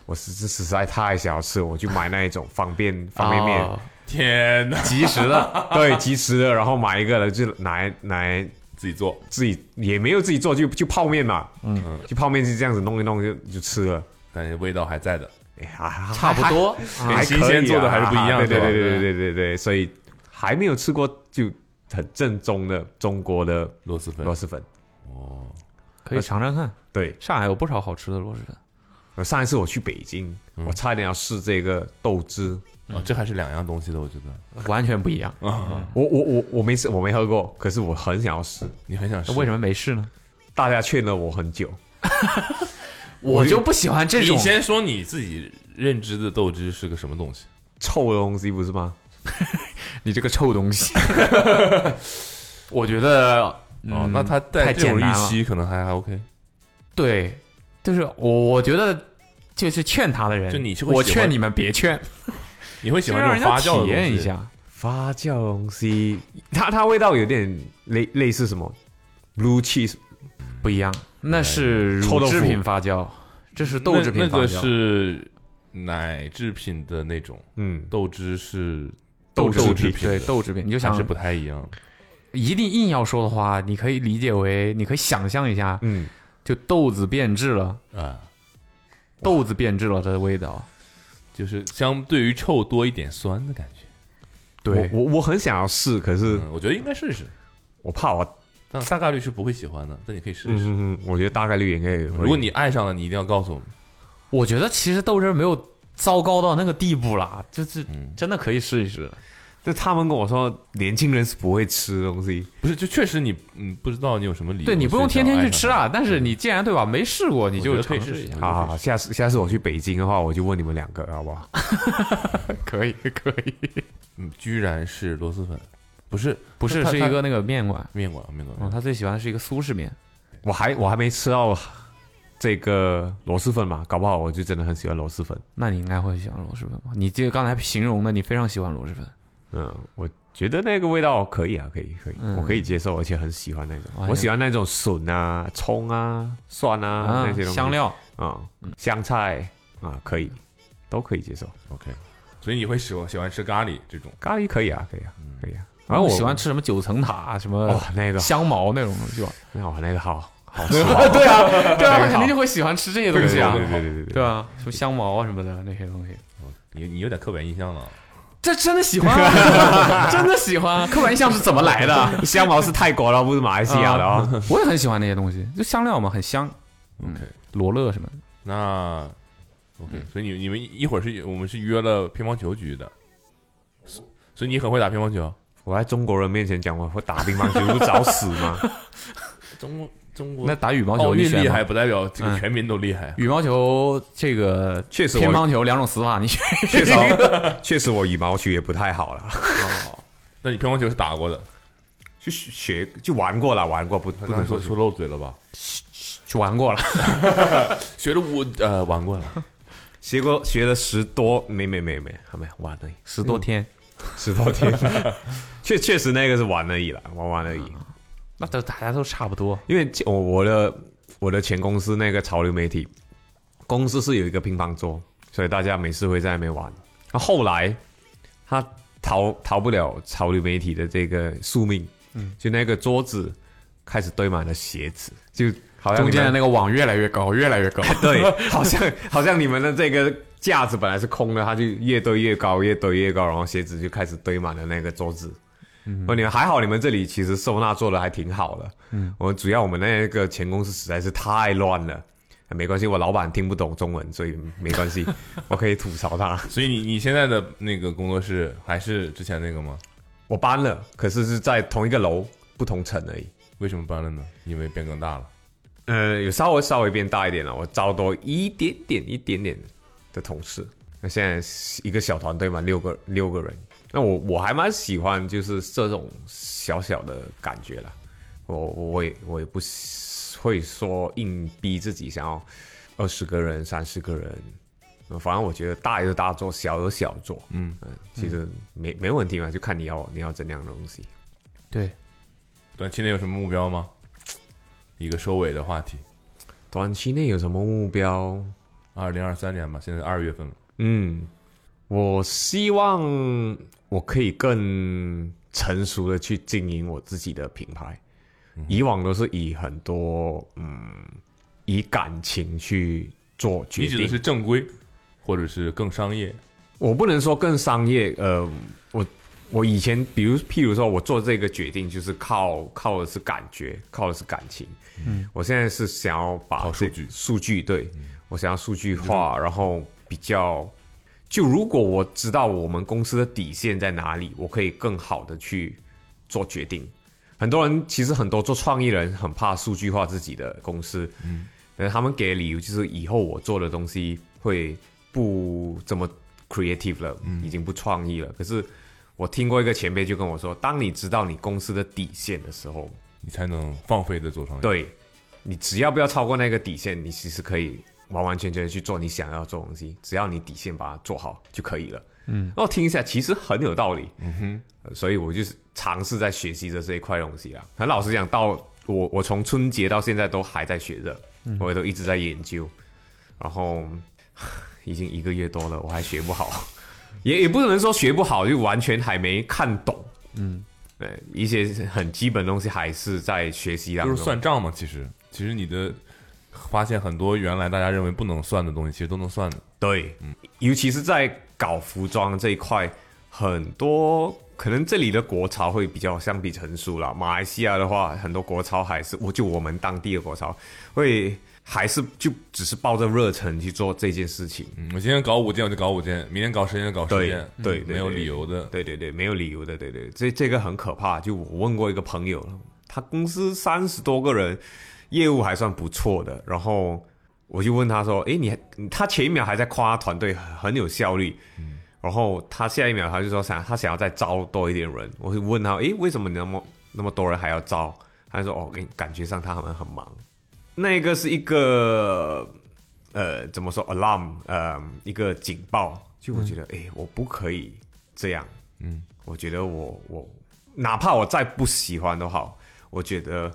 我实实在太想要吃，我就买那一种方便方便面，
哦
天哪，
即时 (laughs) 的，对，即时的，然后买一个了就拿来拿来
自己做
自己也没有自己做，就就泡面嘛，嗯，就泡面就这样子弄一弄就就吃了，
但是味道还在的。
哎还还
差不多。
还还
新
可
鲜
以啊
做的还是不一样
对对
是吧
对对对对对对，所以还没有吃过就很正宗的中国的
螺蛳粉
螺蛳粉。
哦，
可以呃尝尝看，
对，
上海有不少好吃的螺蛳粉。
我上一次我去北京，我差点要试这个豆汁，
哦这还是两样东西的，我觉得。
完全不一样。
我我我我没吃，我没喝过，可是我很想要试，
你很想吃
那为什么没试呢？
大家劝了我很久，
我就不喜欢这
你
种。
先说你自己认知的豆汁是个什么东西？
臭的东西不是吗？
你这个臭
(laughs)
东西，嗯我觉得
哦，那它
太
带这种
简单
预
了
期可能还还 OK。
对，就是我我觉得就是劝他的人，
就你是会
我
喜欢
劝你们别劝，
你会喜
就
欢
让
这
人
种
家
发酵的
体验
东
一
西？
下。
发酵的东西，它它味道有点类类似什么 blue cheese
不一样，那是
哎
臭
乳
豆腐
制品发酵，这是豆
那
制品
那
发酵。
个是奶制品的那种，
嗯，
豆汁是
豆制
豆
品
制品
对
的
豆制品，你就
还
想
是不太一样。
一定硬要说的话，你可以理解为，你可以想象一下，
嗯，
就豆子变质了，
啊，
豆子变质了的味道。
就是相对于臭多一点酸的感觉。
对，
我我我很想要试，可是
嗯，我觉得应该试试，
我怕我，
但大概率是不会喜欢的，但你可以试试。
嗯，我觉得大概率应该有。
如果你爱上了，你一定要告诉我们。
我觉得其实豆汁儿没有糟糕到那个地步啦，就是
嗯
真的可以试一试。
就他们跟我说，年轻人是不会吃的东西，
不是，就确实你嗯不知道你有什么理由，
对你不用天天去吃
啊，
啊，但是你既然对吧没试过，你
我觉
就
得可以
尝
试
试一
试
下。
好好，好，下次下次我去北京的话，我就问你们两个好不好？
可以可以，
嗯，居然是螺蛳粉，不是
(laughs) 不是
它
是
它
一个那个面馆，
面馆面馆
(laughs) 嗯，他最喜欢的是一个苏式面。
我还我还没吃到这个螺蛳粉嘛，搞不好我就真的很喜欢螺蛳粉。
那你应该会喜欢螺蛳粉吧？你这个刚才形容的，你非常喜欢螺蛳粉
嗯，我觉得那个味道可以啊，可以可以，我可以接受，而且很喜欢那种。
哎呀
我喜欢那种笋啊、葱啊、蒜啊那些东西
香料
啊、香菜啊，可以，都可以接受。
OK，所以你会喜欢喜欢吃咖喱这种。
咖喱可以啊，可以啊，可以啊。
然
然
后
后
我
我
喜欢吃什么九层塔、什么
哦那个
香茅那种东西吧。
那我那个好 (laughs) 好吃
对啊， (laughs) 对啊，
那
他
个
肯定
好
就会喜欢吃这些东西啊，
对对对对对
对啊，什么香茅啊什么的那些东西，
你你有点刻板印象了，
这真的喜欢啊， (laughs) 真的喜欢啊。刻板印象是怎么来的？啊
对，香茅是泰国的，不是马来西亚的哦。
我也很喜欢那些东西，就香料嘛，很香。嗯
OK
罗勒什么的，
那 OK，、所以
嗯
你你们一会儿是我们是约了乒乓球局的，所所以你很会打乒乓球。
(laughs) 我在中国人面前讲我会打乒乓球，不找死吗？
中中国
那打羽毛球
哦
奥
你
运
选
哦厉
吗嗯
害，不代表这个全民都厉害。
羽毛球这个
确实我
乒乓球两种死法，你
(laughs)
选
确实，确实我羽毛球也不太好了，
那你乒乓球是打过的，
就学就玩过了，玩过不不
不能
能
说
说
说漏嘴了吧？
去玩过了，
学着我呃玩过了，
(laughs) 学过学了十多，没没没没，还没玩而已，
十多天，
嗯十多天， (laughs) 确确实那个是玩而已啦，玩玩而已。
那都大家都差不多。
因为我我的我的前公司那个潮流媒体公司是有一个乒乓桌，所以大家每次会在那边玩。那后来他逃逃不了潮流媒体的这个宿命，嗯，就那个桌子开始堆满了鞋子，就好像
中
你们
间的那个网越来越高，越来越高。
(laughs) 对，好像好像你们的这个架子本来是空的，它就越堆越高，越堆越高，然后鞋子就开始堆满了那个桌子。嗯，你们还好，你们这里其实收纳做的还挺好的。嗯，我主要我们那个前公司实在是太乱了，没关系，我老板听不懂中文，所以没关 (laughs) 系，我可以吐槽他。
所以你你现在的那个工作室还是之前那个吗？
我搬了，可是是在同一个楼不同层而已。
为什么搬了呢？因为变更大了。
呃，有稍微稍微变大一点了，我招多一点点一点点的同事。那现在是一个小团队嘛，六个六个人。那我我还蛮喜欢就是这种小小的感觉啦。我我也我也不会说硬逼自己想要二十个人、三十个人。呃反正我觉得大有大做，小有小做。嗯嗯，其实没没问题嘛，就看你要你要怎样的东西。
对，
短期内有什么目标吗？一个收尾的话题，
短期内有什么目标？
二零二三年吧，现在二月份了，
嗯，我希望我可以更成熟的去经营我自己的品牌。
嗯
以往都是以很多嗯，以感情去做决
你指
定
的。是正规，或者是更商业？
我不能说更商业，呃，我我以前比如譬如说我做这个决定，就是靠靠的是感觉，靠的是感情。嗯，我现在是想要把
靠数
这
据嗯
数据对、我想要数据化，然后比较。就如果我知道我们公司的底线在哪里，我可以更好的去做决定。很多人其实很多做创意人很怕数据化自己的公司，嗯，但是他们给的理由就是以后我做的东西会不这么 creative 了，已经不创意了。可是我听过一个前辈就跟我说，当你知道你公司的底线的时候，
你才能放飞的做创业。，
对你只要不要超过那个底线，你其实可以完完全全的去做你想要做的东西，只要你底线把它做好就可以了。嗯，然后听一下，其实很有道理。嗯哼，所以我就是尝试在学习着这一块东西啊。很老实讲，到我我从春节到现在都还在学着，我也都一直在研究，然后 (sighs) 已经一个月多了，我还学不好， (laughs) 也也不能说学不好，就完全还没看懂。嗯，对，一些很基本的东西还是在学习当
就
中。
是算账嘛。其实，其实你的发现很多原来大家认为不能算的东西，其实都能算的。
对，尤其是在搞服装这一块，很多可能这里的国潮会比较相比成熟啦。马来西亚的话，很多国潮还是我就我们当地的国潮会还是就只是抱着热忱去做这件事情。
嗯，我今天搞五件我就搞五件，明天搞十件就搞十
对
件，
对
嗯
对
没有
对
理由的。
对对对，没有理由的，对对，这这个很可怕。就我问过一个朋友，他公司三十多个人，业务还算不错的。然后我就问他说：“诶，你还他前一秒还在夸团队很很有效率，然后他下一秒他就说想他想要再招多一点人。”我就问他：“诶，为什么你那么那么多人还要招？”他说：“哦，感觉上他们很忙。”那个是一个呃，怎么说 alarm，呃，一个警报。就我觉得，哎、我不可以这样。嗯，我觉得我我哪怕我再不喜欢都好，我觉得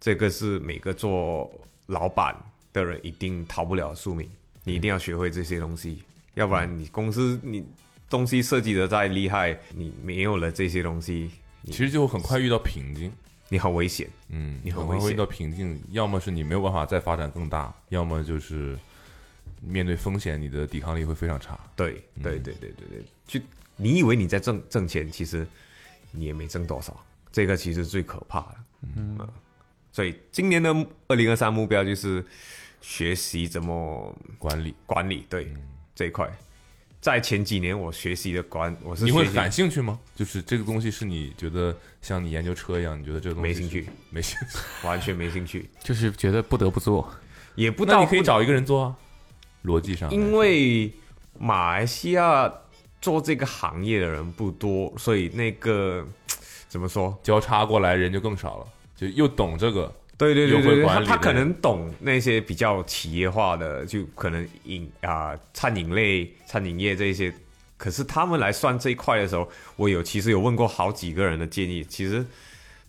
这个是每个做老板的人一定逃不了的宿命。你一定要学会这些东西，要不然你公司你东西设计的再厉害，你没有了这些东西，
其实就很快遇到瓶颈，
你很危险。
嗯，
你很
很快
危
会遇
险
到瓶颈，要么是你没有办法再发展更大，要么就是面对风险，你的抵抗力会非常差。
对对对对对对，就你以为你在挣挣钱，其实你也没挣多少，这个其实最可怕的。嗯，所以今年的二零二三目标就是学习怎么
管理，
管理，对、
嗯
这一块，在前几年我学习的管，我是
你会
学习
感兴趣吗？就是这个东西是你觉得像你研究车一样，你觉得这个东西
没
是
兴趣，
没兴趣。
完全没
(laughs)
兴趣，
就是觉得不得不做。
也不
那
到
你可以
不
找一个人做啊，逻辑上来说，
因为马来西亚做这个行业的人不多，所以那个怎么说？
交叉过来人就更少了，就又懂这个
对对对
又
对
会
对，
管
他
理
他
的
可能懂那些比较企业化的，就可能饮啊、餐饮类、餐饮业这一些。可是他们来算这一块的时候，我有其实有问过好几个人的建议，其实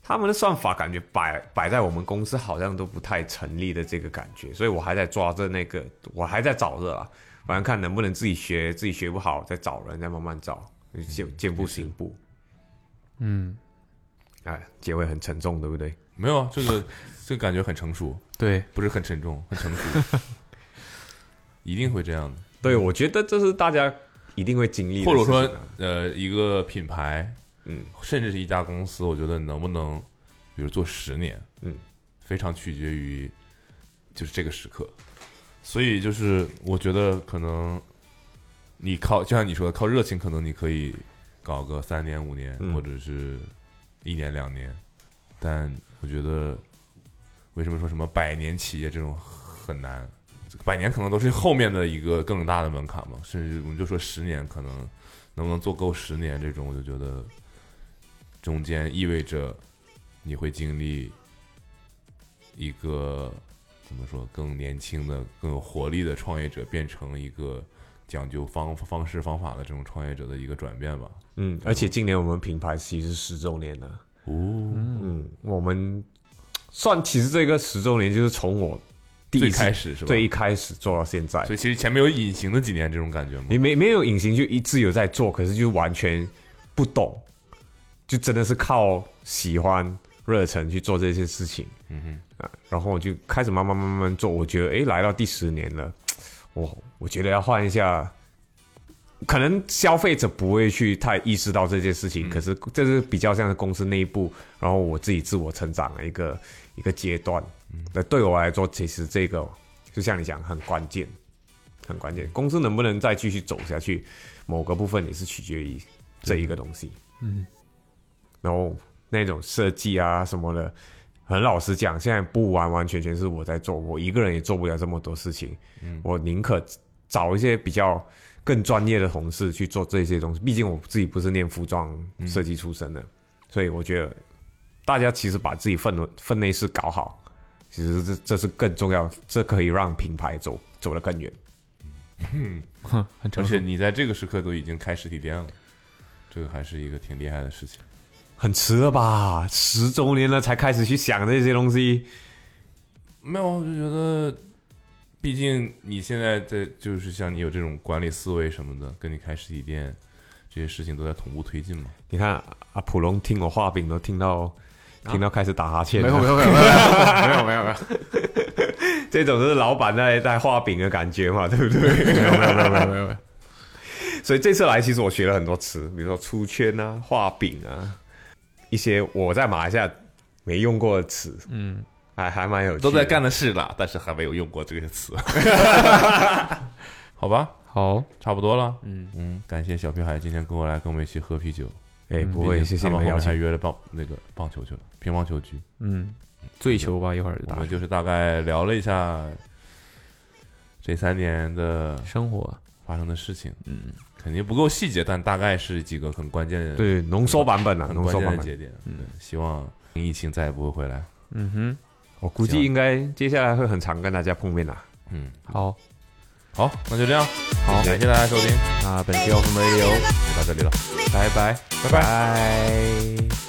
他们的算法感觉摆摆在我们公司好像都不太成立的这个感觉，所以我还在抓着那个，我还在找着啊，反正看能不能自己学，自己学不好再找人，再慢慢找，就见步行步。嗯，哎，结尾很沉重，对不对？
没有啊，这个这个感觉很成熟，
对， (laughs)
不是很沉重，很成
(laughs)
熟，一定会这样的。
对，我觉得这是大家一定会经历的
或
事
者
情啊，
说，呃，一个品牌，
嗯，
甚至是一家公司，我觉得能不能，比如做十年，
嗯，
非常取决于就是这个时刻。所以就是我觉得可能你靠，就像你说的，靠热情，可能你可以搞个三年、五年，
嗯
或者是一年、两年。但我觉得，为什么说什么百年企业这种很难？百年可能都是后面的一个更大的门槛嘛，甚至我们就说十年，可能能不能做够十年这种，我就觉得中间意味着你会经历一个怎么说更年轻的、更有活力的创业者，变成一个讲究方方式方法的这种创业者的一个转变吧。
嗯，而且今年我们品牌其实是十周年了，
哦，
嗯，我们算其实这个十周年就是从我第一
最
次
开始是吧？
最一开始做到现在
所，以其实前面有隐形的几年这种感觉吗？
你没没有隐形就一直有在做，可是就完全不懂，就真的是靠喜欢热忱去做这些事情，嗯哼啊，然后我就开始慢慢慢慢做，我觉得诶，来到第十年了，我我觉得要换一下。可能消费者不会去太意识到这件事情，可是这是比较像是公司内部，然后我自己自我成长的一个一个阶段。那对我来说，其实这个就像你讲，很关键。很关键。公司能不能再继续走下去，某个部分也是取决于这一个东西。嗯，然后那种设计啊什么的，很老实讲，现在不完完全全是我在做，我一个人也做不了这么多事情。嗯，我宁可找一些比较更专业的同事去做这些东西，毕竟我自己不是念服装设计出身的，所以我觉得大家其实把自己分内分内事搞好。其实这这是更重要，这可以让品牌走走得更远。
哼，很
而
成熟
且。你在这个时刻都已经开实体店了，这个还是一个挺厉害的事情。
很迟了吧？十周年了才开始去想这些东西，
没有，我就觉得，毕竟你现在在就是像你有这种管理思维什么的，跟你开实体店这些事情都在同步推进嘛。
你看啊，普龙听我画饼都听到，
啊
听到开始打哈欠了、
没有没有没有没有没有没有没有
(laughs) 这种就是老板在在画饼的感觉嘛，对 (laughs) 不
(laughs)
对？
没有没有，
所以这次来，其实我学了很多词，比如说出圈啊、画饼啊，一些我在马来西亚没用过的词，嗯，还还蛮有趣的
都在干的事了，但是还没有用过这个词。 (laughs) 好吧，
好，
差不多了。嗯嗯，感谢小屁孩今天跟我来跟我们一起喝啤酒。
哎、不
毕
会，
竟
谢谢
嗯他
你
们
们
后
邀
面还
请。
约了棒那个棒球去了，乒乓球局。
嗯，醉球吧，一会儿就
我
打
们就是大概聊了一下这三年的
生活。
发生的事情。嗯，肯定不够细节，但大概是几个很关键的。
对，浓缩版本啊，
很
浓
关
缩
键
版
的
本。
节点。嗯，希望疫情再也不会回来。
嗯哼，
我估计应该接下来会很常跟大家碰面啊啦。
嗯，
好，
好，那就这样。好，感谢大家收听，
那本期 Off Radio
就到这里了。
拜拜。
拜拜